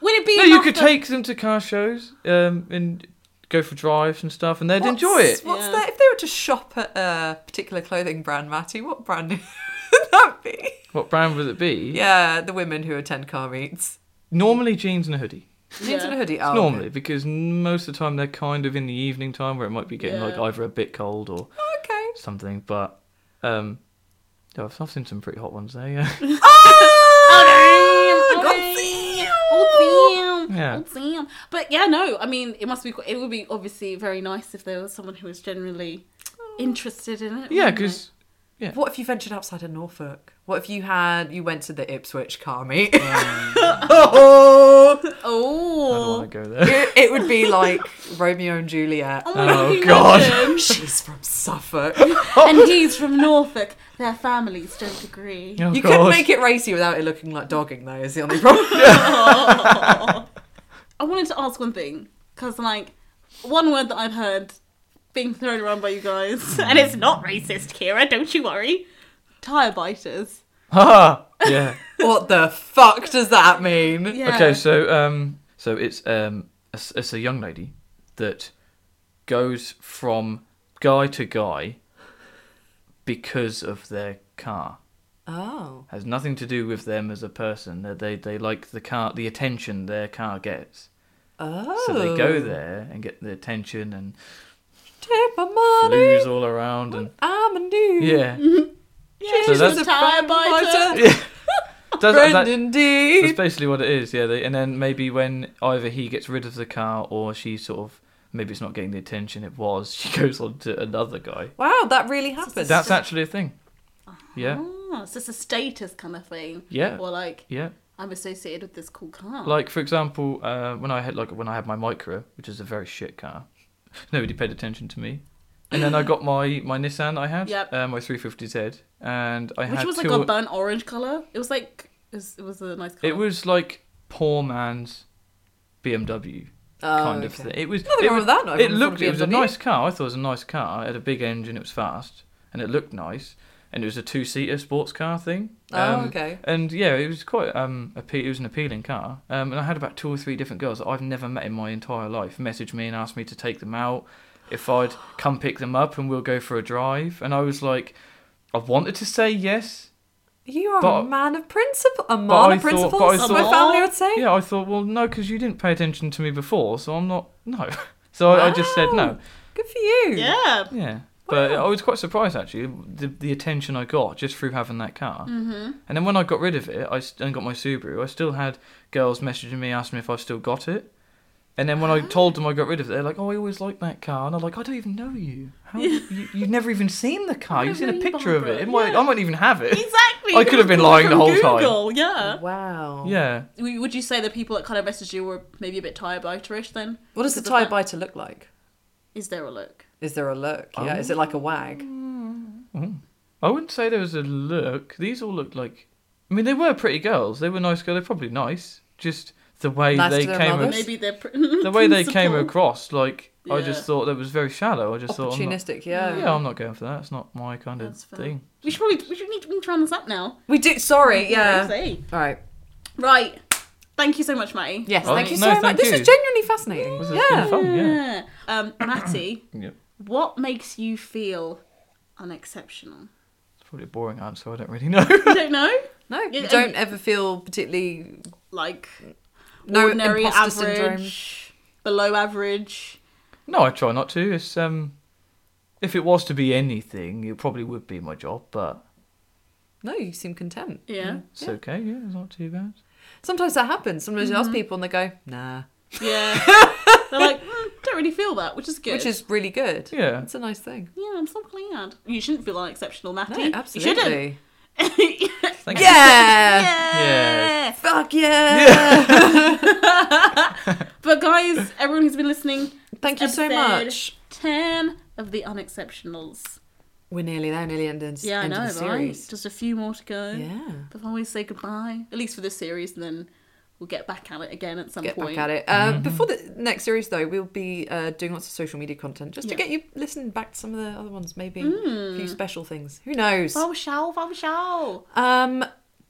[SPEAKER 1] Would it be?
[SPEAKER 3] No, you
[SPEAKER 1] enough
[SPEAKER 3] could
[SPEAKER 1] that-
[SPEAKER 3] take them to car shows um, and go for drives and stuff, and they'd
[SPEAKER 2] What's-
[SPEAKER 3] enjoy it.
[SPEAKER 2] What's
[SPEAKER 1] Yeah.
[SPEAKER 2] that? If they were to shop at a particular clothing brand, Matty, what brand would that be?
[SPEAKER 3] What brand would it be?
[SPEAKER 2] Yeah, the women who attend car meets.
[SPEAKER 3] Normally jeans and a hoodie.
[SPEAKER 2] Jeans
[SPEAKER 1] Yeah.
[SPEAKER 2] and a hoodie. Oh,
[SPEAKER 3] Normally, because most of the time they're kind of in the evening time where it might be getting like
[SPEAKER 1] Yeah.
[SPEAKER 3] either a bit cold or
[SPEAKER 2] Okay.
[SPEAKER 3] something. But um, yeah, I've I've seen some pretty hot ones there. Yeah.
[SPEAKER 2] Oh,
[SPEAKER 1] damn,
[SPEAKER 2] God
[SPEAKER 1] okay.
[SPEAKER 2] damn.
[SPEAKER 1] Oh damn!
[SPEAKER 3] Yeah.
[SPEAKER 1] Oh damn! But yeah, no. I mean, it must be. qu- It would be obviously very nice if there was someone who was genuinely interested in it.
[SPEAKER 3] Yeah,
[SPEAKER 1] wouldn't it?
[SPEAKER 3] because
[SPEAKER 2] What if you ventured outside of Norfolk? What if you had you went to the Ipswich car
[SPEAKER 3] Um.
[SPEAKER 2] meet? oh,
[SPEAKER 3] I don't
[SPEAKER 1] oh,
[SPEAKER 3] want to go there.
[SPEAKER 2] it, it would be like Romeo and Juliet.
[SPEAKER 1] oh, my
[SPEAKER 3] Oh,
[SPEAKER 1] God!
[SPEAKER 3] God.
[SPEAKER 1] can you imagine?
[SPEAKER 2] She's from Suffolk.
[SPEAKER 1] and he's from Norfolk. Their families don't agree.
[SPEAKER 3] Oh,
[SPEAKER 2] You
[SPEAKER 3] God.
[SPEAKER 2] couldn't make it racy without it looking like dogging, though. Is the only problem.
[SPEAKER 1] I wanted to ask one thing because, like, one word that I've heard being thrown around by you guys, and it's not racist, Kira. Don't you worry. Tire biters.
[SPEAKER 3] Ah, yeah.
[SPEAKER 2] What the fuck does that mean?
[SPEAKER 1] Yeah.
[SPEAKER 3] Okay, so um, so it's um, it's, it's a young lady that goes from guy to guy because of their car.
[SPEAKER 2] Oh.
[SPEAKER 3] Has nothing to do with them as a person. That they they like the car, the attention their car gets.
[SPEAKER 2] Oh.
[SPEAKER 3] So they go there and get the attention and
[SPEAKER 2] Take my money.
[SPEAKER 3] lose all around and
[SPEAKER 2] I'm a new.
[SPEAKER 3] yeah.
[SPEAKER 2] She's
[SPEAKER 3] So that's-
[SPEAKER 2] a
[SPEAKER 1] Tire
[SPEAKER 2] tire
[SPEAKER 1] biter.
[SPEAKER 2] biter.
[SPEAKER 3] yeah. Does,
[SPEAKER 2] Friend
[SPEAKER 3] that,
[SPEAKER 2] indeed.
[SPEAKER 3] that's basically what it is. Yeah, they, and then maybe when either he gets rid of the car or she sort of maybe it's not getting the attention it was, she goes on to another guy.
[SPEAKER 2] Wow, that really happens.
[SPEAKER 3] That's actually a thing. Yeah,
[SPEAKER 1] Ah, it's just a status kind of thing.
[SPEAKER 3] Yeah.
[SPEAKER 1] Or like
[SPEAKER 3] yeah.
[SPEAKER 1] I'm associated with this cool car.
[SPEAKER 3] Like for example, uh, when I had like when I had my micro, which is a very shit car, nobody paid attention to me. And then I got my my Nissan I had,
[SPEAKER 1] Yep.
[SPEAKER 3] uh, my 350Z, and I
[SPEAKER 1] which
[SPEAKER 3] had
[SPEAKER 1] was
[SPEAKER 3] two.
[SPEAKER 1] like a burnt orange color. It was like it was, it was a nice color.
[SPEAKER 3] it was like poor man's BMW kind of thing. It was
[SPEAKER 2] Oh, Nothing
[SPEAKER 3] it
[SPEAKER 2] wrong
[SPEAKER 3] was-
[SPEAKER 2] with that. No,
[SPEAKER 3] it
[SPEAKER 2] everyone's
[SPEAKER 3] looked
[SPEAKER 2] got a
[SPEAKER 3] it was a
[SPEAKER 2] BMW.
[SPEAKER 3] nice car i thought it was a nice car it had a big engine it was fast and it looked nice and it was a two-seater sports car thing
[SPEAKER 2] Oh,
[SPEAKER 3] Um,
[SPEAKER 2] okay.
[SPEAKER 3] and yeah it was quite um appe- it was an appealing car um and i had about two or three different girls that i've never met in my entire life message me and asked me to take them out if i'd come pick them up and we'll go for a drive and i was like i wanted to say yes
[SPEAKER 2] You are
[SPEAKER 3] But-
[SPEAKER 2] a man of principle. A
[SPEAKER 3] but
[SPEAKER 2] man
[SPEAKER 3] I
[SPEAKER 2] of
[SPEAKER 3] thought-
[SPEAKER 2] principles,
[SPEAKER 3] but I
[SPEAKER 2] as
[SPEAKER 1] thought-
[SPEAKER 2] my family would say.
[SPEAKER 3] yeah i thought well no because you didn't pay attention to me before so i'm not no so I, I just said no
[SPEAKER 2] Wow. Good for you.
[SPEAKER 1] yeah.
[SPEAKER 3] Yeah. But I was quite surprised actually the, the attention I got just through having that car. Mm-hmm. And then when I got rid of it, I st- and got my Subaru. I still had girls messaging me asking me if I still got it. And then when I told them I got rid of it, they're like, "Oh, I always liked that car." And I'm like, "I don't even know you. How you you've never even seen the car.
[SPEAKER 1] I
[SPEAKER 3] You've seen a
[SPEAKER 1] know you,
[SPEAKER 3] picture of it.
[SPEAKER 1] Barbara.
[SPEAKER 3] it might,
[SPEAKER 1] Yeah.
[SPEAKER 3] I might even have it."
[SPEAKER 1] Exactly.
[SPEAKER 3] I
[SPEAKER 1] it
[SPEAKER 3] could
[SPEAKER 1] was
[SPEAKER 3] have been
[SPEAKER 1] pulled
[SPEAKER 3] lying
[SPEAKER 1] from
[SPEAKER 3] the whole time.
[SPEAKER 1] Google, Yeah.
[SPEAKER 2] Wow.
[SPEAKER 3] Yeah.
[SPEAKER 1] W- Would you say the people that kind of messaged you were maybe a bit tire biterish then?
[SPEAKER 2] What does the
[SPEAKER 1] Because
[SPEAKER 2] tire
[SPEAKER 1] of that-
[SPEAKER 2] biter look like?
[SPEAKER 1] Is there a look?
[SPEAKER 2] Is there a look? Yeah.
[SPEAKER 3] Oh.
[SPEAKER 2] Is it like a wag?
[SPEAKER 3] I wouldn't say there was a look. These all looked like. I mean, they were pretty girls. They were nice girls. They're probably nice. Just the way
[SPEAKER 2] Nice
[SPEAKER 3] they
[SPEAKER 2] to their
[SPEAKER 3] came
[SPEAKER 2] mothers.
[SPEAKER 3] ac-
[SPEAKER 1] Maybe they're pr-
[SPEAKER 3] the way they came
[SPEAKER 1] principled.
[SPEAKER 3] across. Like I just
[SPEAKER 1] Yeah.
[SPEAKER 3] thought that was very shallow. I just thought, I'm not,
[SPEAKER 2] Opportunistic, yeah.
[SPEAKER 3] yeah, I'm not going for that. It's not my kind of
[SPEAKER 1] That's fair.
[SPEAKER 3] thing.
[SPEAKER 1] We should probably we should need, we need to round this up now.
[SPEAKER 2] We do. Sorry, yeah.
[SPEAKER 1] Say.
[SPEAKER 2] All right.
[SPEAKER 1] Right. Thank you so much, Matty.
[SPEAKER 2] Yes,
[SPEAKER 3] Well,
[SPEAKER 2] thank you
[SPEAKER 3] no,
[SPEAKER 2] so
[SPEAKER 3] thank
[SPEAKER 2] much. This
[SPEAKER 3] you.
[SPEAKER 2] is genuinely fascinating.
[SPEAKER 3] This has
[SPEAKER 2] yeah.
[SPEAKER 3] been fun. Yeah.
[SPEAKER 1] Um, Matty,
[SPEAKER 3] Yep.
[SPEAKER 1] what makes you feel unexceptional?
[SPEAKER 3] It's probably a boring answer. I don't really know.
[SPEAKER 1] You don't know?
[SPEAKER 2] No,
[SPEAKER 1] Yeah,
[SPEAKER 2] you
[SPEAKER 1] and-
[SPEAKER 2] don't ever feel particularly
[SPEAKER 1] Like
[SPEAKER 2] no
[SPEAKER 1] ordinary,
[SPEAKER 2] imposter syndrome.
[SPEAKER 1] average, below average.
[SPEAKER 3] no, I try not to. It's um, if it was to be anything, it probably would be my job, but
[SPEAKER 2] No, you seem content.
[SPEAKER 1] Yeah.
[SPEAKER 3] it's okay. Yeah, it's not too bad.
[SPEAKER 2] Sometimes that happens. Sometimes you ask
[SPEAKER 1] Mm-hmm.
[SPEAKER 2] people and they go, nah,
[SPEAKER 1] Yeah. They're like, "Mm, don't really feel that, which is good.
[SPEAKER 2] which is really good.
[SPEAKER 3] Yeah.
[SPEAKER 2] It's a nice thing.
[SPEAKER 1] yeah, I'm so glad. You shouldn't feel unexceptional,
[SPEAKER 2] No,
[SPEAKER 1] Matty.
[SPEAKER 2] absolutely.
[SPEAKER 1] You shouldn't.
[SPEAKER 3] Thank you.
[SPEAKER 2] Yeah.
[SPEAKER 1] yeah.
[SPEAKER 2] Fuck yeah.
[SPEAKER 1] But guys, everyone who's been listening,
[SPEAKER 2] Thank you so
[SPEAKER 1] episode
[SPEAKER 2] much.
[SPEAKER 1] Ten of the unexceptionals.
[SPEAKER 2] We're nearly there, nearly ending
[SPEAKER 1] Yeah,
[SPEAKER 2] end
[SPEAKER 1] I know,
[SPEAKER 2] of the series.
[SPEAKER 1] right? Just a few more to go
[SPEAKER 2] Yeah.
[SPEAKER 1] before we say goodbye. At least for this series, and then we'll get back at it again at some
[SPEAKER 2] Get
[SPEAKER 1] point. Mm-hmm.
[SPEAKER 2] back at it. Uh, Before the next series, though, we'll be uh, doing lots of social media content just to
[SPEAKER 1] Yeah. Hmm.
[SPEAKER 2] get you listening back to some of the other ones, maybe a few special things. Who knows?
[SPEAKER 1] Oh, we shall, oh, we shall.
[SPEAKER 2] Um,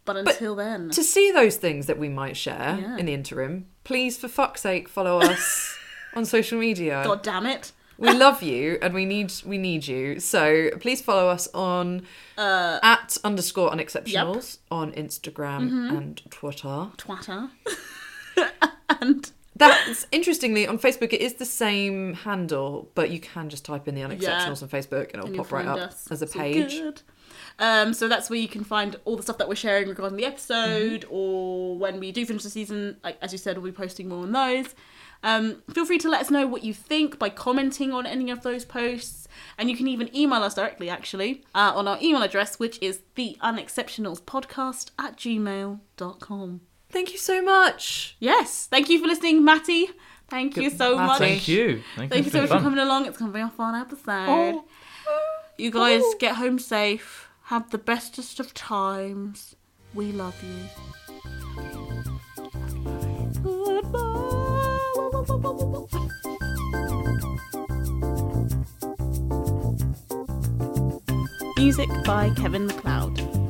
[SPEAKER 1] But until then,
[SPEAKER 2] to see those things that we might share
[SPEAKER 1] Yeah.
[SPEAKER 2] in the interim, please, for fuck's sake, follow us on social media.
[SPEAKER 1] God damn it.
[SPEAKER 2] We love you and we need we need you. So please follow us on
[SPEAKER 1] Uh,
[SPEAKER 2] at underscore unexceptionals on Instagram
[SPEAKER 1] Mm-hmm.
[SPEAKER 2] and Twitter.
[SPEAKER 1] Twatter. and
[SPEAKER 2] That's interestingly on Facebook. It is the same handle, but you can just type in the unexceptionals
[SPEAKER 1] Yeah.
[SPEAKER 2] on Facebook, and it'll
[SPEAKER 1] and you'll
[SPEAKER 2] pop right
[SPEAKER 1] find
[SPEAKER 2] up
[SPEAKER 1] us.
[SPEAKER 2] as a
[SPEAKER 1] It's all
[SPEAKER 2] page.
[SPEAKER 1] good. Um, so that's where you can find all the stuff that we're sharing regarding the episode,
[SPEAKER 2] Mm-hmm.
[SPEAKER 1] or when we do finish the season. Like as you said, we'll be posting more on those. Um, feel free to let us know what you think by commenting on any of those posts, and you can even email us directly, actually, uh, on our email address, which is the unexceptionalspodcast at gmail.com.
[SPEAKER 2] Thank you so much.
[SPEAKER 1] Yes, thank you for listening, Matty. Thank you
[SPEAKER 2] Good-
[SPEAKER 1] so
[SPEAKER 2] Matty.
[SPEAKER 1] much.
[SPEAKER 3] Thank you. Thank,
[SPEAKER 1] Thank you so
[SPEAKER 3] you.
[SPEAKER 1] much
[SPEAKER 3] It's been
[SPEAKER 1] for
[SPEAKER 3] fun.
[SPEAKER 1] coming along. It's going to be a fun episode.
[SPEAKER 2] Oh.
[SPEAKER 1] You guys get home safe. Have the bestest of times. We love you. Music by Kevin McLeod.